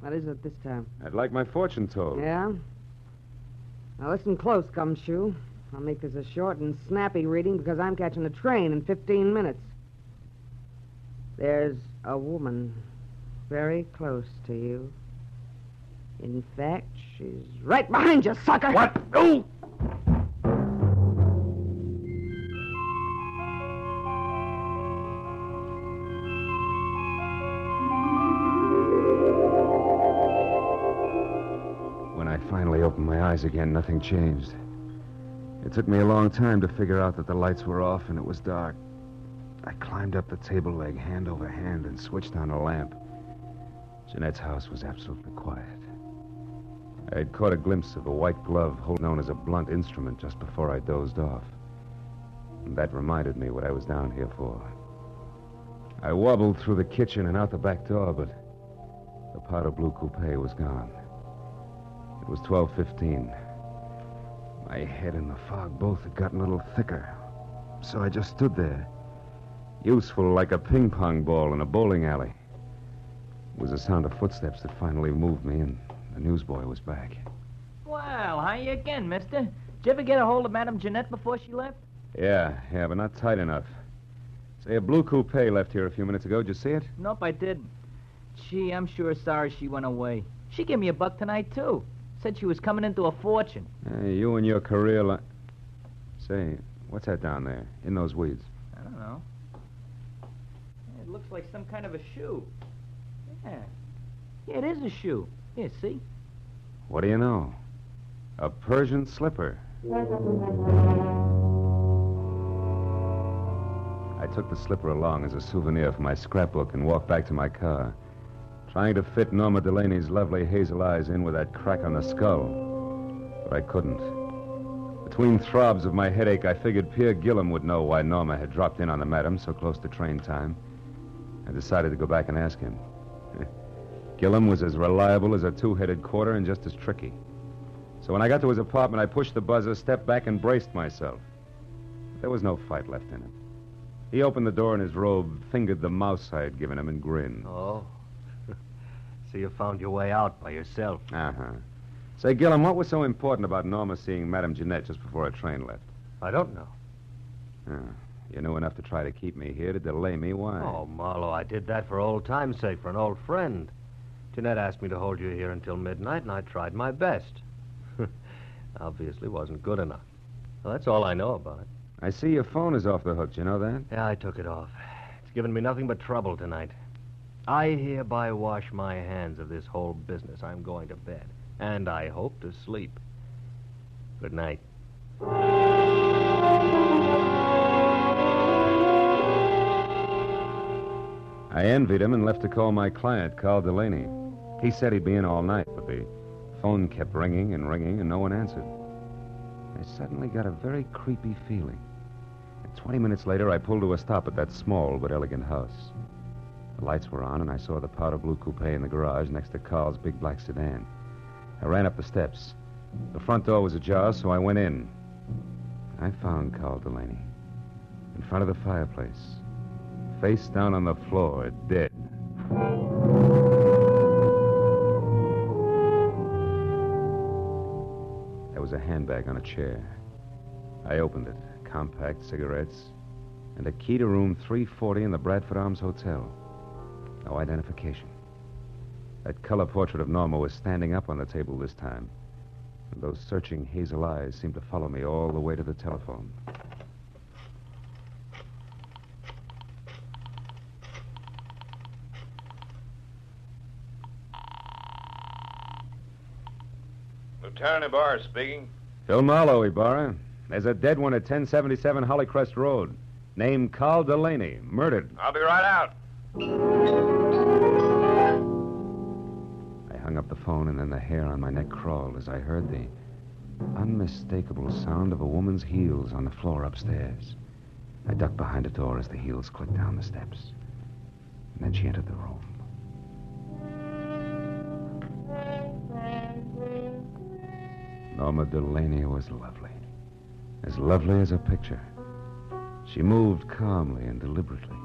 What is it this time? I'd like my fortune told. Yeah? Now listen close, Gumshoe. I'll make this a short and snappy reading because I'm catching a train in 15 minutes. There's a woman very close to you. In fact, she's right behind you, sucker! What? Oh! When I finally opened my eyes again, nothing changed. It took me a long time to figure out that the lights were off and it was dark. I climbed up the table leg hand over hand and switched on a lamp. Jeanette's house was absolutely quiet. I had caught a glimpse of a white glove held known as a blunt instrument just before I dozed off. And that reminded me what I was down here for. I wobbled through the kitchen and out the back door, but the powder blue coupe was gone. It was 12:15. My head and the fog both had gotten a little thicker, so I just stood there, useful like a ping pong ball in a bowling alley. It was the sound of footsteps that finally moved me, and the newsboy was back. Well, hiya again, mister. Did you ever get a hold of Madame Jeanette before she left? Yeah, yeah, but not tight enough. Say, a blue coupe left here a few minutes ago. Did you see it? Nope, I didn't. Gee, I'm sure sorry she went away. She gave me a buck tonight, too. Said she was coming into a fortune. Hey, you and your career li Say, what's that down there in those weeds? I don't know. It looks like some kind of a shoe. Yeah. Yeah, it is a shoe. Here, see? What do you know? A Persian slipper. I took the slipper along as a souvenir for my scrapbook and walked back to my car, trying to fit Norma Delaney's lovely hazel eyes in with that crack on the skull. But I couldn't. Between throbs of my headache, I figured Pierre Gillam would know why Norma had dropped in on the madam so close to train time. I decided to go back and ask him. Gillam was as reliable as a two headed quarter and just as tricky. So when I got to his apartment, I pushed the buzzer, stepped back, and braced myself. There was no fight left in him. He opened the door in his robe, fingered the mouse I had given him, and grinned. Oh. so you found your way out by yourself. Uh huh. Say, Gillam, what was so important about Norma seeing Madame Jeanette just before her train left? I don't know. Oh, you knew enough to try to keep me here, to delay me. Why? Oh, Marlowe, I did that for old time's sake, for an old friend. Jeanette asked me to hold you here until midnight, and I tried my best. Obviously wasn't good enough. Well, that's all I know about it. I see your phone is off the hook. You know that? Yeah, I took it off. It's given me nothing but trouble tonight. I hereby wash my hands of this whole business. I'm going to bed, and I hope to sleep. Good night. I envied him and left to call my client, Carl Delaney. He said he'd be in all night, but the phone kept ringing and ringing, and no one answered. I suddenly got a very creepy feeling. And Twenty minutes later, I pulled to a stop at that small but elegant house. The lights were on, and I saw the powder blue coupe in the garage next to Carl's big black sedan. I ran up the steps. The front door was ajar, so I went in. I found Carl Delaney in front of the fireplace, face down on the floor, dead. There was a handbag on a chair. I opened it compact cigarettes and a key to room 340 in the Bradford Arms Hotel. No identification. That color portrait of Norma was standing up on the table this time. And those searching hazel eyes seemed to follow me all the way to the telephone. Lieutenant Ibarra speaking. Phil Marlowe, Ibarra. There's a dead one at 1077 Hollycrest Road, named Carl Delaney, murdered. I'll be right out. I hung up the phone, and then the hair on my neck crawled as I heard the unmistakable sound of a woman's heels on the floor upstairs. I ducked behind a door as the heels clicked down the steps. And then she entered the room. Norma Delaney was lovely. As lovely as a picture. She moved calmly and deliberately,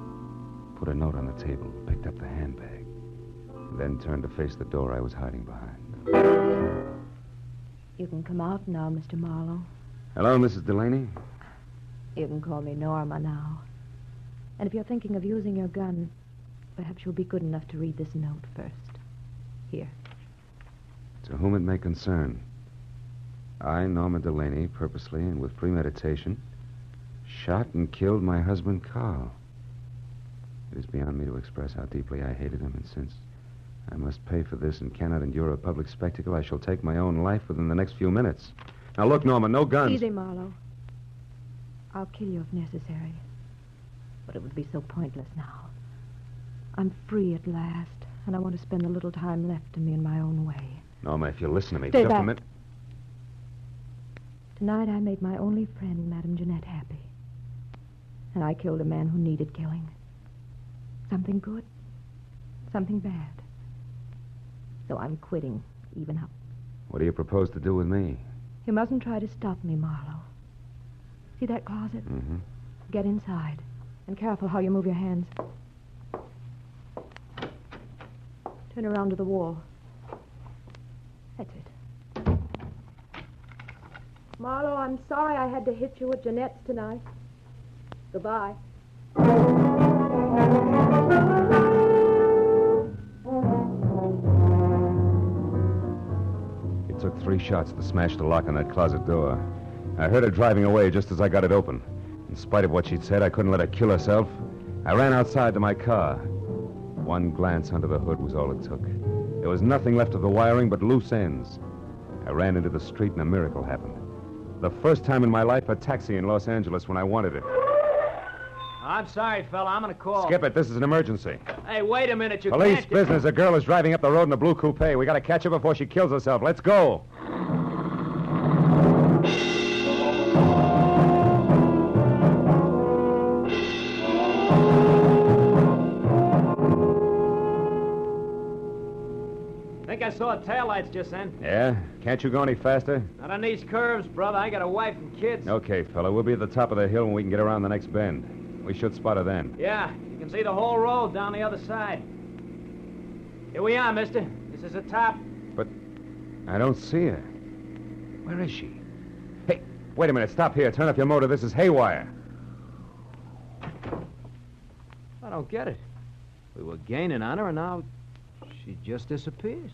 put a note on the table, picked up the handbag, and then turned to face the door I was hiding behind. You can come out now, Mr. Marlowe. Hello, Mrs. Delaney. You can call me Norma now. And if you're thinking of using your gun, perhaps you'll be good enough to read this note first. Here. To whom it may concern, I, Norma Delaney, purposely and with premeditation, shot and killed my husband, Carl. It is beyond me to express how deeply I hated him, and since I must pay for this and cannot endure a public spectacle, I shall take my own life within the next few minutes. Now, look, Norma, no guns. Easy, Marlowe. I'll kill you if necessary. But it would be so pointless now. I'm free at last, and I want to spend the little time left to me in my own way. Norma, if you'll listen to me Stay just back. a minute. Tonight I made my only friend, Madame Jeanette, happy. And I killed a man who needed killing. Something good, something bad. So I'm quitting, even up. What do you propose to do with me? You mustn't try to stop me, Marlowe. See that closet? Mm-hmm. Get inside. And careful how you move your hands. Turn around to the wall. That's it. Marlowe, I'm sorry I had to hit you at Jeanette's tonight. Goodbye. It took three shots to smash the lock on that closet door. I heard her driving away just as I got it open. In spite of what she'd said, I couldn't let her kill herself. I ran outside to my car. One glance under the hood was all it took. There was nothing left of the wiring but loose ends. I ran into the street and a miracle happened. The first time in my life a taxi in Los Angeles when I wanted it. I'm sorry, fella. I'm gonna call. Skip it. This is an emergency. Hey, wait a minute. You Police can't... business. A girl is driving up the road in a blue coupe. We gotta catch her before she kills herself. Let's go. Think I saw taillights just then. Yeah? Can't you go any faster? Not on these curves, brother. I got a wife and kids. Okay, fella. We'll be at the top of the hill when we can get around the next bend. We should spot her then. Yeah, you can see the whole road down the other side. Here we are, mister. This is the top. I don't see her. Where is she? Hey, wait a minute. Stop here. Turn off your motor. This is Haywire. I don't get it. We were gaining on her, and now she just disappears.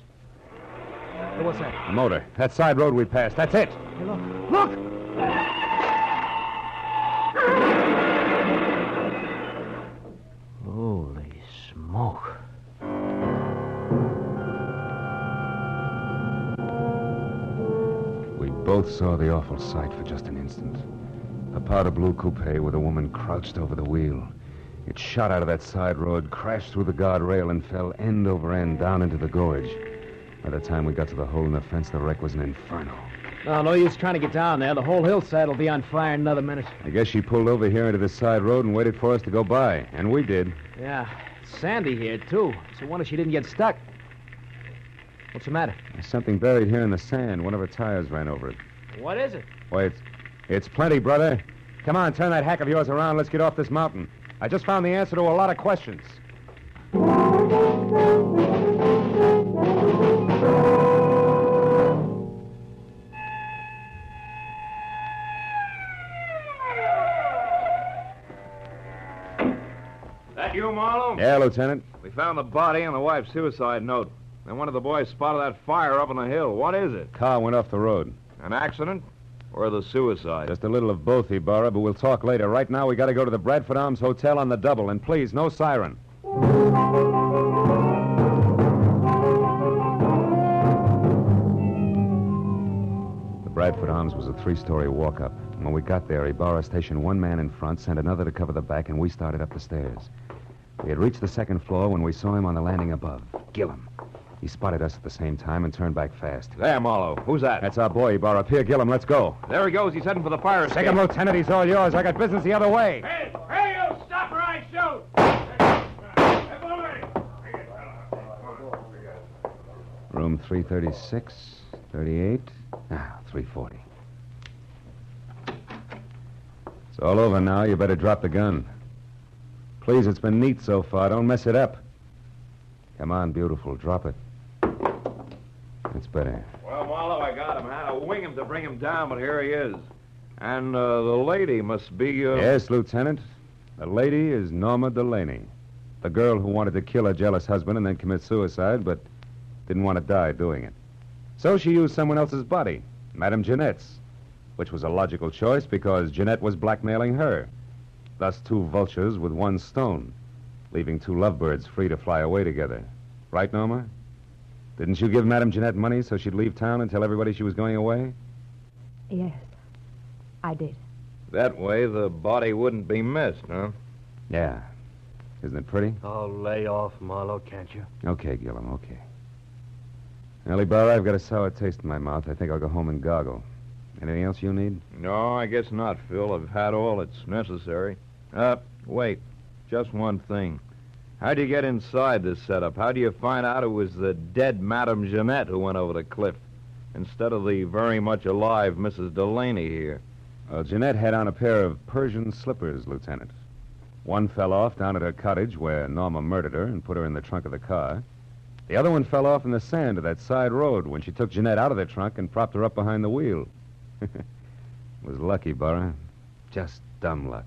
Hey, what's that? The motor. That side road we passed. That's it. Hey, look. Look! Holy smoke. We both saw the awful sight for just an instant. A powder blue coupe with a woman crouched over the wheel. It shot out of that side road, crashed through the guardrail, and fell end over end down into the gorge. By the time we got to the hole in the fence, the wreck was an inferno. No, no use trying to get down there. The whole hillside will be on fire in another minute. I guess she pulled over here into this side road and waited for us to go by, and we did. Yeah, it's sandy here, too. It's a wonder she didn't get stuck. What's the matter? There's something buried here in the sand. One of her tires ran over it. What is it? Why, it's, it's plenty, brother. Come on, turn that hack of yours around. Let's get off this mountain. I just found the answer to a lot of questions. That you, Marlowe? Yeah, Lieutenant. We found the body and the wife's suicide note. Then one of the boys spotted that fire up on the hill. What is it? Car went off the road. An accident? Or the suicide? Just a little of both, Ibarra, but we'll talk later. Right now, we got to go to the Bradford Arms Hotel on the double, and please, no siren. Palms was a three story walk up. When we got there, Ibarra stationed one man in front, sent another to cover the back, and we started up the stairs. We had reached the second floor when we saw him on the landing above. Gillum. He spotted us at the same time and turned back fast. There, Marlowe. Who's that? That's our boy, Ibarra. Pierre Gillum, let's go. There he goes. He's heading for the fire escape. Take him, Lieutenant. He's all yours. I got business the other way. Hey, hey, you stop or I shoot! Room 336, 38, ah, 340. It's all over now. You better drop the gun. Please, it's been neat so far. Don't mess it up. Come on, beautiful. Drop it. That's better. Well, Marlowe, I got him. Had to wing him to bring him down, but here he is. And uh, the lady must be. Uh... Yes, Lieutenant. The lady is Norma Delaney, the girl who wanted to kill her jealous husband and then commit suicide, but didn't want to die doing it. So she used someone else's body, Madame Jeanette's, which was a logical choice because Jeanette was blackmailing her. Thus, two vultures with one stone, leaving two lovebirds free to fly away together. Right, Norma? Didn't you give Madame Jeanette money so she'd leave town and tell everybody she was going away? Yes, I did. That way, the body wouldn't be missed, huh? Yeah. Isn't it pretty? Oh, lay off, Marlowe, can't you? Okay, Gillum, okay. Ellie Barra, I've got a sour taste in my mouth. I think I'll go home and gargle. Anything else you need? No, I guess not, Phil. I've had all that's necessary. Uh, wait. Just one thing. How'd you get inside this setup? How do you find out it was the dead Madame Jeanette who went over the cliff instead of the very much alive Mrs. Delaney here? Well, Uh, Jeanette had on a pair of Persian slippers, Lieutenant. One fell off down at her cottage where Norma murdered her and put her in the trunk of the car. The other one fell off in the sand of that side road when she took Jeanette out of the trunk and propped her up behind the wheel. was lucky, Burra. Just dumb luck.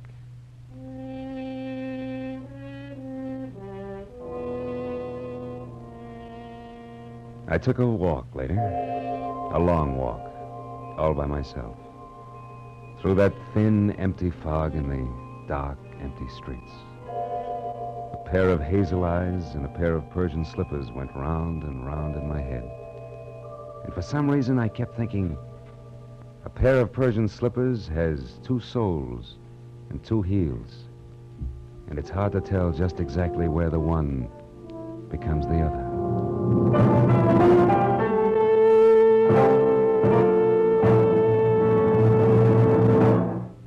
I took a walk later. A long walk. All by myself. Through that thin, empty fog in the dark, empty streets. A pair of hazel eyes and a pair of Persian slippers went round and round in my head. And for some reason, I kept thinking a pair of Persian slippers has two soles and two heels. And it's hard to tell just exactly where the one becomes the other.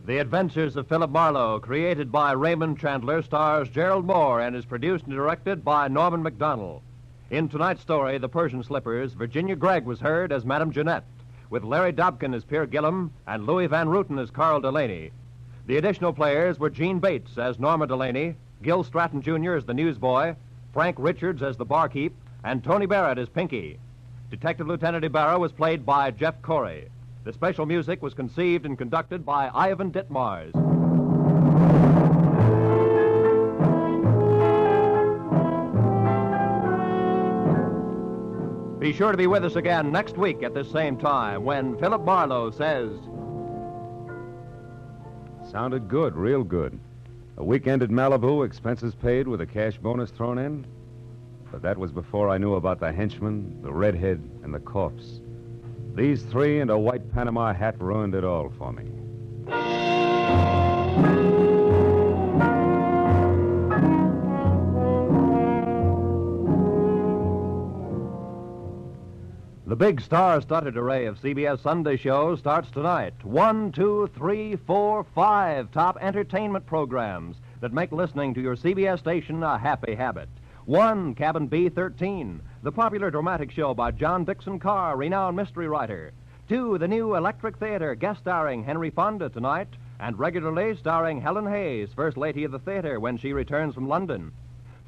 The Adventures of Philip Marlowe, created by Raymond Chandler, stars Gerald Moore and is produced and directed by Norman McDonald. In tonight's story, The Persian Slippers, Virginia Gregg was heard as Madame Jeanette, with Larry Dobkin as Pierre Gillum and Louis Van Ruten as Carl Delaney. The additional players were Gene Bates as Norma Delaney, Gil Stratton Jr. as the newsboy, Frank Richards as the barkeep, and Tony Barrett as Pinky. Detective Lieutenant Ibarra was played by Jeff Corey. The special music was conceived and conducted by Ivan Ditmars. Be sure to be with us again next week at this same time when Philip Marlowe says. Sounded good, real good. A weekend at Malibu, expenses paid with a cash bonus thrown in. But that was before I knew about the henchman, the redhead, and the corpse. These three and a white Panama hat ruined it all for me. The big star studded array of CBS Sunday shows starts tonight. One, two, three, four, five top entertainment programs that make listening to your CBS station a happy habit. One, Cabin B 13, the popular dramatic show by John Dixon Carr, renowned mystery writer. Two, the new Electric Theater, guest starring Henry Fonda tonight, and regularly starring Helen Hayes, First Lady of the Theater, when she returns from London.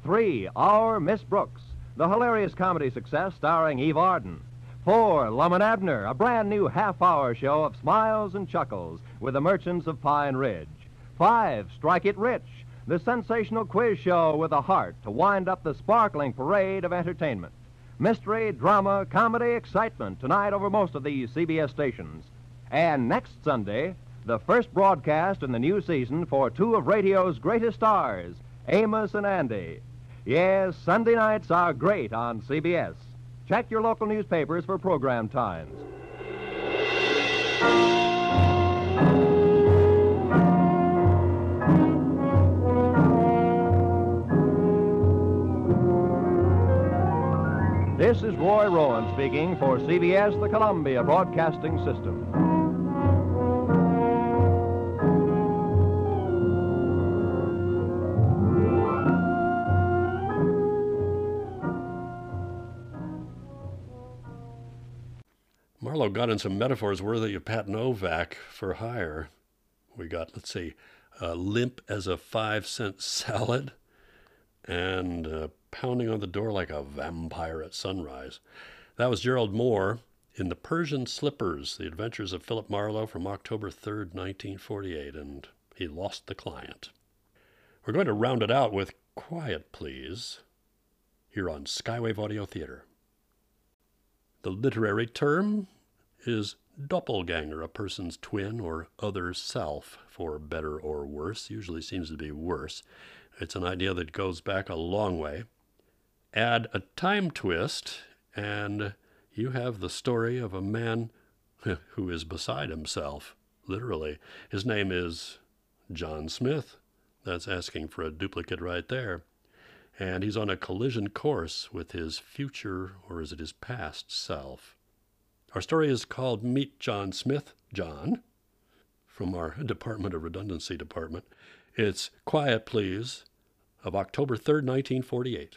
Three, Our Miss Brooks, the hilarious comedy success starring Eve Arden. Four, Lum and Abner, a brand new half hour show of smiles and chuckles with the merchants of Pine Ridge. Five, Strike It Rich, the sensational quiz show with a heart to wind up the sparkling parade of entertainment. Mystery, drama, comedy, excitement tonight over most of these CBS stations. And next Sunday, the first broadcast in the new season for two of radio's greatest stars, Amos and Andy. Yes, Sunday nights are great on CBS. Check your local newspapers for program times. This is Roy Rowan speaking for CBS, the Columbia Broadcasting System. Marlowe got in some metaphors worthy of Pat Novak for hire. We got, let's see, uh, limp as a five cent salad and uh, pounding on the door like a vampire at sunrise. That was Gerald Moore in The Persian Slippers, The Adventures of Philip Marlowe from October 3rd, 1948, and he lost the client. We're going to round it out with Quiet Please here on Skywave Audio Theater. The literary term is doppelganger, a person's twin or other self, for better or worse, usually seems to be worse. It's an idea that goes back a long way. Add a time twist, and you have the story of a man who is beside himself, literally. His name is John Smith. That's asking for a duplicate right there. And he's on a collision course with his future, or is it his past self? Our story is called Meet John Smith, John, from our Department of Redundancy Department. It's Quiet Please of October 3rd, 1948.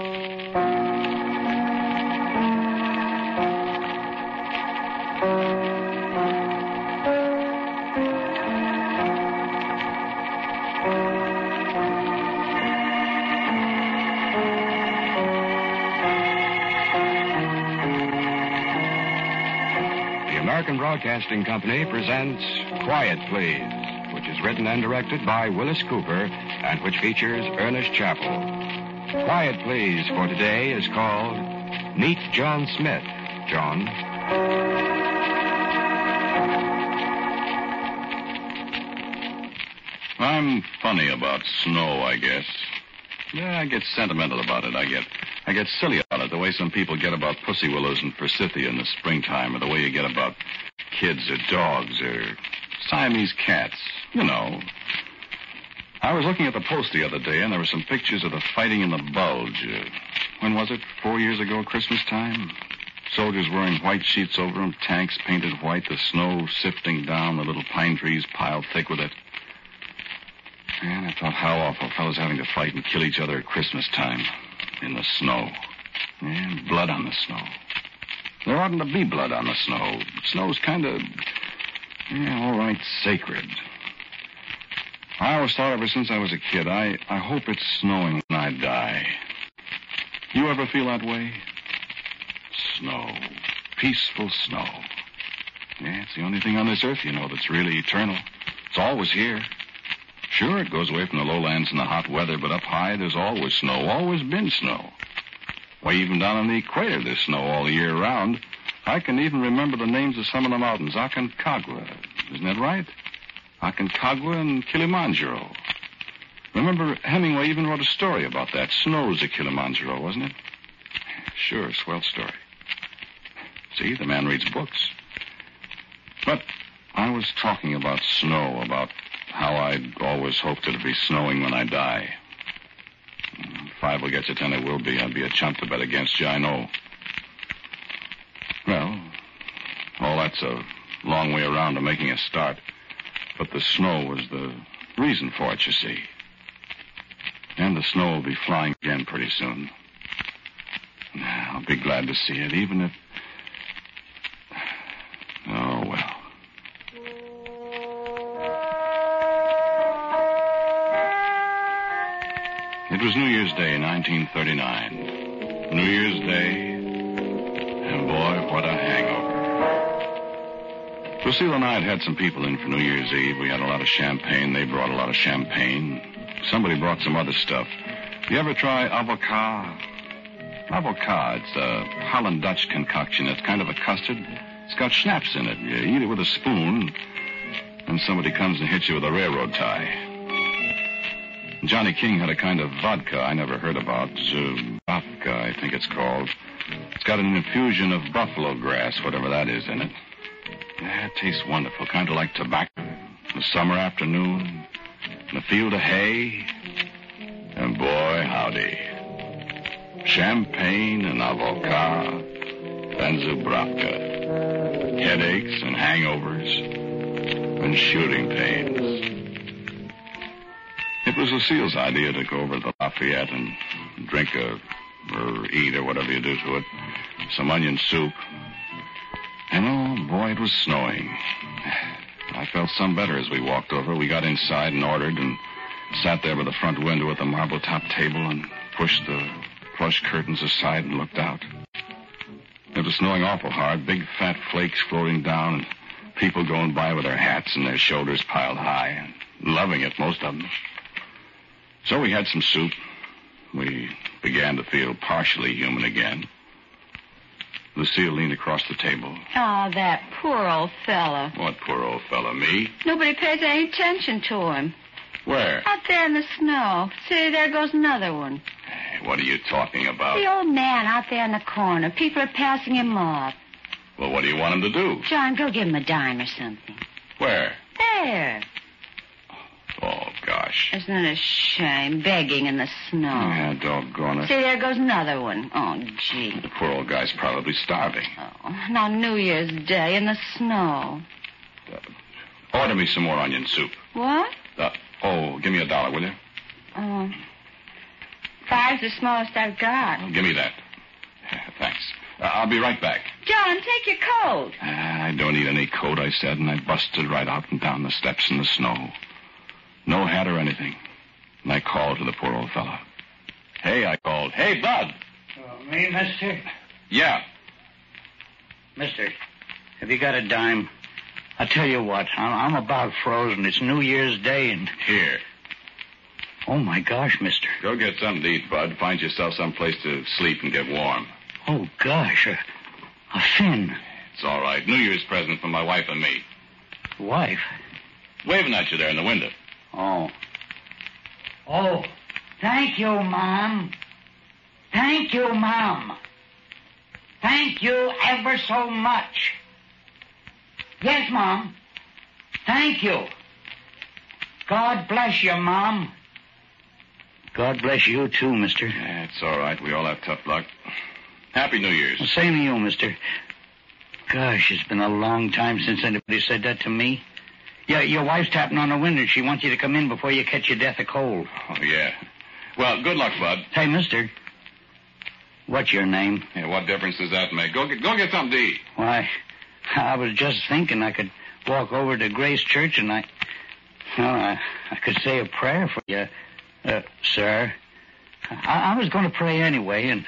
The American Broadcasting Company presents Quiet Please, which is written and directed by Willis Cooper and which features Ernest Chappell. Quiet Please for today is called Meet John Smith. John. I'm funny about snow, I guess. Yeah, I get sentimental about it. I get I get silly about it, the way some people get about pussy willows and forsythia in the springtime, or the way you get about kids or dogs or Siamese cats. You know. I was looking at the post the other day, and there were some pictures of the fighting in the bulge. Uh, when was it? Four years ago, Christmas time? Soldiers wearing white sheets over them, tanks painted white, the snow sifting down, the little pine trees piled thick with it. And I thought how awful fellows having to fight and kill each other at Christmas time in the snow. And blood on the snow. There oughtn't to be blood on the snow. Snow's kind of, yeah, all right, sacred. I always thought ever since I was a kid, I, I hope it's snowing when I die. You ever feel that way? Snow. Peaceful snow. Yeah, it's the only thing on this earth, you know, that's really eternal. It's always here. Sure, it goes away from the lowlands in the hot weather, but up high there's always snow, always been snow. Why, even down on the equator there's snow all year round. I can even remember the names of some of the mountains. Aconcagua, isn't that right? Aconcagua and Kilimanjaro. Remember, Hemingway even wrote a story about that. Snows of Kilimanjaro, wasn't it? Sure, swell story. See, the man reads books. But I was talking about snow, about how I'd always hoped it'd be snowing when I die. Five will get you ten, it will be. I'd be a chump to bet against you, I know. Well, all that's a long way around to making a start. But the snow was the reason for it, you see. And the snow will be flying again pretty soon. I'll be glad to see it, even if. Oh, well. It was New Year's Day, 1939. New Year's Day, and boy, what a hangover. Lucille and I had had some people in for New Year's Eve. We had a lot of champagne. They brought a lot of champagne. Somebody brought some other stuff. You ever try avocat? Avocat, it's a Holland Dutch concoction. It's kind of a custard. It's got schnapps in it. You eat it with a spoon, and somebody comes and hits you with a railroad tie. Johnny King had a kind of vodka I never heard about. Uh, vodka, I think it's called. It's got an infusion of buffalo grass, whatever that is, in it. Yeah, Yeah, it tastes wonderful, kind of like tobacco. The summer afternoon, in a field of hay, and boy, howdy. Champagne and avocado, and Zubravka. Headaches and hangovers, and shooting pains. It was Lucille's idea to go over to the Lafayette and drink a, or eat or whatever you do to it, some onion soup. And oh boy, it was snowing. I felt some better as we walked over. We got inside and ordered and sat there by the front window at the marble top table and pushed the plush curtains aside and looked out. It was snowing awful hard, big fat flakes floating down and people going by with their hats and their shoulders piled high and loving it, most of them. So we had some soup. We began to feel partially human again. Lucille leaned across the table. Oh, that poor old fella. What poor old fella, me? Nobody pays any attention to him. Where? Out there in the snow. See, there goes another one. What are you talking about? The old man out there in the corner. People are passing him off. Well, what do you want him to do? John, go give him a dime or something. Where? There. Oh, gosh. Oh, Isn't it a shame begging in the snow? Yeah, Ah, doggone it. See, there goes another one. Oh, gee. Oh. The poor old guy's probably starving. And on New Year's Day in the snow. Order me some more onion soup. What? Uh, oh, give me a dollar, will you? Oh. Five's the smallest I've got. Give me that. Thanks. Uh, I'll be right back. John, take your coat. I don't need any coat, I said, and I busted right out and down the steps in the snow. No hat or anything. And I called to the poor old fellow. Hey, I called. Hey, Bud! Oh, Me, mister? Yeah. Mister, have you got a dime? I tell you what, I'm, I'm about frozen. It's New Year's Day and. Here. Oh, my gosh, mister. Go get something to eat, Bud. Find yourself some place to sleep and get warm. Oh, gosh. A, a fin. It's all right. New Year's present for my wife and me. Wife? Waving at you there in the window. Oh. Oh, thank you, Mom. Thank you, Mom. Thank you ever so much. Yes, Mom. Thank you. God bless you, Mom. God bless you, too, mister. Yeah, it's all right. We all have tough luck. Happy New Year's. same to you, mister. Gosh, it's been a long time since anybody said that to me. Your, your wife's tapping on the window. She wants you to come in before you catch your death of cold. Oh, yeah. Well, good luck, Bud. Hey, mister. What's your name? Yeah, what difference does that make? Go get, go get something to eat. Why, I was just thinking I could walk over to Grace Church and I, well, I, I could say a prayer for you, uh, sir. I, I was going to pray anyway, and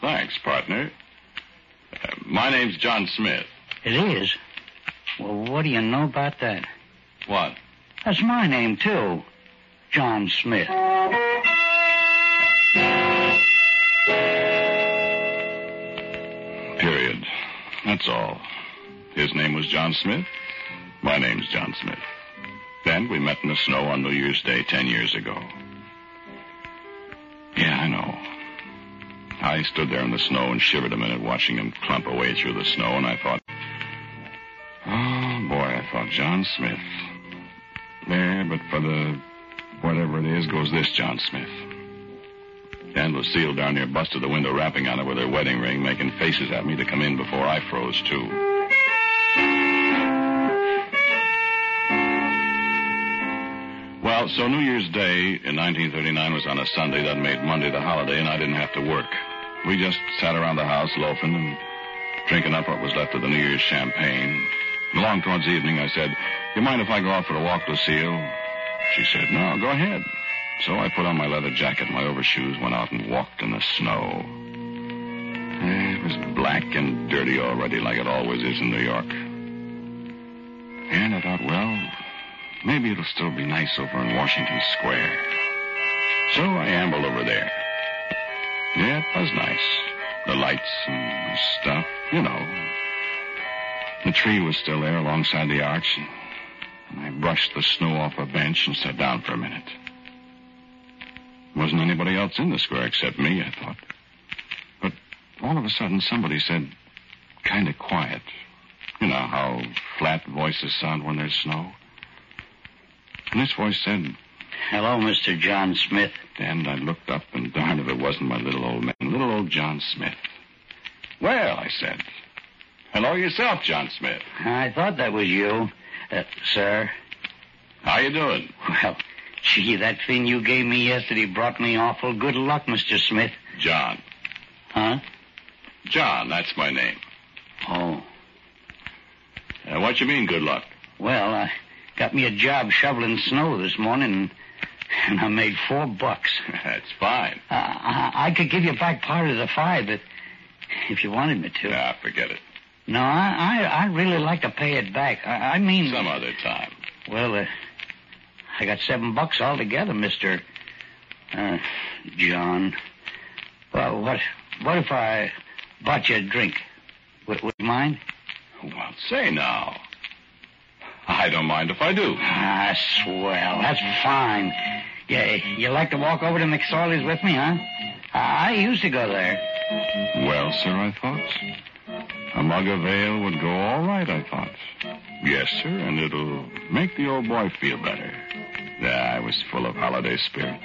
Thanks, partner. Uh, my name's John Smith. it is. Well, what do you know about that? What? That's my name too, John Smith. Period. That's all. His name was John Smith. My name's John Smith. Then we met in the snow on New Year's Day ten years ago. Yeah, I know. I stood there in the snow and shivered a minute watching him clump away through the snow, and I thought, oh boy, I thought, John Smith. There, but for the whatever it is, goes this John Smith. And Lucille down there busted the window rapping on it with her wedding ring, making faces at me to come in before I froze, too. Well, so New Year's Day in 1939 was on a Sunday. That made Monday the holiday, and I didn't have to work. We just sat around the house loafing and drinking up what was left of the New Year's champagne. Along towards evening, I said, You mind if I go out for a walk, Lucille? She said, No, go ahead. So I put on my leather jacket, my overshoes, went out and walked in the snow. Eh, It was black and dirty already, like it always is in New York. And I thought, well, maybe it'll still be nice over in Washington Square. So I ambled over there. Yeah, it was nice. The lights and stuff, you know. The tree was still there alongside the arch, and I brushed the snow off a bench and sat down for a minute. Wasn't anybody else in the square except me, I thought. But all of a sudden, somebody said, kind of quiet. You know how flat voices sound when there's snow? And this voice said, Hello, Mr. John Smith. And I looked up, and darned if it wasn't my little old man, little old John Smith. Well, I said, hello yourself, John Smith. I thought that was you, uh, sir. How you doing? Well, gee, that thing you gave me yesterday brought me awful good luck, Mr. Smith. John. Huh? John, that's my name. Oh. Uh, what you mean, good luck? Well, I got me a job shoveling snow this morning, and, and I made four bucks. That's fine. Uh, I, I could give you back part of the five if, if you wanted me to. Nah, forget it. No, I, I, I'd really like to pay it back. I, I mean. Some other time. Well, uh, I got seven bucks altogether, Mister uh, John. Well, what what if I bought you a drink? Would, would you mind? Well, say now. I don't mind if I do. Ah, swell. That's fine. Yeah, you like to walk over to McSorley's with me, huh? I used to go there. Well, sir, I thought. A mug of ale would go all right, I thought. Yes, sir, and it'll make the old boy feel better. Yeah, I was full of holiday spirit.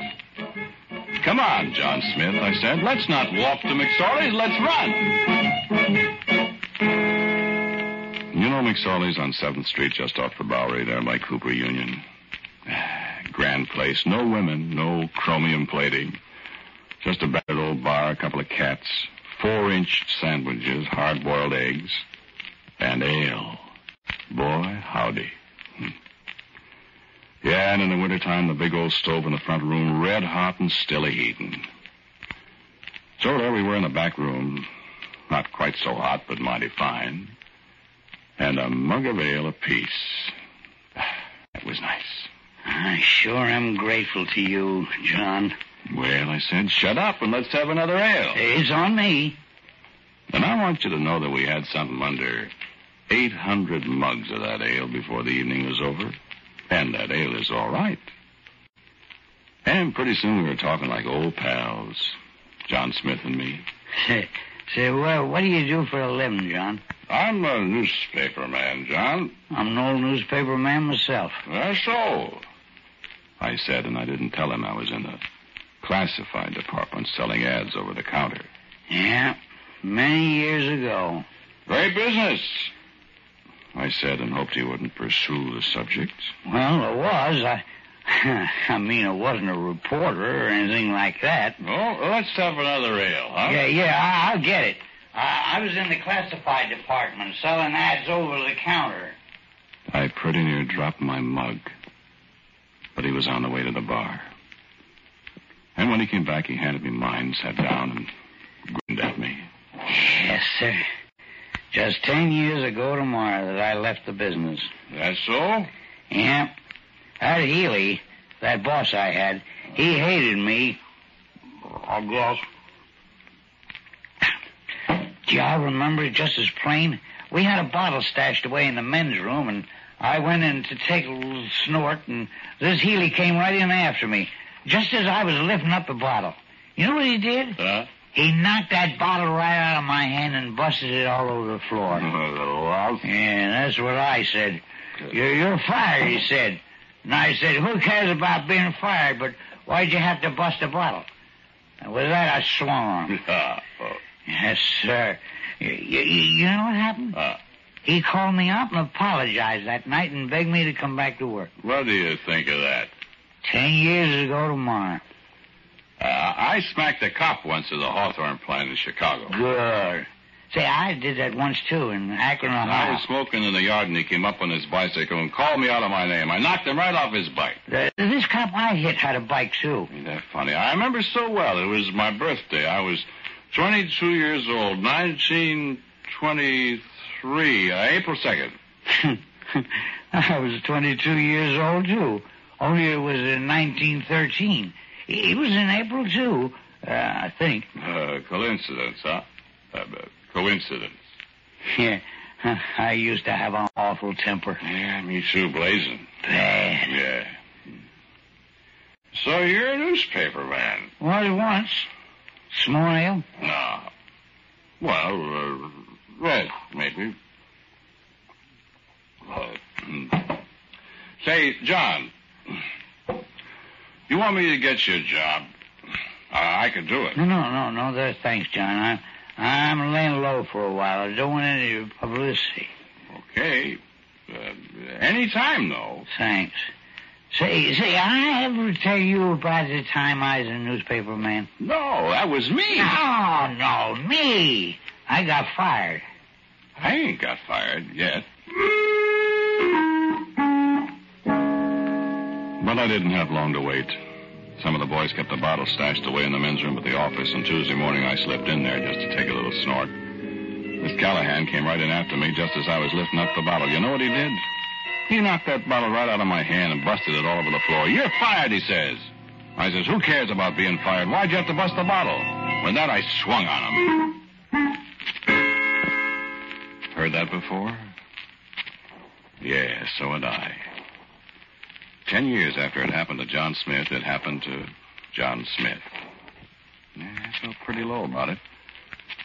Come on, John Smith, I said. Let's not walk to McSorley's, let's run. You know McSorley's on 7th Street, just off the Bowery, there by Cooper Union. Grand place. No women, no chromium plating. Just a battered old bar, a couple of cats, four inch sandwiches, hard boiled eggs, and ale. Boy, howdy. Hmm. Yeah, and in the wintertime, the big old stove in the front room, red hot and still a heating. So there we were in the back room. Not quite so hot, but mighty fine. And a mug of ale apiece. That was nice. I sure am grateful to you, John. Well, I said, shut up and let's have another ale. It's on me. And I want you to know that we had something under 800 mugs of that ale before the evening was over. And that ale is all right. And pretty soon we were talking like old pals, John Smith and me. Say, say well, what do you do for a living, John? I'm a newspaper man, John. I'm an old newspaper man myself. That's Uh, so. I said, and I didn't tell him I was in the classified department selling ads over the counter. Yeah, many years ago. Great business. I said, and hoped he wouldn't pursue the subject. Well, it was. I, I mean, I wasn't a reporter or anything like that. Oh, let's have another ale, huh? Yeah, yeah, I, will get it. I, I was in the classified department selling ads over the counter. I pretty near dropped my mug, but he was on the way to the bar. And when he came back, he handed me mine, sat down, and grinned at me. Yes, sir. Just ten years ago tomorrow that I left the business. That's so? Yeah. That Healy, that boss I had, he hated me. I guess. Do y'all remember it just as plain? We had a bottle stashed away in the men's room, and I went in to take a little snort, and this Healy came right in after me, just as I was lifting up the bottle. You know what he did? Huh? He knocked that bottle right out of my hand and busted it all over the floor. Oh, yeah, that's what I said. You're, you're fired, he said. And I said, who cares about being fired, but why'd you have to bust a bottle? And with that, I swung him. Oh. yes, sir. You, you, you, know what happened? Uh. He called me up and apologized that night and begged me to come back to work. What do you think of that? Ten years ago tomorrow. Uh, I smacked a cop once at the Hawthorne plant in Chicago. Good. Say, I did that once, too, in Akron, Ohio. I was smoking in the yard, and he came up on his bicycle and called me out of my name. I knocked him right off his bike. The, this cop I hit had a bike, too. Ain't that funny? I remember so well. It was my birthday. I was 22 years old, 1923, uh, April 2nd. I was 22 years old, too. Only it was in 1913. It was in April, too, uh, I think. Uh, coincidence, huh? Uh, coincidence. Yeah, I used to have an awful temper. Yeah, me too, blazing. Bad. yeah. So you're a newspaper man. Was once. Small No. Well, uh, red, maybe. Uh, hmm. Say, John, you want me to get you a job? Uh, I could do it. No, no, no, no. There, thanks, John. I, I'm laying low for a while. I don't want any publicity. Okay. Uh, any time, though. Thanks. Say, say, I ever tell you about the time I was a newspaper man? No, that was me. No, no, me. I got fired. I ain't got fired yet. But I didn't have long to wait. Some of the boys kept the bottle stashed away in the men's room at the office, and Tuesday morning I slipped in there just to take a little snort. Miss Callahan came right in after me just as I was lifting up the bottle. You know what he did? He knocked that bottle right out of my hand and busted it all over the floor. You're fired, he says. I says, Who cares about being fired? Why'd you have to bust the bottle? With that, I swung on him. Heard that before? Yeah, so had I. Ten years after it happened to John Smith, it happened to John Smith. Yeah, I felt pretty low about it.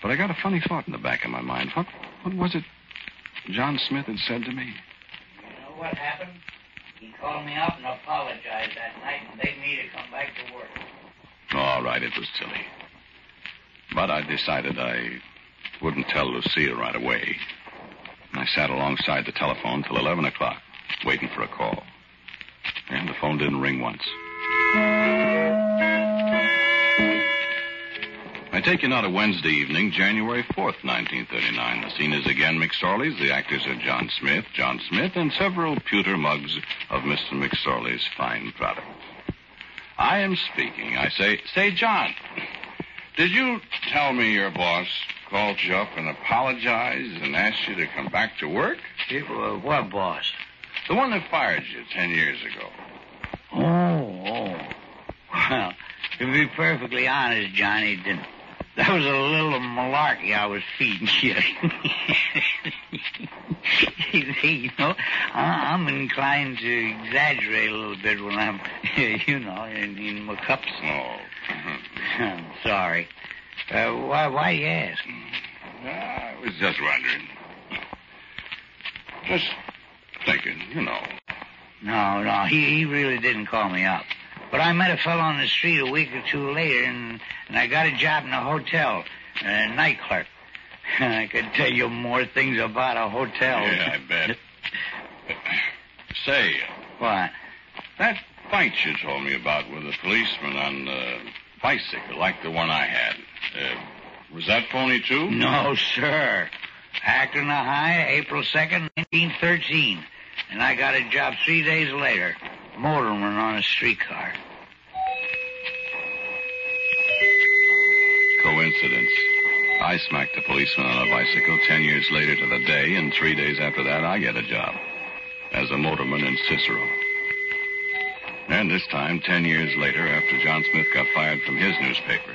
But I got a funny thought in the back of my mind. What, what was it John Smith had said to me? You know what happened? He called me up and apologized that night and begged me to come back to work. All right, it was silly. But I decided I wouldn't tell Lucille right away. And I sat alongside the telephone till 11 o'clock, waiting for a call. And the phone didn't ring once. I take you now to Wednesday evening, January 4th, 1939. The scene is again McSorley's. The actors are John Smith, John Smith, and several pewter mugs of Mr. McSorley's fine product. I am speaking. I say, say, John, did you tell me your boss called you up and apologized and asked you to come back to work? Uh, what boss? The one that fired you ten years ago. Oh, oh. Well, to be perfectly honest, Johnny, didn't. That was a little malarkey I was feeding you. you know, I- I'm inclined to exaggerate a little bit when I'm, you know, in, in my cups. Oh. I'm sorry. Uh, why, why you ask? I was just wondering. Just thinking, you know. No, no, he, he really didn't call me up. But I met a fellow on the street a week or two later, and, and I got a job in a hotel, a night clerk. I could tell you more things about a hotel. Yeah, I bet. Say, What? that fight you told me about with the policeman on the bicycle, like the one I had, uh, was that phony too? No, sir. Akron, Ohio, April 2nd, 1913. And I got a job three days later. Motorman on a streetcar. Coincidence. I smacked a policeman on a bicycle ten years later to the day, and three days after that, I get a job as a motorman in Cicero. And this time, ten years later, after John Smith got fired from his newspaper,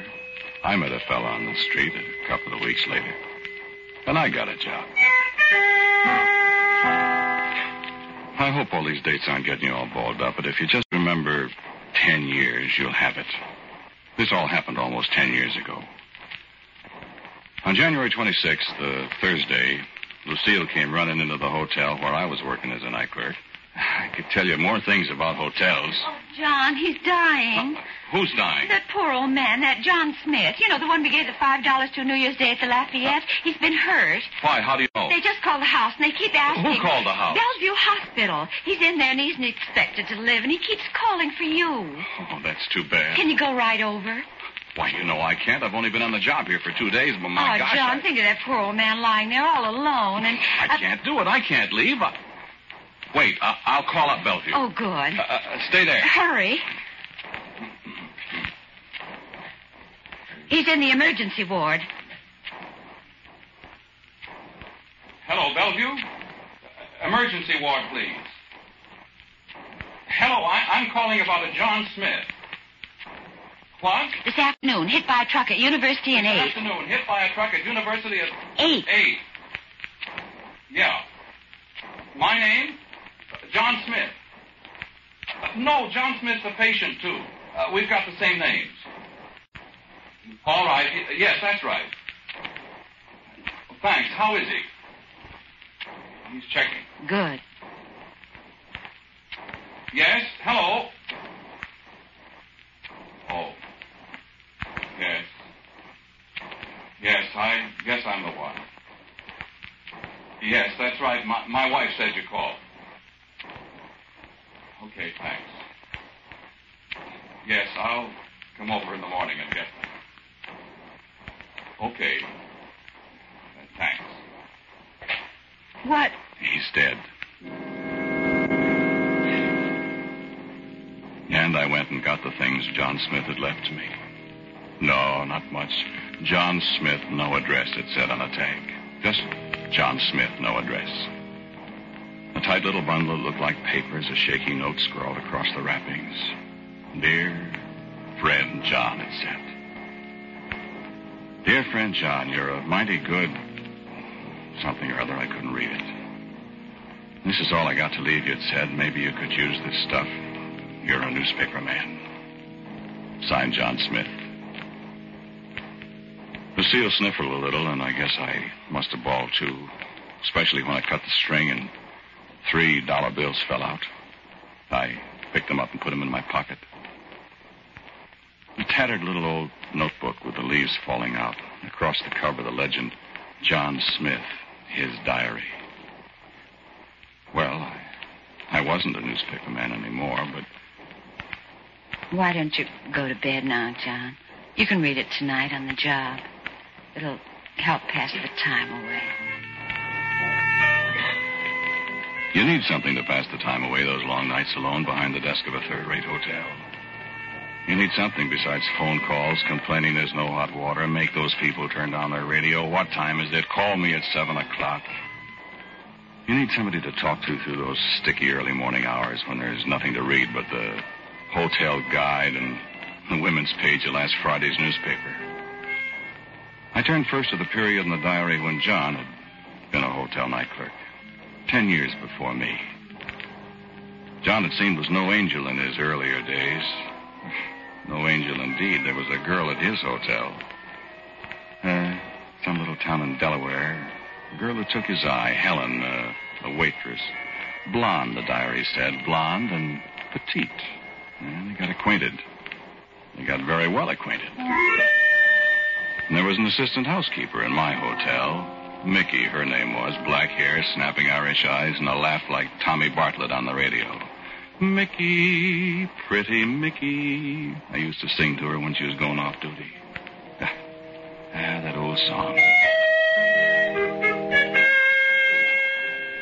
I met a fellow on the street a couple of weeks later, and I got a job. I hope all these dates aren't getting you all balled up, but if you just remember ten years, you'll have it. This all happened almost ten years ago. On January 26th, uh, Thursday, Lucille came running into the hotel where I was working as a night clerk. I could tell you more things about hotels. John, he's dying. Who's dying? That poor old man, that John Smith, you know, the one we gave the $5 to New Year's Day at the Lafayette, he's been hurt. Why, how do you know? They just called the house, and they keep asking. Oh. Who called the house? Bellevue Hospital. He's in there, and he isn't expected to live, and he keeps calling for you. Oh, that's too bad. Can you go right over? Why, you know I can't. I've only been on the job here for two days, but my oh, gosh. John, Uh, I, think of that poor old man lying there all alone, and I can't do it. I can't leave. I... Wait, I, I'll call up Bellevue. oh, good. Uh, uh, stay there. Hurry. He's in the emergency ward. Hello, Bellevue? Emergency ward, please. Hello, I, am calling about a John Smith. What? This afternoon, hit by a truck at University and Eight. afternoon, hit by a truck at University of... Eight. Eight. Yeah. My name? John Smith. Uh, no, John Smith's a patient, too. Uh, we've got the same names. All right. y- Yes, that's right. Thanks. How is he? He's checking. Good. Oh. My wife said you called. Okay, thanks. Yes, I'll come over in the morning and get them. Okay. Uh, Thanks. What? He's dead. And I went and got the things John Smith had left to me. No, not much. John Smith, no address, it said on a tag. Just John Smith, no address. A tight little bundle that looked like papers, a shaky note scrawled across the wrappings. Dear friend John, it said. Dear friend John, you're a mighty good something or other. I couldn't read it. This is all I got to leave you, it said. Maybe you could use this stuff. You're a newspaper man. Signed, John Smith. Lucille sniffled a little, and I guess I must have bawled too, especially when I cut the string and three dollar bills fell out. I picked them up and put them in my pocket. A tattered little old notebook with the leaves falling out. Across the cover, the legend John Smith, his diary. Well, I, I wasn't a newspaper man anymore, but Why don't you go to bed now, John? You can read it tonight on the job. It'll help pass the time away. You need something to pass the time away those long nights alone behind the desk of a third rate hotel. You need something besides phone calls, complaining there's no hot water, make those people turn down their radio. What time is it? Call me at 7 o'clock. You need somebody to talk to through those sticky early morning hours when there's nothing to read but the hotel guide and the women's page of last Friday's newspaper. I turned first to the period in the diary when John had been a hotel night clerk ten years before me. John, it seemed, was no angel in his earlier days. No angel indeed. There was a girl at his hotel. Uh, some little town in Delaware. A girl who took his eye, Helen, uh, a waitress. Blonde, the diary said. Blonde and petite. And they got acquainted. They got very well acquainted. And there was an assistant housekeeper in my hotel. Mickey, her name was, black hair, snapping Irish eyes, and a laugh like Tommy Bartlett on the radio. Mickey, pretty Mickey. I used to sing to her when she was going off duty. Ah, ah, that old song.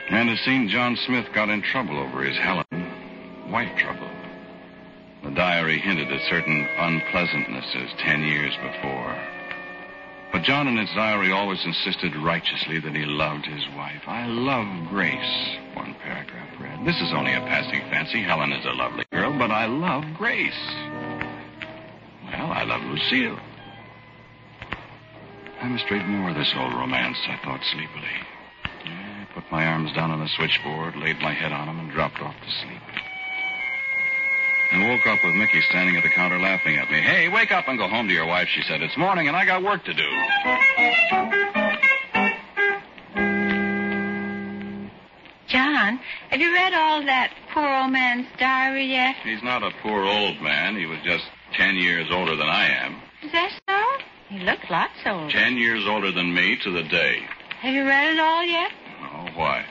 And it seemed John Smith got in trouble over his Helen. Wife trouble. The diary hinted at certain unpleasantnesses ten years before. But John in his diary always insisted righteously that he loved his wife. I love Grace, one paragraph read. This is only a passing fancy. Helen is a lovely girl, but I love Grace. Well, I love Lucille. I must read more of this old romance, I thought sleepily. Yeah, I put my arms down on the switchboard, laid my head on them, and dropped off to sleep. And woke up with Mickey standing at the counter laughing at me. Hey, wake up and go home to your wife, she said. It's morning and I got work to do. John, have you read all that poor old man's diary yet? He's not a poor old man. He was just ten years older than I am. Is that so? He looked lots older. Ten years older than me to the day. Have you read it all yet? Oh, why?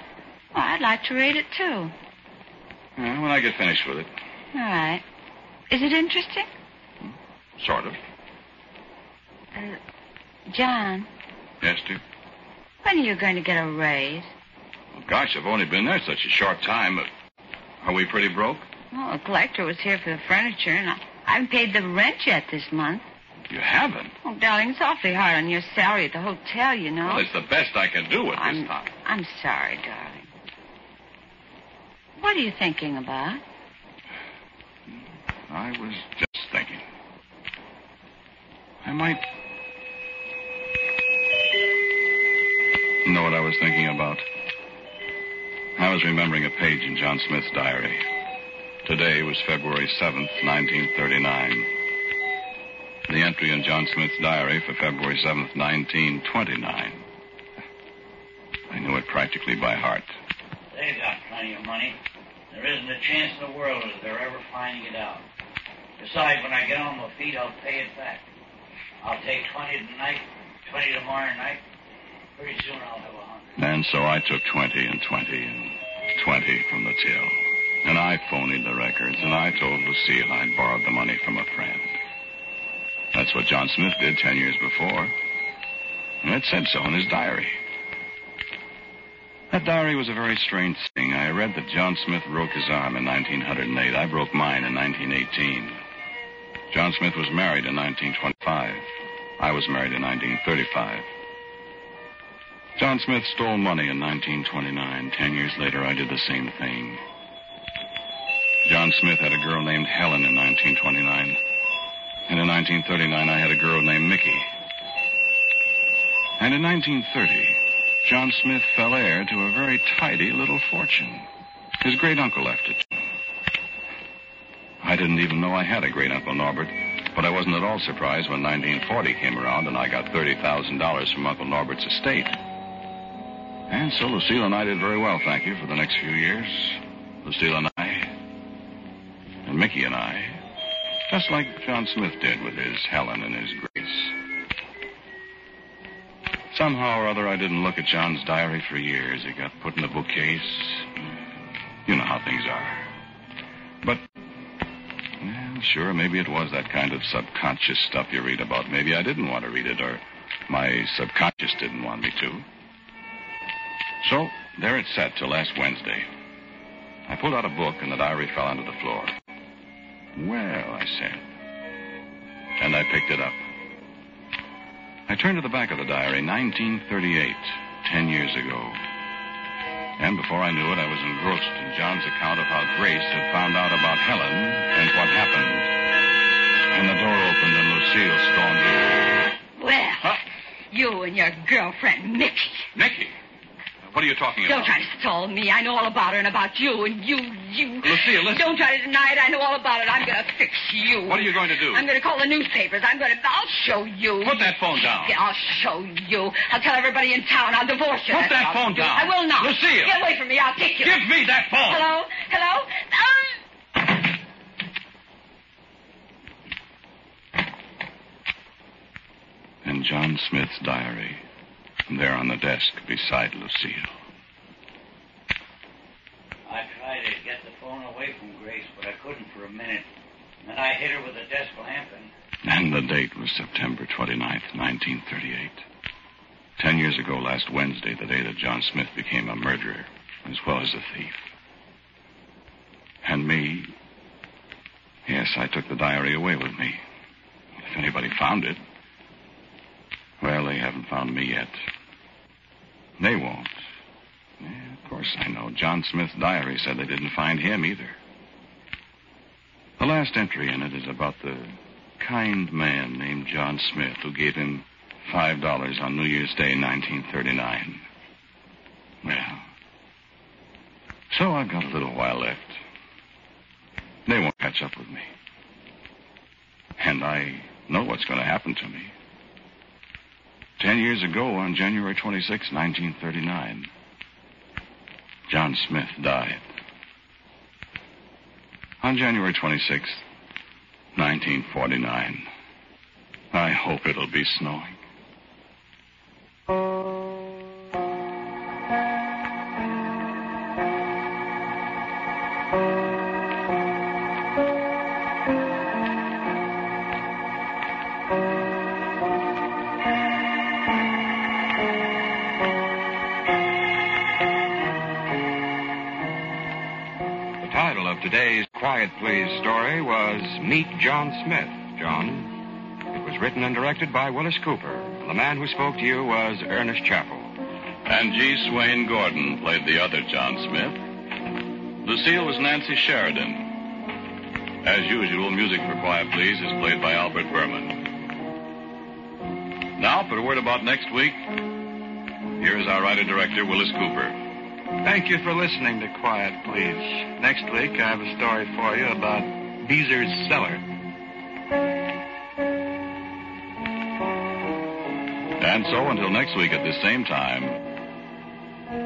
Well, I'd like to read it too. Well, when I get finished with it. All right. Is it interesting? Sort of. Uh, John, Yes, dear. when are you going to get a raise? Well, Oh, gosh, I've only been there such a short time. Are we pretty broke? Well, the collector was here for the furniture, and I I haven't paid the rent yet this month. You haven't? Oh, darling, it's awfully hard on your salary at the hotel, you know. Well, it's the best I can do at I'm, this time. I'm sorry, darling. What are you thinking about? I was just thinking. I might. You know what I was thinking about? I was remembering a page in John Smith's diary. Today was February 7th, 1939. The entry in John Smith's diary for February 7th, 1929. I knew it practically by heart. They've got plenty of money. There isn't a chance in the world that they're ever finding it out. Besides, when I get on my feet, I'll pay it back. I'll take 20 tonight, 20 tomorrow night. Pretty soon I'll have a hundred. And so I took 20 and 20 and 20 from the till. And I phonied the records, and I told Lucille I'd borrowed the money from a friend. That's what John Smith did 10 years before. And it said so in his diary. That diary was a very strange thing. I read that John Smith broke his arm in 1908. I broke mine in 1918. John Smith was married in 1925. I was married in 1935. John Smith stole money in 1929. Ten years later, I did the same thing. John Smith had a girl named Helen in 1929. And in 1939, I had a girl named Mickey. And in 1930, John Smith fell heir to a very tidy little fortune. His great uncle left it to him. I didn't even know I had a great uncle Norbert, but I wasn't at all surprised when 1940 came around and I got $30,000 from Uncle Norbert's estate. And so Lucille and I did very well, thank you, for the next few years. Lucille and I, and Mickey and I, just like John Smith did with his Helen and his Grace. Somehow or other, I didn't look at John's diary for years. It got put in the bookcase. You know how things are. But, well, sure, maybe it was that kind of subconscious stuff you read about. Maybe I didn't want to read it, or my subconscious didn't want me to. So, there it sat till last Wednesday. I pulled out a book, and the diary fell onto the floor. Well, I said. And I picked it up. I turned to the back of the diary, 1938, ten years ago. And before I knew it, I was engrossed in John's account of how Grace had found out about Helen and what happened. And the door opened and Lucille stormed in. Well, you and your girlfriend, Mickey. Mickey, what are you talking Don't about? try to stall me. I know all about her and about you and you, you. Lucille, listen. Don't try to deny it. I know all about it. I'm going to fix you. What are you going to do? I'm going to call the newspapers. I'm going to. I'll show you. Put that phone down. Yeah, I'll show you. I'll tell everybody in town. I'll divorce you. Put That's that what I'll phone do. down. I will not. Lucille. Get away from me. I'll kick you. Give me that phone. Hello? Hello? Ah! and John Smith's diary there on the desk beside Lucille. I tried to get the phone away from Grace, but I couldn't for a minute. And then I hit her with a desk lamp and. And the date was September 29th, 1938. Ten years ago last Wednesday, the day that John Smith became a murderer as well as a thief. And me. Yes, I took the diary away with me. If anybody found it. Well, they haven't found me yet. They won't. Yeah, of course I know. John Smith's diary said they didn't find him either. The last entry in it is about the kind man named John Smith who gave him five dollars on New Year's Day, 1939. Well, so I've got a little while left. They won't catch up with me. And I know what's going to happen to me. Ten years ago, on January 26, 1939, John Smith died. On January 26, 1949, I hope it'll be snowing. The title of today's Quiet Please story was Meet John Smith, John. It was written and directed by Willis Cooper. and The man who spoke to you was Ernest Chappell. And G. Swain Gordon played the other John Smith. Lucille was Nancy Sheridan. As usual, music for Quiet Please is played by Albert Berman. Now, for a word about next week, here is our writer director, Willis Cooper. Thank you for listening to Quiet Please. Next week, I have a story for you about Beezer's Cellar. And so, until next week at this same time,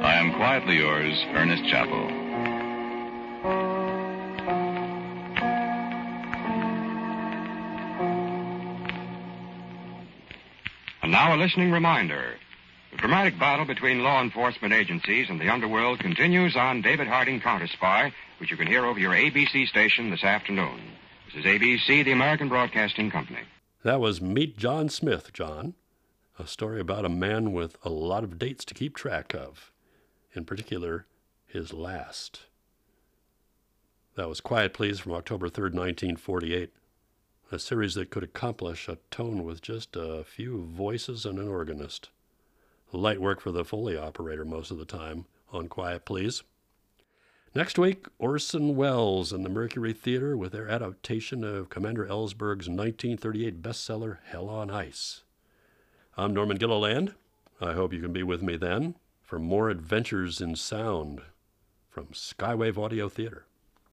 I am quietly yours, Ernest Chappell. And now a listening reminder. Dramatic battle between law enforcement agencies and the underworld continues on David Harding Counter Spy, which you can hear over your ABC station this afternoon. This is ABC, the American Broadcasting Company. That was Meet John Smith, John. A story about a man with a lot of dates to keep track of, in particular, his last. That was Quiet Please from October 3rd, 1948. A series that could accomplish a tone with just a few voices and an organist. Light work for the Foley operator most of the time on Quiet Please. Next week, Orson Welles and the Mercury Theater with their adaptation of Commander Ellsberg's 1938 bestseller, Hell on Ice. I'm Norman Gilliland. I hope you can be with me then for more adventures in sound from Skywave Audio Theater.